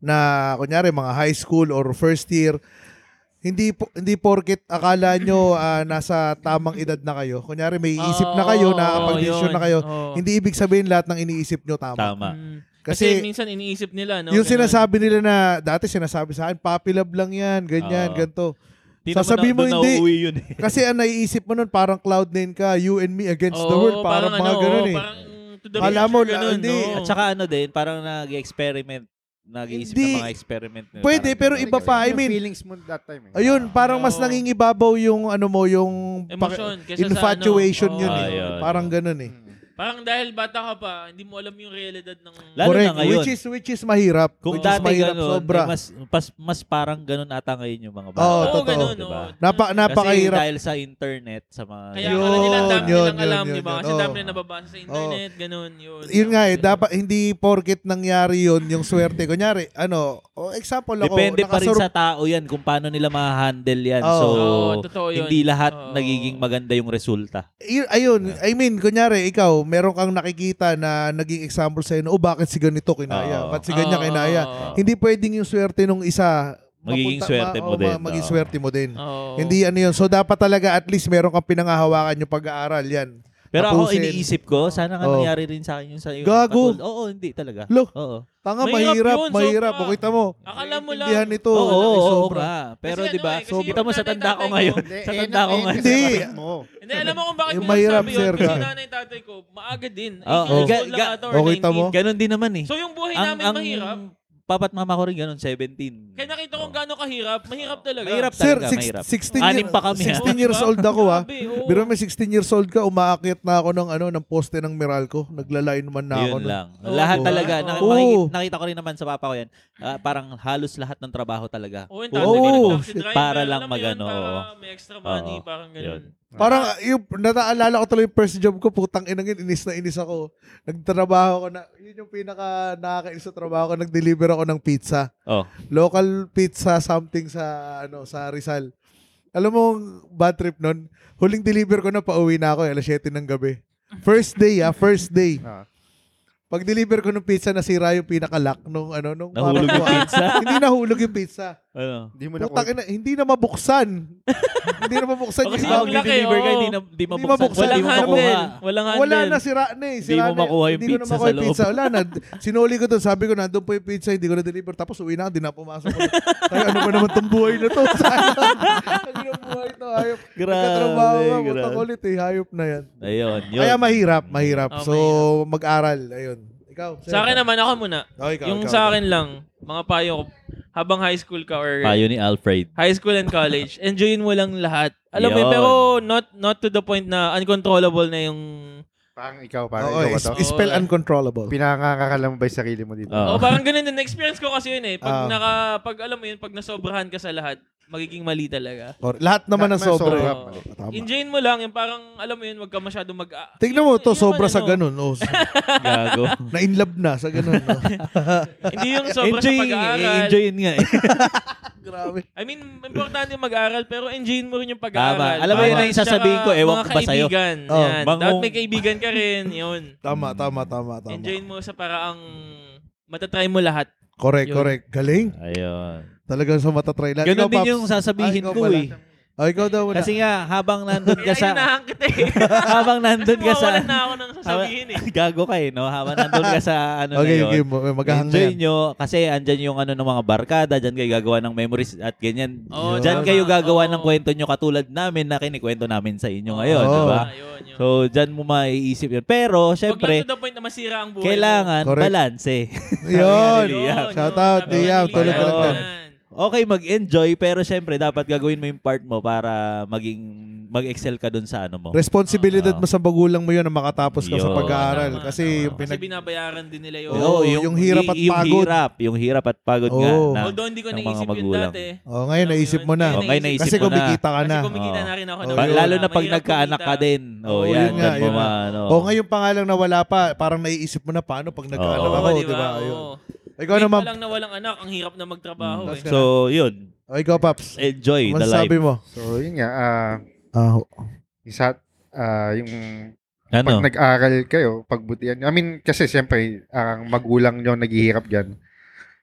na, kunyari, mga high school or first year, hindi po, hindi porket akala nyo ah, nasa tamang edad na kayo. Kunyari, may isip na kayo, Oo, nakakapag-decision yun. na kayo. Oo. Hindi ibig sabihin lahat ng iniisip nyo tama. Tama. Mm. Kasi, Kasi, minsan iniisip nila, no? yung Ganun. sinasabi nila na, dati sinasabi sa akin, puppy love lang yan, Oo. ganyan, ganito. Di naman Sasabihin na- mo doon hindi. nauuwi yun eh. Kasi ang naiisip mo nun, parang cloud nine ka, you and me against the Oo, world. Parang, mga ano, ganun oo, eh. Parang to the Kala future, mo, ganun, hindi. no? At saka ano din, parang nag-experiment. Nag-iisip Hindi. ng mga experiment. nila. Pwede, Parang pero ganun. iba pa. I Yung mean, feelings mo that time eh. Ayun, parang mas Oo. nangingibabaw yung ano mo, yung Emosyon, pa- kesa sa infatuation ano. yun Ah, Mm. eh. yun. Parang ganun eh. Mm. Parang dahil bata ka pa, hindi mo alam yung realidad ng... Lalo Correct. na ngayon. Which is, which is mahirap. Kung Which is dati mahirap ganun, sobra. eh, mas, mas, mas parang ganun ata ngayon yung mga bata. Oo, Oo, totoo. ganun, Diba? oo. Napa, Kasi napakahirap. dahil sa internet, sa mga... Kaya Yun, akala nila ang dami yun, nilang alam, yun, di ba? yun, Kasi oo. dami na nababasa sa internet, ganun, yun. Yun nga eh, dapat hindi porket nangyari yun, yung swerte. Kunyari, ano, oh, example ako, Depende pa rin nakasur- sa tao yan kung paano nila ma-handle yan. Oo. So, Oo, totoo yun. hindi lahat Oo. nagiging maganda yung resulta. Y- ayun, I mean, kunyari, ikaw, meron kang nakikita na naging example sa'yo na, oh, bakit si ganito kinaya? Oo. Ba't si ganyan Oo, kinaya? oo, oo. Hindi pwedeng yung swerte nung isa Magiging mapunta- swerte mo oo, ma- din, maging oo. swerte mo din. Oo. Hindi ano yun. So, dapat talaga at least meron kang pinangahawakan yung pag-aaral. Yan. Pero ako Tapusin. iniisip ko, sana nga Oo. nangyari rin sa akin yung sa iyo. Gago. Oo, hindi talaga. Lo. Oo. Tanga, Mahirap mahirap, yun, mahirap. sobra. O, kita mo. Akala mo lang. Intindihan nito. oo, oo, Ay, oo, sobra. nga. Pero Kasi di ba, ano eh, kasi kita mo sa yung tanda ko tatay ngayon. Hindi, sa eh, tanda ko na- eh, ngayon. kasi Hindi. kapatid mo. Hindi, alam mo kung bakit Yung ko mahirap, nasabi yun. sir, Kasi ka. nanay tatay ko, maaga din. Oo. 18 years Ga- old lang ga- ata or O, kita mo. 19. Ganon din naman eh. So yung buhay namin mahirap. papat mama ko rin ganun, 17. Kaya nakita Oh. kong gaano kahirap. Mahirap talaga. Mahirap Sir, talaga, six- mahirap. 16, Anim year- pa kami. ha? Diba? 16 years old ako ah. Grabe, oh. oo. Biro may 16 years old ka, umaakyat na ako ng ano ng poste ng Meralco. Naglalain man na ako. Yun nun. lang. Oo, lahat diba? talaga. Oo. Nak- Oo. makikita- nakita ko rin naman sa papa ko yan. ah, parang halos lahat ng trabaho talaga. Oo, Oo, yung tatay ko na taxi shit. driver. Oh, Para lang alam mo yun, magano, para oo. May extra money, Oo, parang yun. ganun. Parang ah, yung nataalala ko tuloy yung first job ko, putang ina yun, inis na inis ako. Nagtrabaho ko na, yun yung pinaka nakakainis sa trabaho ko, nag-deliver ako ng pizza. Oh. Local pizza something sa ano sa Rizal. Alam mo, ang bad trip nun, huling deliver ko na, pauwi na ako, eh, alas 7 ng gabi. First day ah, first day. Ah. Pag-deliver ko ng pizza, nasira yung pinakalock nung ano, nung Nahulog parang- yung pizza? hindi nahulog yung pizza. Ano? Di mo na Putang ina, hindi na mabuksan. hindi na mabuksan O, yung kasi Kasi pag yung laki, deliver ka, oo. hindi, na, hindi mabuksan. mabuksan. eh. Walang Walang mo handle. handle. Walang handle. Wala na, sira na eh. Sira Ano Hindi mo na. makuha yung Hindi ko na pizza makuha sa yung loob. pizza. Wala na. Sinuli ko to. Sabi ko, nandun po yung pizza. Hindi ko na deliver. Tapos uwi na ako. Di na pumasok ko. Ay, ano ba naman tong buhay na to? Ano yung buhay to? Hayop. Grabe, Nagkatrabaho ka. Putang grabe. ulit eh. Hayop na yan. Ayun, yun. Kaya mahirap. Mahirap. Oh, so, mag-aral. Ayun. Ikaw. sir. Sa akin naman, ako muna. Oh, ikaw, yung ikaw, sa ikaw. akin lang, mga payo ko, habang high school ka or Payo ni Alfred. high school and college, enjoyin mo lang lahat. Alam mo, yun, Yun. pero not not to the point na uncontrollable na yung... Parang ikaw, parang Oo, ikaw ba is- to? is- spell Oo. uncontrollable. Pinangangakala mo ba yung sarili mo dito? Oo. Oh, parang ganun din. Experience ko kasi yun eh. Ah. Pag, naka, pag alam mo yun, pag nasobrahan ka sa lahat, magiging mali talaga. Or, lahat naman Lahat ang naman sobra. sobra. Oo. eh. Tama. Enjoyin mo lang. Yung parang, alam mo yun, wag ka masyado mag... ah, Tignan mo yun- to, yun naman, sobra sa ano. ganun. Oh, Gago. na in love na sa ganun. no? Hindi yung sobra enjoy, sa pag-aaral. enjoyin nga eh. Grabe. I mean, importante yung mag-aral, pero enjoyin mo rin yung Tama. pag-aaral. Alam mo, yun Tama. ang isasabihin ko, Tsaka ewan ko mga ba sa'yo? kaibigan. Oh, Yan. bangong- Dapat may kaibigan ka rin. Yun. Tama, tama, tama, tama. Enjoyin mo sa paraang matatry mo lahat. Correct, Yun. correct. Galing. Ayun. Talagang sa matatry lang. Ganun Ikaw, din Paps. yung sasabihin Ah, ikaw ko pala. eh. Ah, ikaw daw wala. Kasi nga, habang nandun ka Kaya sa... inahan kita eh. habang nandun ka Kasi sa... mawawalan na ako ng sasabihin eh. Gago ka eh, no? Habang nandun ka sa ano na okay, yun. okay. mo- Maghahang na Enjoy yan. nyo. Kasi andyan yung ano ng mga barkada, dyan kayo gagawa ng memories at ganyan. Oh, Oo, dyan tama. kayo gagawa ng Oo. kwento nyo katulad namin na kinikwento namin sa inyo ngayon, Oo. di ba? Ah, Yun, yun. So, dyan mo maiisip yun. Pero, Huwag lang syempre, to the point na masira ang buhay kailangan Correct. balance eh. Yun. mo. Liam. Shout out, Dapat Liam. maliliyan. Tulog ka lang Ayun. yan. Okay, mag-enjoy, pero syempre, dapat gagawin mo yung part mo para maging, mag-excel ka dun sa ano mo. Oo. Responsibilidad mo sa magulang mo yun na makatapos ka Ah. sa Yun. pag-aaral. Tama, Kasi tama. yung pinag... Kasi binabayaran din nila yun. Oo, Oh, yung hirap at pagod. Oh. Yung hirap, yung hirap at pagod nga. Oo. na- Although hindi ng ko mga naisip yun magulang. dati. Oh, ngayon, naisip mo na. Oo, ngayon naisip Kasi mo na. kumikita ka na. Kasi kumikita Oo. na rin ako. Oo, ng Pa- Oh, yun. wala. lalo na pag Mahirap nagkaanak ka kumita. din. Oo, Oh, yun yan. nga, dyan mo yun nga. ma- ano. O Oh, ngayon pa nga lang na wala pa, parang naiisip mo na paano pag nagkaano Oo, ako, Oo, di ba? Ayun. Oo. Ikaw Kahit naman, pa lang na walang anak, ang hirap na magtrabaho Mm, eh. ka So, yun. o, ikaw, Paps. Enjoy Ano the life. sabi mo? So, yun nga. ah, Ah, isa, ah, yung Ano? pag nag-aral kayo, pagbutihan. I mean, kasi siyempre, ang magulang nyo naghihirap dyan.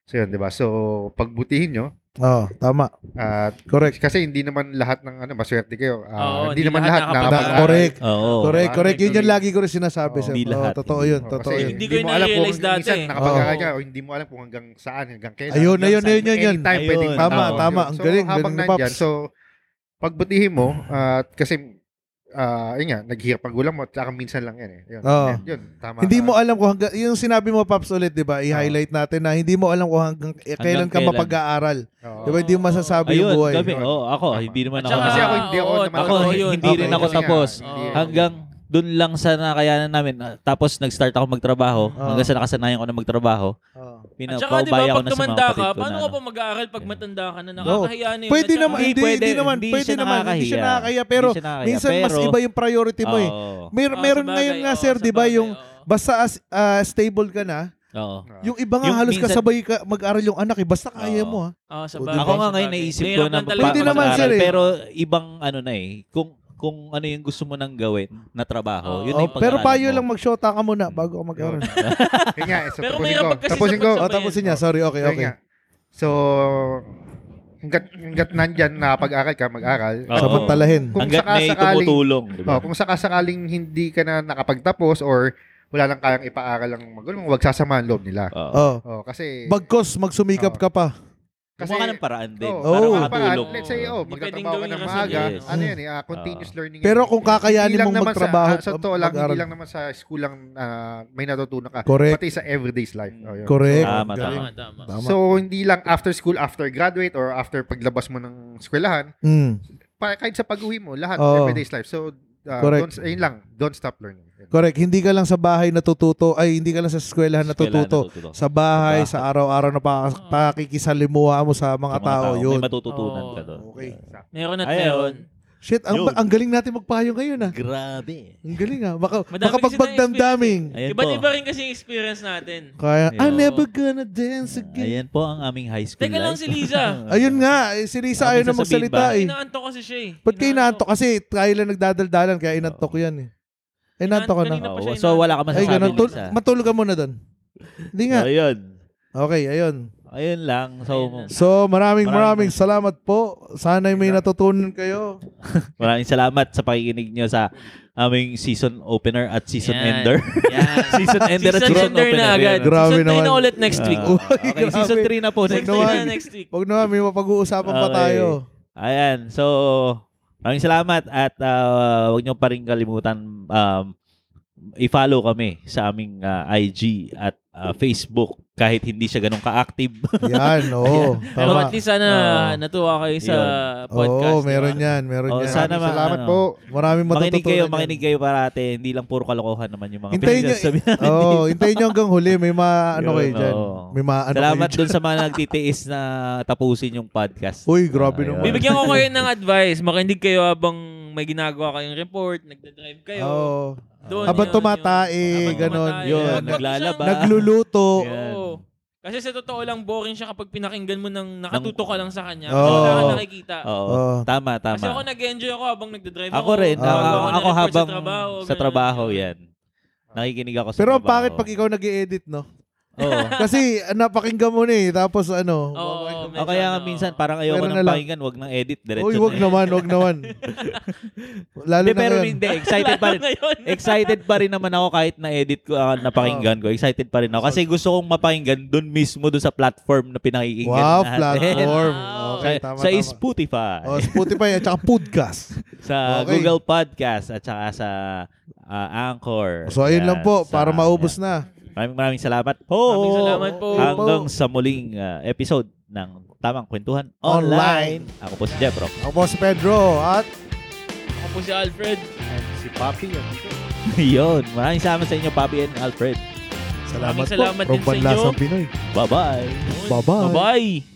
So, yun, di ba? So, pagbutihin nyo. oh, tama. At, Correct. kasi hindi naman lahat ng, ano, maswerte kayo. Ah, Oo, hindi hindi naman lahat lahat, na nakapag-aral. nakapag-aral. Correct. Oo. Correct, Bakit? correct. Yun yung lagi ko rin sinasabi, Oo, sir. hindi Oo, lahat. totoo yun. Oo, Totoo kasi yun. Hindi ko yun mo alam kung na-realize dati. minsan nakapag-aral Oo. ka o hindi mo alam kung hanggang saan, hanggang kailan. Ayun, hanggang ayun, saan. ayun, ayun, Anytime ayun. pwedeng Tama, tao. tama. Ang So, galing, habang galing ni nandyan, Paps. so, pagbutihin mo, at kasi, ah, yun nga, naghihirap ang gulang mo, at saka minsan lang yan eh. Yun, Oo. yun, yun, tama. Hindi mo alam kung hanggang, yung sinabi mo, Paps, ulit, di ba? I-highlight natin na hindi mo alam kung hanggang, eh, kailan ka kailan. mapag-aaral. Oo. Di ba? Hindi mo masasabi yung Ayun, buhay. kami. Yun. Oo, ako. ah, Hindi naman At ako. saka- Kasi ako naka- hindi ako Oo, naman ako, totoo yun. hindi rin Okay. ako Kasi nga, tapos. hindi Oo. rin- Hanggang dun lang sa nakayanan namin. Ah, Tapos nag-start ako magtrabaho. Oo. Hanggang sa nakasanayan ko na magtrabaho. Oo. At Pina- saka di ba, paubaya ko na sa pag mga tumanda ka, kapatid ko na paano ka ano. pa mag-aaral pag matanda ka na nakakahiya na yun? Pwede At saka- naman, hindi, pwede, hindi naman, hindi pwede siya naman, hindi siya nakakahiya. nakakaya, pero Hindi siya nakakaya, minsan mas pero- iba yung priority mo eh. Oo. Mer- Oo, meron sabagay, ngayon nga, oo, sir, di ba, sabagay, yung oo. basta as, ah, stable ka na, Oo. Ah. yung iba nga Yung halos minsan- kasabay ka, mag-aral yung anak eh, basta kaya Oo. mo ha. Ah, sa O, bagay, Ako nga sa ngayon bagay. naisip Mahirap ko na lang talaga Pwede pwede naman, naman sir, eh. pero ibang ano na eh, kung kung ano yung gusto mo nang gawin na trabaho, yun na Oh, Oo. yung pero pag-aaralan payo mo. lang mag-shota ka muna bago ka mag-aral. Yun nga, eh, so Pero tapusin mahirap ko. pag kasi sa Tapusin ko. oh, Ah, pagsabay tapusin niya. Sorry, okay, Yun okay. nga. So, hanggat, hanggat nandyan na pag-aral ka, mag-aral. Oo. Samantalahin. Kung Hanggat may sakasakaling- tumutulong. di ba? Oh, kung sakasakaling hindi ka na nakapagtapos or wala lang kayang ipaaral ang magulang, huwag sasama ang loob nila. Oo. Oh. Oh, kasi Bagkos, magsumikap Oo. ka pa. Kasi, ka Kasi- ng paraan din. Oo, para Oo. parang makatulong. Let's say, oh, Hindi magtatrabaho ka pwedeng ng gawin maaga. kasi- Yes. Ano yan eh, ah, continuous Ah. learning. Pero yan. kung Hindi kakayanin lang mong naman magtrabaho, Sa, ah, sa totoo lang, mag-aral. hindi lang naman sa school lang ah, may natutunan ka. Correct. Pati sa everyday's life. Oh, yun. Correct. Tama, Galing. Tama, tama. Tama. So, hindi lang after school, after graduate, or after paglabas mo ng eskwelahan, mm. pa, kahit sa pag-uwi mo, lahat, Oo. everyday's life. So, ah, Correct. don't, ayun lang, don't stop learning. Yun. Correct. Hindi ka lang sa bahay natututo, ay hindi ka lang sa eskwelahan natututo. Sa bahay, Sa bahay. sa araw-araw na pa- Mm. Oo. pakikisalimuha mo sa mga, tao, yun. May matututunan ka doon. Okay. Meron at Ayun. meron. Shit, ang, Yun. ang galing natin magpayo ngayon ah. Grabe. Ang galing ah. Maka, Madami makapagbagdamdaming. Ayan Iba't po. iba rin kasi yung experience natin. Kaya, Ayun. I'm never gonna dance again. Ayan po ang aming high school Teka lang life. si Liza. Ayun nga, eh, si Risa Ano ayaw na sasabihin ba? magsalita eh. Inaantok kasi siya eh. Ba't kayo inaantok? Kasi tayo lang nagdadaldalan, kaya inantok yan eh. Inantok ka na. Kanina- pa Oo, siya so wala ka inaantok. Ay, masasabi ganun. Tul- Lisa. matulog ka muna doon. Hindi nga. So, ayun. Okay, ayun. Ayun lang. So, Ayun lang. So, maraming Maraming- maraming salamat po. Sana may natutunan kayo. maraming salamat sa pakikinig nyo sa aming season opener at season Yan. ender. Yan. season ender at Season season ender opener. na agad. Ayun. Grabe Season 3 na naman. ulit next week. Ah, okay, Grabe. season 3 na po. Season Next Grabe. week. 3 na next week. Huwag naman, may mapag-uusapan pa Okay. tayo. Ayan. So, maraming salamat at ah, huwag niyo pa rin kalimutan um, i-follow kami sa aming ah, IG at ah, Facebook kahit hindi siya ganun ka-active. Yan, oo. Pero Tama. at least sana Oo. natuwa kayo sa podcast. Oo, di ba? meron yan, meron Oo, yan. sana Maraming ma- Salamat ano, po. Maraming matututunan. makinig kayo, yan. makinig kayo parate. Hindi lang puro kalokohan naman yung mga Hintayin Oh, nyo, pinagsasabi natin. Oo, hintayin nyo hanggang huli. May ma, ano Yun, kayo dyan. oo. May ma, ano Salamat kayo dun dyan. sa mga nagtitiis na tapusin yung podcast. Uy, grabe Ah, naman. yun. Bibigyan ko kayo ng advice. Makinig kayo habang may ginagawa kayong report, nagda-drive kayo. Oo. Doon, Habang yun, yun. tumatae, Habang ganon. tumatae. Yun, Huwag naglalaba. siyang- Nagluluto. Yan. Oo. Kasi sa totoo lang, boring siya kapag pinakinggan mo ng nakatuto ka lang sa kanya. Oo. Wala ka nakikita. Oo. Oo. Tama, tama. Kasi ako nag-enjoy ako habang nagda-drive ako. Ako rin. Oh. Ah. ako, Bago ako na-report habang sa trabaho. sa ganun. trabaho, yan. Nakikinig ako sa Pero ang trabaho. pangit pag ikaw nag edit no? Oo. Kasi ah, napakinggan mo na eh. Tapos ano. Oo, papakinggan mo. O kaya ano, nga minsan, parang ayoko Meron nang na lang. pakinggan, wag nang edit, diretso Uy, wag na. naman, wag naman. Lalo Hindi, na pero ngayon. hindi, excited pa rin. Ngayon. Excited pa rin naman ako kahit na-edit ko, ah, napakinggan ko. Excited pa rin ako. Kasi gusto kong mapakinggan dun mismo, dun sa platform na pinakikinggan Wow, natin. platform. Wow. Okay, sa, tama, sa tama. Spotify, Oh, Spotify at saka podcast. sa Okay. Google Podcast, at saka sa ah, Anchor. So, ayun Yan, lang sa- po, para maubos yan. na. Maraming maraming salamat po. Maraming salamat po. Oo, Hanggang po. sa muling ah, episode ng Tamang Kwentuhan Online. Online. Ako po si Jeff Rock. Ako po si Pedro at Ako po si Alfred. And si Papi. yan. Yun. Maraming salamat sa inyo, Papi and Alfred. salamat, salamat po. din sa inyo. Banlasang Pinoy. Bye-bye. Bye-bye. Bye-bye.